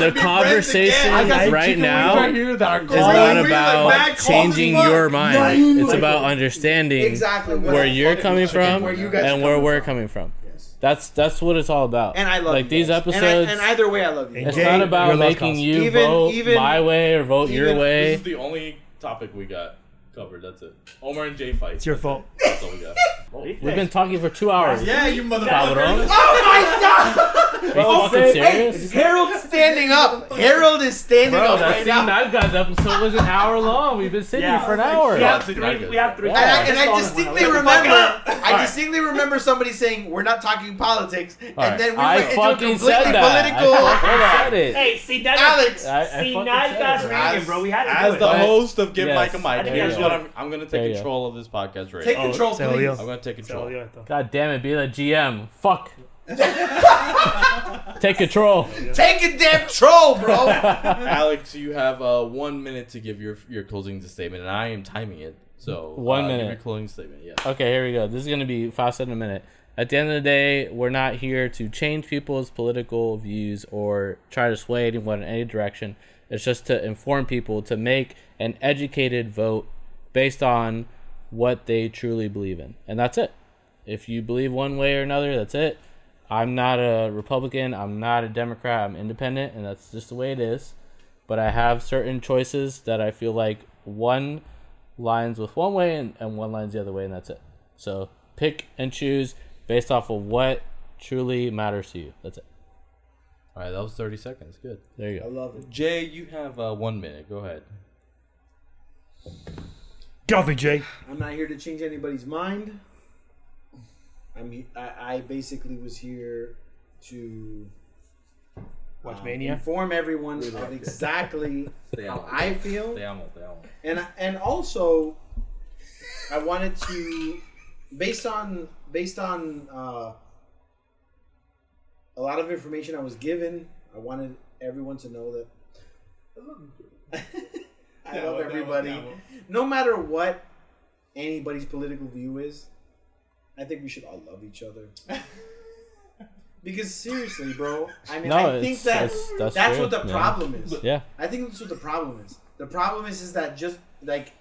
Speaker 1: the conversation
Speaker 5: I got
Speaker 4: some
Speaker 1: right
Speaker 4: chicken
Speaker 1: now
Speaker 4: wings right here that are
Speaker 1: is
Speaker 5: Why
Speaker 1: not
Speaker 5: we like
Speaker 1: about
Speaker 5: that? Call
Speaker 1: changing
Speaker 5: me
Speaker 1: your
Speaker 5: up.
Speaker 1: mind. It's about understanding
Speaker 2: Exactly.
Speaker 1: where you're coming from
Speaker 2: where you guys
Speaker 1: and
Speaker 2: are
Speaker 1: where
Speaker 2: coming
Speaker 1: we're
Speaker 2: from.
Speaker 1: coming from. That's that's what it's all about.
Speaker 2: And I love
Speaker 1: like
Speaker 2: you
Speaker 1: these
Speaker 2: guys. And I-
Speaker 1: episodes.
Speaker 2: And, either way, I love you.
Speaker 1: It's
Speaker 3: Jay,
Speaker 1: not
Speaker 3: your
Speaker 1: about
Speaker 3: last
Speaker 1: making
Speaker 3: call.
Speaker 1: you
Speaker 2: Even-
Speaker 1: vote
Speaker 2: even-
Speaker 1: my way or vote your
Speaker 2: even-
Speaker 1: way.
Speaker 4: This is the only topic we got covered. That's it. Omar and Jay fight.
Speaker 3: It's your fault.
Speaker 4: That's all we got.
Speaker 1: We've been talking for two hours.
Speaker 5: Yeah, you
Speaker 1: Cabron.
Speaker 5: motherfucker.
Speaker 2: Oh,
Speaker 1: Are you fucking serious?
Speaker 2: Harold's standing up. Harold is standing
Speaker 1: Bro,
Speaker 2: up
Speaker 1: that
Speaker 2: right
Speaker 1: Steve
Speaker 2: now.
Speaker 1: Knives Guys episode was an hour long. We've been sitting
Speaker 3: Yeah.
Speaker 1: here for an hour.
Speaker 3: We have
Speaker 4: That's
Speaker 3: three.
Speaker 4: not
Speaker 3: We have
Speaker 4: good.
Speaker 3: three.
Speaker 2: And I, and I
Speaker 3: Just on
Speaker 2: distinctly
Speaker 3: the one.
Speaker 2: remember, I distinctly remember somebody saying, "We're not talking politics,"
Speaker 1: All
Speaker 2: and
Speaker 1: right.
Speaker 2: then we
Speaker 1: I
Speaker 2: went into a
Speaker 1: fucking
Speaker 2: completely
Speaker 1: said that. I
Speaker 2: political.
Speaker 1: fucking said it.
Speaker 3: Hey, see that.
Speaker 2: Alex,
Speaker 1: I- I
Speaker 3: See,
Speaker 1: fucking
Speaker 3: now you
Speaker 1: said
Speaker 3: guys
Speaker 1: it.
Speaker 3: reading, bro. We had to do
Speaker 4: As
Speaker 3: it.
Speaker 4: the
Speaker 1: Right.
Speaker 4: host of Give
Speaker 1: Yes.
Speaker 4: Mike a mic,
Speaker 3: think
Speaker 4: here's
Speaker 3: that's
Speaker 4: what
Speaker 3: good.
Speaker 4: I'm. I'm gonna
Speaker 1: There you go.
Speaker 4: take control of this podcast right
Speaker 2: take
Speaker 4: now.
Speaker 2: control,
Speaker 3: Sell
Speaker 2: please.
Speaker 3: you.
Speaker 4: I'm gonna take
Speaker 3: Sell
Speaker 4: control.
Speaker 3: you, I thought.
Speaker 1: God damn it, be the GM. Fuck. Take control.
Speaker 2: Take a damn troll, bro.
Speaker 4: Alex, you have uh, one minute to give your your closing statement, and I am timing it. So
Speaker 1: One
Speaker 4: uh, give
Speaker 1: minute.
Speaker 4: your closing statement. Yeah.
Speaker 1: Okay, here we go. This is going to be five cents a minute. At the end of the day, we're not here to change people's political views or try to sway anyone in any direction. It's just to inform people to make an educated vote based on what they truly believe in. And that's it. If you believe one way or another, that's it. I'm not a Republican. I'm not a Democrat. I'm independent, and that's just the way it is. But I have certain choices that I feel like one lines with one way and, and one lines the other way, and that's it. So pick and choose based off of what truly matters to you. That's it.
Speaker 4: All right, that was 30 seconds. Good.
Speaker 1: There you go.
Speaker 2: love it.
Speaker 4: Jay, you have uh, one minute. Go ahead.
Speaker 3: Get off me, Jay.
Speaker 2: I'm not here to change anybody's mind. I'm. he- I, I basically was here to um,
Speaker 3: Watch
Speaker 2: inform everyone of exactly how Oh, I feel.
Speaker 4: Damn it, damn it.
Speaker 2: and and also I wanted to based on based on uh, a lot of information I was given I wanted everyone to know that I love
Speaker 5: That one, that one,
Speaker 2: everybody
Speaker 5: that one.
Speaker 2: no matter what anybody's political view is I think we should all love each other because seriously bro I mean
Speaker 1: No,
Speaker 2: I think
Speaker 1: it's-
Speaker 2: that
Speaker 1: that's-
Speaker 2: that's,
Speaker 1: that's true,
Speaker 2: what the
Speaker 1: yeah.
Speaker 2: problem is
Speaker 1: Yeah.
Speaker 2: I think that's what the problem is. The problem is is that just like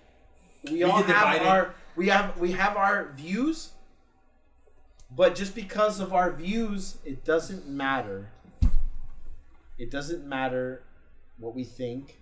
Speaker 2: we, all have
Speaker 5: get divided.
Speaker 2: our we have we have our views, but just because of our views, it doesn't matter. It doesn't matter what we think.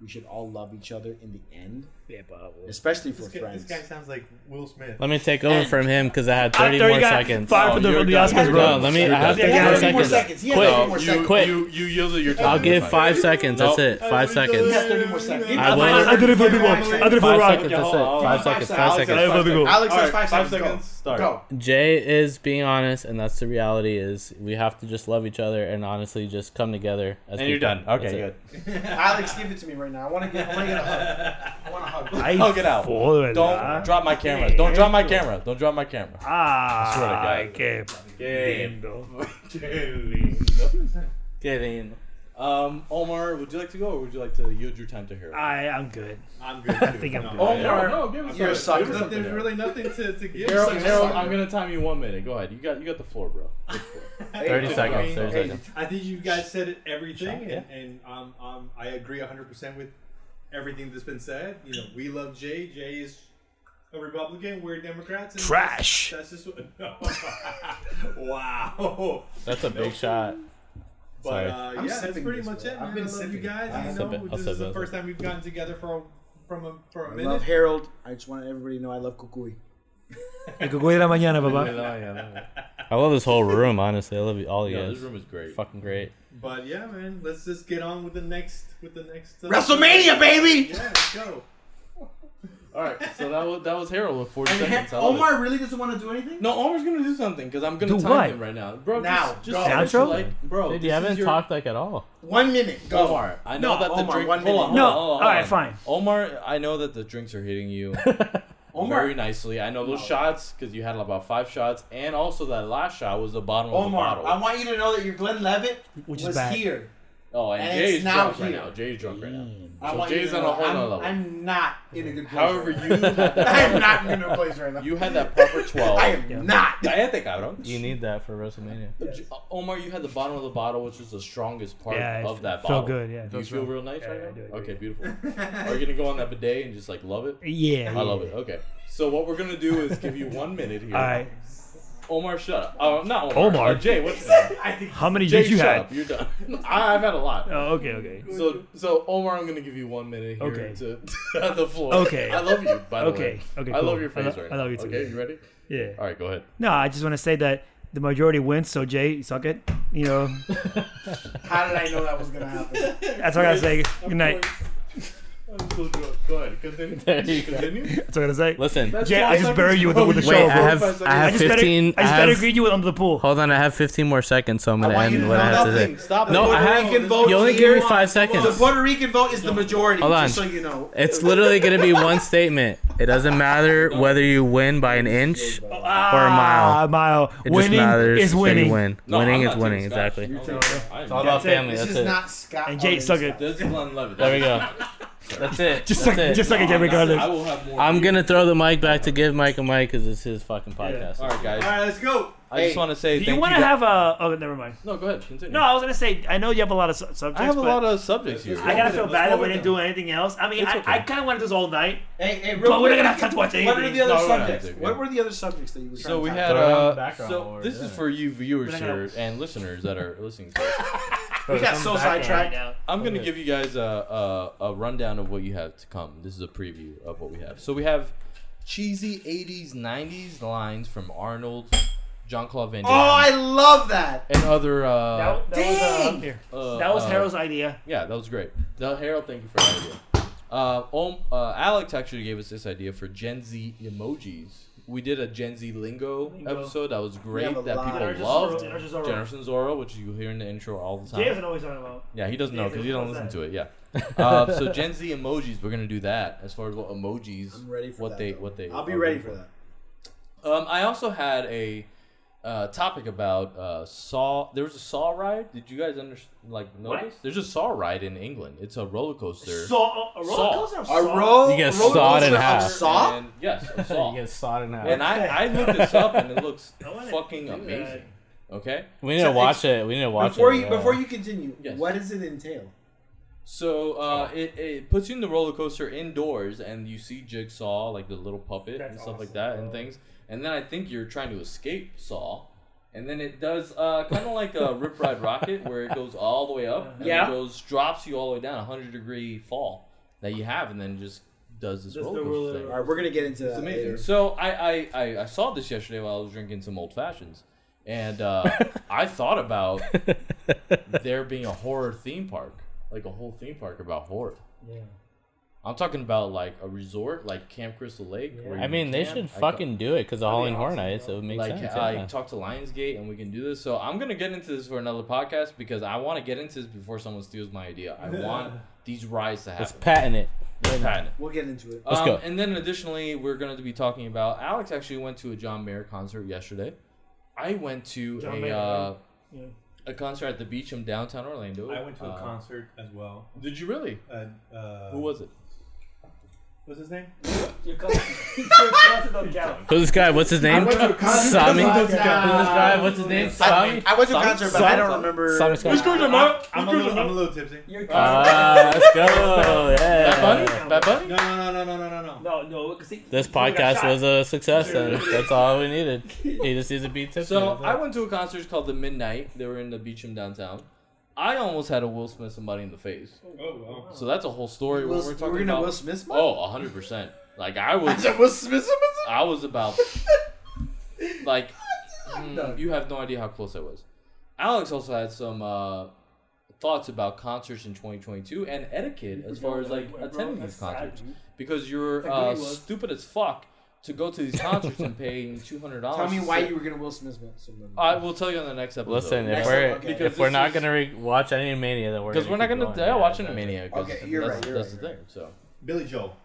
Speaker 2: We should all love each other in the end,
Speaker 3: Yeah, probably.
Speaker 2: especially for
Speaker 5: This guy,
Speaker 2: friends.
Speaker 5: this guy sounds like Will Smith.
Speaker 1: Let me take over
Speaker 11: And-
Speaker 1: from him because I had
Speaker 3: After
Speaker 1: 30
Speaker 3: you
Speaker 1: more
Speaker 3: got
Speaker 1: seconds.
Speaker 3: fired
Speaker 11: Oh,
Speaker 3: from the,
Speaker 11: you're
Speaker 3: from the
Speaker 11: done.
Speaker 3: Oscars,
Speaker 11: You're
Speaker 1: No,
Speaker 3: bro.
Speaker 11: done.
Speaker 1: let me. I have
Speaker 11: Yeah,
Speaker 1: 30
Speaker 2: yeah,
Speaker 1: more
Speaker 2: yeah, more
Speaker 1: seconds.
Speaker 2: seconds. Yeah,
Speaker 1: Quick.
Speaker 2: yeah, more
Speaker 11: you,
Speaker 1: Quick.
Speaker 11: You, you yielded your time.
Speaker 1: I'll give
Speaker 11: Fine.
Speaker 1: five seconds. That's
Speaker 11: Nope.
Speaker 1: it. Five
Speaker 2: You
Speaker 1: seconds.
Speaker 2: have 30 more seconds.
Speaker 1: I
Speaker 3: I,
Speaker 1: will.
Speaker 3: I, I did it for people. I did it for
Speaker 1: Five
Speaker 3: Rock.
Speaker 1: seconds. That's
Speaker 11: hold
Speaker 1: it.
Speaker 11: on,
Speaker 1: Five
Speaker 11: hold on.
Speaker 1: seconds. Five
Speaker 3: has
Speaker 1: seconds.
Speaker 3: five seconds.
Speaker 2: Alex
Speaker 11: All right,
Speaker 2: has five
Speaker 11: five
Speaker 2: seconds.
Speaker 11: seconds.
Speaker 2: Go.
Speaker 11: Start.
Speaker 2: Go.
Speaker 1: Jay is being honest, and that's the reality. Is we have to just love each other and honestly just come together. As
Speaker 11: And you're
Speaker 1: people.
Speaker 11: done.
Speaker 1: That's
Speaker 11: Okay,
Speaker 1: it.
Speaker 11: good.
Speaker 2: Alex, give it to me right now. I want to get. I want to get a hug. I want a hug.
Speaker 3: Ay,
Speaker 4: Hug it out.
Speaker 3: Foder,
Speaker 4: Don't
Speaker 3: ¿verdad?
Speaker 4: drop my camera. Don't drop my camera. Don't drop my camera.
Speaker 3: Ay, qué
Speaker 11: Game.
Speaker 3: lindo.
Speaker 4: Um, Omar, would you like to go or would you like to yield your time to Harold?
Speaker 3: I, I'm good.
Speaker 5: I'm good.
Speaker 3: I
Speaker 5: too.
Speaker 3: think I'm
Speaker 5: No,
Speaker 3: good.
Speaker 5: oh,
Speaker 2: Omar,
Speaker 4: no, give us
Speaker 2: you're a sucker.
Speaker 4: something. Give us something,
Speaker 5: There's
Speaker 4: Harold.
Speaker 5: really nothing to, to give.
Speaker 4: Harold,
Speaker 5: Such a
Speaker 4: Harold,
Speaker 5: sucker.
Speaker 4: I'm gonna time you one minute. Go ahead. You got you got the floor, bro. Good floor.
Speaker 1: Thirty
Speaker 5: Hey,
Speaker 1: seconds.
Speaker 5: hey,
Speaker 1: Thirty
Speaker 5: hey,
Speaker 1: seconds.
Speaker 5: I think you guys said everything,
Speaker 1: Yeah.
Speaker 5: and, and um, um, I agree 100% with everything that's been said. You know, we love Jay. Jay is a Republican. We're Democrats. And
Speaker 3: Trash.
Speaker 5: That's just what. wow.
Speaker 1: That's a big shot.
Speaker 5: But uh,
Speaker 2: I'm
Speaker 5: yeah, that's
Speaker 2: sipping
Speaker 5: pretty
Speaker 2: this,
Speaker 5: much
Speaker 2: bro.
Speaker 5: it.
Speaker 2: I've
Speaker 5: Man.
Speaker 2: been
Speaker 5: I love you
Speaker 2: sipping. I'll
Speaker 5: guys. You
Speaker 1: sip it.
Speaker 5: know,
Speaker 1: I'll
Speaker 5: this
Speaker 1: sip
Speaker 5: is
Speaker 1: it.
Speaker 5: the first time we've gotten together for a, from a, for
Speaker 2: I
Speaker 5: a
Speaker 2: love
Speaker 5: minute.
Speaker 2: Harold. I just want everybody to know I love Kukui.
Speaker 3: El cucuy de la mañana, papá.
Speaker 1: I love this whole room. Honestly, I love you- all you
Speaker 4: Yo,
Speaker 1: guys.
Speaker 4: this room is great.
Speaker 1: Fucking great.
Speaker 5: But yeah, man, let's just get on with the next with the next uh,
Speaker 2: WrestleMania, baby!
Speaker 5: Yeah, let's go.
Speaker 4: All right, so that was that was Harold with 40
Speaker 2: And
Speaker 4: seconds. I love it.
Speaker 2: Omar really doesn't want to do anything?
Speaker 4: No, Omar's gonna do something because I'm gonna
Speaker 3: Do
Speaker 4: time
Speaker 3: what?
Speaker 4: him right now, bro.
Speaker 2: Now,
Speaker 4: just,
Speaker 2: go.
Speaker 4: just tell us
Speaker 3: Outro?
Speaker 4: like, bro.
Speaker 1: Dude,
Speaker 4: this
Speaker 1: you
Speaker 4: is
Speaker 1: haven't
Speaker 4: your-
Speaker 1: talk talked like at all.
Speaker 2: One minute. Go.
Speaker 4: Omar, I know
Speaker 2: No,
Speaker 4: that the
Speaker 2: Omar,
Speaker 4: drink.
Speaker 2: one
Speaker 4: hold on,
Speaker 2: minute.
Speaker 4: hold
Speaker 3: No,
Speaker 4: on, hold on,
Speaker 3: all right,
Speaker 4: hold on.
Speaker 3: fine.
Speaker 4: Omar, I know that the drinks are hitting you
Speaker 2: Omar.
Speaker 4: very nicely. I know those shots because you had about five shots, and also that last shot was the bottom of
Speaker 2: Omar,
Speaker 4: the
Speaker 2: I
Speaker 4: bottle.
Speaker 2: want you to know that your Glenn Levitt
Speaker 3: Which is
Speaker 2: was
Speaker 3: bad.
Speaker 2: here.
Speaker 4: oh, and,
Speaker 2: and
Speaker 4: Jay's
Speaker 2: it's now
Speaker 4: drunk right
Speaker 2: here.
Speaker 4: now. Jay's drunk right now.
Speaker 2: I
Speaker 4: So
Speaker 2: want you
Speaker 4: Jay's
Speaker 2: to
Speaker 4: on
Speaker 2: know
Speaker 4: a whole
Speaker 2: I'm,
Speaker 4: nother level.
Speaker 2: I'm not in a good place.
Speaker 4: However,
Speaker 2: right
Speaker 4: you had
Speaker 2: now. I am
Speaker 4: that
Speaker 2: not in a good place right now.
Speaker 4: proper, you had that proper twelve.
Speaker 2: I am not.
Speaker 4: Cállate, cabrón.
Speaker 1: You need that for WrestleMania.
Speaker 4: J- Omar, you had the bottom of the bottle, which is the strongest part
Speaker 3: Yeah, it
Speaker 4: of
Speaker 3: felt
Speaker 4: that bottle.
Speaker 3: good, yeah, it
Speaker 4: Do you
Speaker 3: feels
Speaker 4: feel
Speaker 3: real-
Speaker 4: real nice
Speaker 3: yeah,
Speaker 4: right
Speaker 3: I
Speaker 4: now?
Speaker 3: do, I do,
Speaker 4: okay,
Speaker 3: yeah.
Speaker 4: beautiful. Are you gonna go on that bidet and just like love it?
Speaker 3: Yeah.
Speaker 4: I love it. Okay. So what we're gonna do is give you one minute here.
Speaker 3: All right.
Speaker 4: Omar, shut up. Oh, not Omar.
Speaker 3: Omar.
Speaker 4: Uh, Jay, what's that?
Speaker 3: How many
Speaker 4: Jay,
Speaker 3: drinks you
Speaker 4: shut
Speaker 3: had?
Speaker 4: up. You're done. I, I've had a lot.
Speaker 3: Oh, okay, okay.
Speaker 4: So, so Omar, I'm gonna give you one minute here
Speaker 3: Okay.
Speaker 4: to on the floor.
Speaker 3: Okay.
Speaker 4: I love you. By the
Speaker 3: Okay,
Speaker 4: way.
Speaker 3: okay,
Speaker 4: I
Speaker 3: cool.
Speaker 4: love your
Speaker 3: I lo-
Speaker 4: face right
Speaker 3: I
Speaker 4: now.
Speaker 3: love you too.
Speaker 4: Okay. You ready?
Speaker 3: Yeah.
Speaker 4: All right. Go ahead.
Speaker 3: No, I just want to say that the majority wins, so Jay, suck it. You know,
Speaker 2: How did I know that was gonna happen?
Speaker 3: that's what I gotta say. Good night.
Speaker 4: I'm so drunk. Go ahead. Continue.
Speaker 1: There you go.
Speaker 4: Continue.
Speaker 3: That's what I gotta say.
Speaker 1: Listen.
Speaker 4: That's
Speaker 3: Jay,
Speaker 4: twelve
Speaker 3: I just
Speaker 4: seconds.
Speaker 3: bury you with the,
Speaker 4: Oh,
Speaker 3: with the
Speaker 4: you-
Speaker 1: Wait,
Speaker 3: show,
Speaker 1: I
Speaker 3: bro.
Speaker 1: have-
Speaker 4: Five
Speaker 1: I have
Speaker 3: just better,
Speaker 1: 15
Speaker 3: I just
Speaker 1: I
Speaker 3: better
Speaker 1: have-
Speaker 3: agree you under the pool.
Speaker 1: Hold on, I have 15 more seconds, so I'm gonna
Speaker 2: want you
Speaker 1: end
Speaker 2: to
Speaker 1: what
Speaker 2: know
Speaker 1: I have to
Speaker 2: nothing.
Speaker 1: say.
Speaker 5: Stop.
Speaker 1: No, I
Speaker 5: Puerto Rican
Speaker 1: have.
Speaker 5: vote
Speaker 1: You only
Speaker 5: to
Speaker 1: gave me
Speaker 5: you.
Speaker 1: five
Speaker 2: the
Speaker 1: seconds.
Speaker 2: Puerto Rican vote is the majority,
Speaker 1: Hold
Speaker 2: just so
Speaker 1: on.
Speaker 2: you know.
Speaker 1: It's literally gonna be one statement. It doesn't matter whether you win by an inch or a mile.
Speaker 3: Ah, mile.
Speaker 1: It just
Speaker 3: Winning
Speaker 1: matters
Speaker 3: is
Speaker 1: that you
Speaker 3: winning.
Speaker 1: win.
Speaker 4: No,
Speaker 1: winning
Speaker 4: I'm
Speaker 1: is
Speaker 4: not
Speaker 1: winning,
Speaker 4: taking scotch.
Speaker 1: exactly.
Speaker 4: You're I am
Speaker 1: It's all about
Speaker 3: That's it.
Speaker 1: family.
Speaker 2: This
Speaker 1: That's
Speaker 2: is
Speaker 1: it.
Speaker 2: not Scott.
Speaker 3: And Jay,
Speaker 2: Otters.
Speaker 3: suck it.
Speaker 4: This is Glenn Levitt.
Speaker 1: There we go. That's it.
Speaker 3: Just
Speaker 1: That's
Speaker 3: suck
Speaker 1: it.
Speaker 3: it. Just suck it, Jay,
Speaker 4: I
Speaker 3: regardless.
Speaker 4: will have more.
Speaker 1: I'm
Speaker 4: beer.
Speaker 1: gonna throw the mic back to give Mike a mic because it's his fucking podcast.
Speaker 4: All right, guys.
Speaker 5: All right, let's go.
Speaker 4: I just want to say
Speaker 3: Do
Speaker 4: thank
Speaker 3: you want to
Speaker 4: guys-
Speaker 3: have a? Oh, never mind.
Speaker 4: No, go ahead. Continue.
Speaker 3: No, I was gonna say. I know you have a lot of su- subjects.
Speaker 4: I have a
Speaker 3: but
Speaker 4: lot of subjects here.
Speaker 3: I gotta feel
Speaker 5: Let's
Speaker 3: bad
Speaker 5: go
Speaker 3: that we
Speaker 5: with
Speaker 3: didn't
Speaker 5: them.
Speaker 3: do anything else. I mean,
Speaker 4: It's
Speaker 3: I,
Speaker 4: okay.
Speaker 3: I kind of want to do this all night,
Speaker 2: Hey, hey,
Speaker 3: but we're
Speaker 2: real
Speaker 3: not
Speaker 2: quick,
Speaker 3: gonna have time to watch
Speaker 2: What are the
Speaker 3: anything.
Speaker 2: other
Speaker 4: No, we're not
Speaker 2: subjects?
Speaker 4: gonna do it.
Speaker 2: What were the other subjects that you were
Speaker 4: So we
Speaker 2: trying to
Speaker 4: had
Speaker 1: Throw it on the
Speaker 4: uh,
Speaker 1: background while
Speaker 4: so
Speaker 1: we're
Speaker 4: this
Speaker 1: doing
Speaker 4: is
Speaker 1: it.
Speaker 4: for you viewers
Speaker 3: We're not gonna-
Speaker 4: here and listeners that are listening. To us.
Speaker 2: We got so sidetracked.
Speaker 4: I'm gonna give you guys a, a a rundown of what you have to come. This is a preview of what we have. So we have cheesy '80s '90s lines from Arnold, John Claude Van Damme,
Speaker 2: Oh, I love that.
Speaker 4: and other. Uh,
Speaker 3: That, that was uh,
Speaker 2: Dang!
Speaker 3: up here.
Speaker 4: uh,
Speaker 3: That was
Speaker 4: uh,
Speaker 3: Harold's idea.
Speaker 4: Yeah, that was great. Now, Harold, thank you for that idea. Uh, Om, uh, Alex actually gave us this idea for Gen Z emojis. We did a Gen Z lingo,
Speaker 3: Lingo.
Speaker 4: episode that was great
Speaker 2: have a
Speaker 4: that
Speaker 2: lot.
Speaker 4: people
Speaker 2: Generation
Speaker 4: loved.
Speaker 3: Zorro, Generation Zorro.
Speaker 4: Generation Zorro, which you hear in the intro all the time.
Speaker 1: uh,
Speaker 3: Jay doesn't know what he's talking about.
Speaker 4: yeah, he doesn't know because he don't
Speaker 3: What's
Speaker 4: listen to it. Yeah. Uh, so Gen Z emojis, we're gonna do that as far as what emojis,
Speaker 2: I'm ready for
Speaker 4: what
Speaker 2: that,
Speaker 4: they,
Speaker 2: though.
Speaker 4: what they.
Speaker 2: I'll be
Speaker 4: are
Speaker 2: ready
Speaker 4: good
Speaker 2: for that.
Speaker 4: Um, I also had a uh, topic about uh, saw. There was a saw ride. Did you guys under like notice? There's a saw ride in England. It's a roller coaster.
Speaker 3: Saw uh, a roller
Speaker 4: Saw.
Speaker 3: coaster. or
Speaker 2: A
Speaker 3: Saw?
Speaker 2: roll.
Speaker 1: You get
Speaker 2: roller
Speaker 1: sawed in
Speaker 2: coaster of
Speaker 1: half.
Speaker 2: Saw.
Speaker 4: And, yes, a saw.
Speaker 1: You get sawed in half.
Speaker 4: And I, I looked this up and it looks
Speaker 3: I wanna
Speaker 4: fucking
Speaker 3: do that.
Speaker 4: amazing. Okay,
Speaker 1: we need to
Speaker 2: So
Speaker 1: watch it. We need to watch
Speaker 2: Before
Speaker 1: it.
Speaker 2: you, before you continue,
Speaker 4: Yes.
Speaker 2: what does it entail?
Speaker 4: so
Speaker 3: Oh.
Speaker 4: uh, it, it puts you in the roller coaster indoors, and you see Jigsaw like the little puppet and
Speaker 3: That's
Speaker 4: stuff like
Speaker 3: awesome,
Speaker 4: that,
Speaker 3: bro.
Speaker 4: and things. And then I think you're trying to escape Saw, And then it does uh, kind of like a Rip Ride Rocket, where it goes all the way up. And
Speaker 2: Yeah.
Speaker 4: It goes drops you all the way down, a hundred degree fall that you have, and then just does this
Speaker 3: Just
Speaker 4: roller
Speaker 3: the roller-
Speaker 4: coaster thing.
Speaker 2: All right, we're gonna get into that. later.
Speaker 4: So I, I, I, I saw this yesterday while I was drinking some old fashions, and uh, I thought about there being a horror theme park, like a whole theme park about horror.
Speaker 3: Yeah.
Speaker 4: I'm talking about like a resort, like Camp Crystal Lake. where
Speaker 1: I
Speaker 4: you
Speaker 1: mean, they
Speaker 4: camp.
Speaker 1: should
Speaker 4: I got-
Speaker 1: fucking do it because the Halloween Horror Nights. It would make
Speaker 4: like
Speaker 1: sense.
Speaker 4: I
Speaker 1: yeah.
Speaker 4: talked to Lionsgate and we can do this. So I'm gonna get into this for another podcast because I want to get into this before someone steals my idea. I want these rides to
Speaker 1: Let's
Speaker 4: happen.
Speaker 1: patent it.
Speaker 4: Let's patent it.
Speaker 2: We'll get into it.
Speaker 1: Let's
Speaker 4: um,
Speaker 1: go.
Speaker 4: And then additionally, we're going to be talking about Alex actually went to a John Mayer concert yesterday. I went to
Speaker 3: John
Speaker 4: a
Speaker 3: Mayer,
Speaker 4: uh,
Speaker 3: yeah.
Speaker 4: a concert at the beach in downtown Orlando.
Speaker 5: I went to a
Speaker 4: Uh,
Speaker 5: concert as well.
Speaker 4: Did you really?
Speaker 5: Uh, uh,
Speaker 4: Who was it?
Speaker 5: What's his name?
Speaker 9: Your cousin, your cousin don't count.
Speaker 1: Who's this guy? What's his name? Sami. Who's this guy? What's his name? Sami.
Speaker 2: uh, I went to a
Speaker 4: Some-
Speaker 2: concert, but I don't
Speaker 4: some-
Speaker 2: remember.
Speaker 1: Sami Scott.
Speaker 5: I'm, a little, I'm a little tipsy.
Speaker 9: Your cousin.
Speaker 1: Ah, let's go.
Speaker 4: Bad Bunny?
Speaker 1: Yeah.
Speaker 4: Bad Bunny?
Speaker 5: No, no, no, no, no, no, no.
Speaker 9: no, no, because he.
Speaker 1: This
Speaker 9: he got
Speaker 1: podcast
Speaker 9: shot.
Speaker 1: was a success, then. That's all we needed. He just needs a beat tip.
Speaker 4: So I went to a concert called The Midnight. They were in the Beecham downtown. I almost had a Will Smith somebody in the face.
Speaker 5: Oh, wow.
Speaker 4: So that's a whole story.
Speaker 2: Will-
Speaker 4: when we're talking
Speaker 2: we're gonna
Speaker 4: about
Speaker 2: Will Smith one?
Speaker 4: Oh, hundred percent. Like I was.
Speaker 2: Will Smith.
Speaker 4: I was about like mm, you have no idea how close I was. Alex also had some uh, thoughts about concerts in 2022 and etiquette as far as like attending these concerts because you're uh, stupid as fuck to go to these concerts and paying two hundred
Speaker 2: Tell
Speaker 4: dollars.
Speaker 2: me why you were gonna Will Smith someone.
Speaker 4: I will tell you on the next episode.
Speaker 1: Listen, if
Speaker 2: Next
Speaker 1: we're
Speaker 2: up, okay.
Speaker 4: Because
Speaker 1: if we're
Speaker 4: this
Speaker 1: not
Speaker 4: is-
Speaker 1: gonna re- watch any Mania, then we're
Speaker 4: because we're not
Speaker 1: keep
Speaker 4: gonna
Speaker 1: going.
Speaker 4: yeah, watch
Speaker 1: that's-
Speaker 4: Animania. 'cause
Speaker 2: Okay, you're
Speaker 4: that's,
Speaker 2: right, you're
Speaker 4: that's
Speaker 2: right,
Speaker 4: the
Speaker 2: you're
Speaker 4: thing. So
Speaker 5: Billy Joel.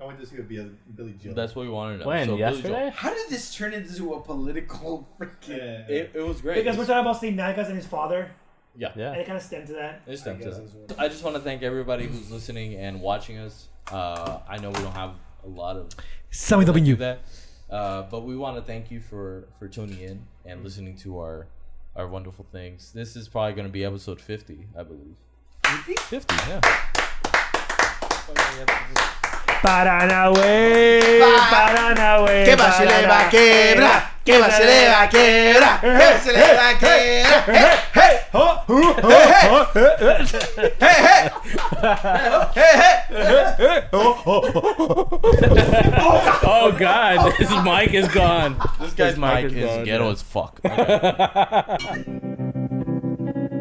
Speaker 5: I went to see a Billy, Billy Joel.
Speaker 4: that's what we wanted to know.
Speaker 1: When
Speaker 4: so Billy Joel-
Speaker 1: yesterday?
Speaker 2: How did this turn into a political freaking?
Speaker 5: yeah.
Speaker 4: It, it was great.
Speaker 3: Because we're talking about Steve Nagas and his father,
Speaker 4: yeah.
Speaker 3: and
Speaker 1: Yeah.
Speaker 3: it kind of stemmed to that.
Speaker 4: It's time to
Speaker 2: guess
Speaker 4: that.
Speaker 2: that's
Speaker 4: I just want to thank everybody who's listening and watching us. Uh, I know we don't have a lot of
Speaker 3: Sammy
Speaker 4: people that do that, uh, but we want to thank you for for tuning in and listening to our our wonderful things. This is probably going to be episode fifty, I believe. Fifty, yeah.
Speaker 3: Paranaway, Paranaway.
Speaker 7: ¿Qué va? Se le va a quebrar. ¿Qué va? Se le va a quebrar. ¿Qué va? Se le va a quebrar. Hey, hey.
Speaker 1: Oh God, his mic is gone.
Speaker 4: This guy's mic
Speaker 1: is
Speaker 4: is
Speaker 1: gone,
Speaker 4: ghetto
Speaker 1: yeah.
Speaker 4: as fuck.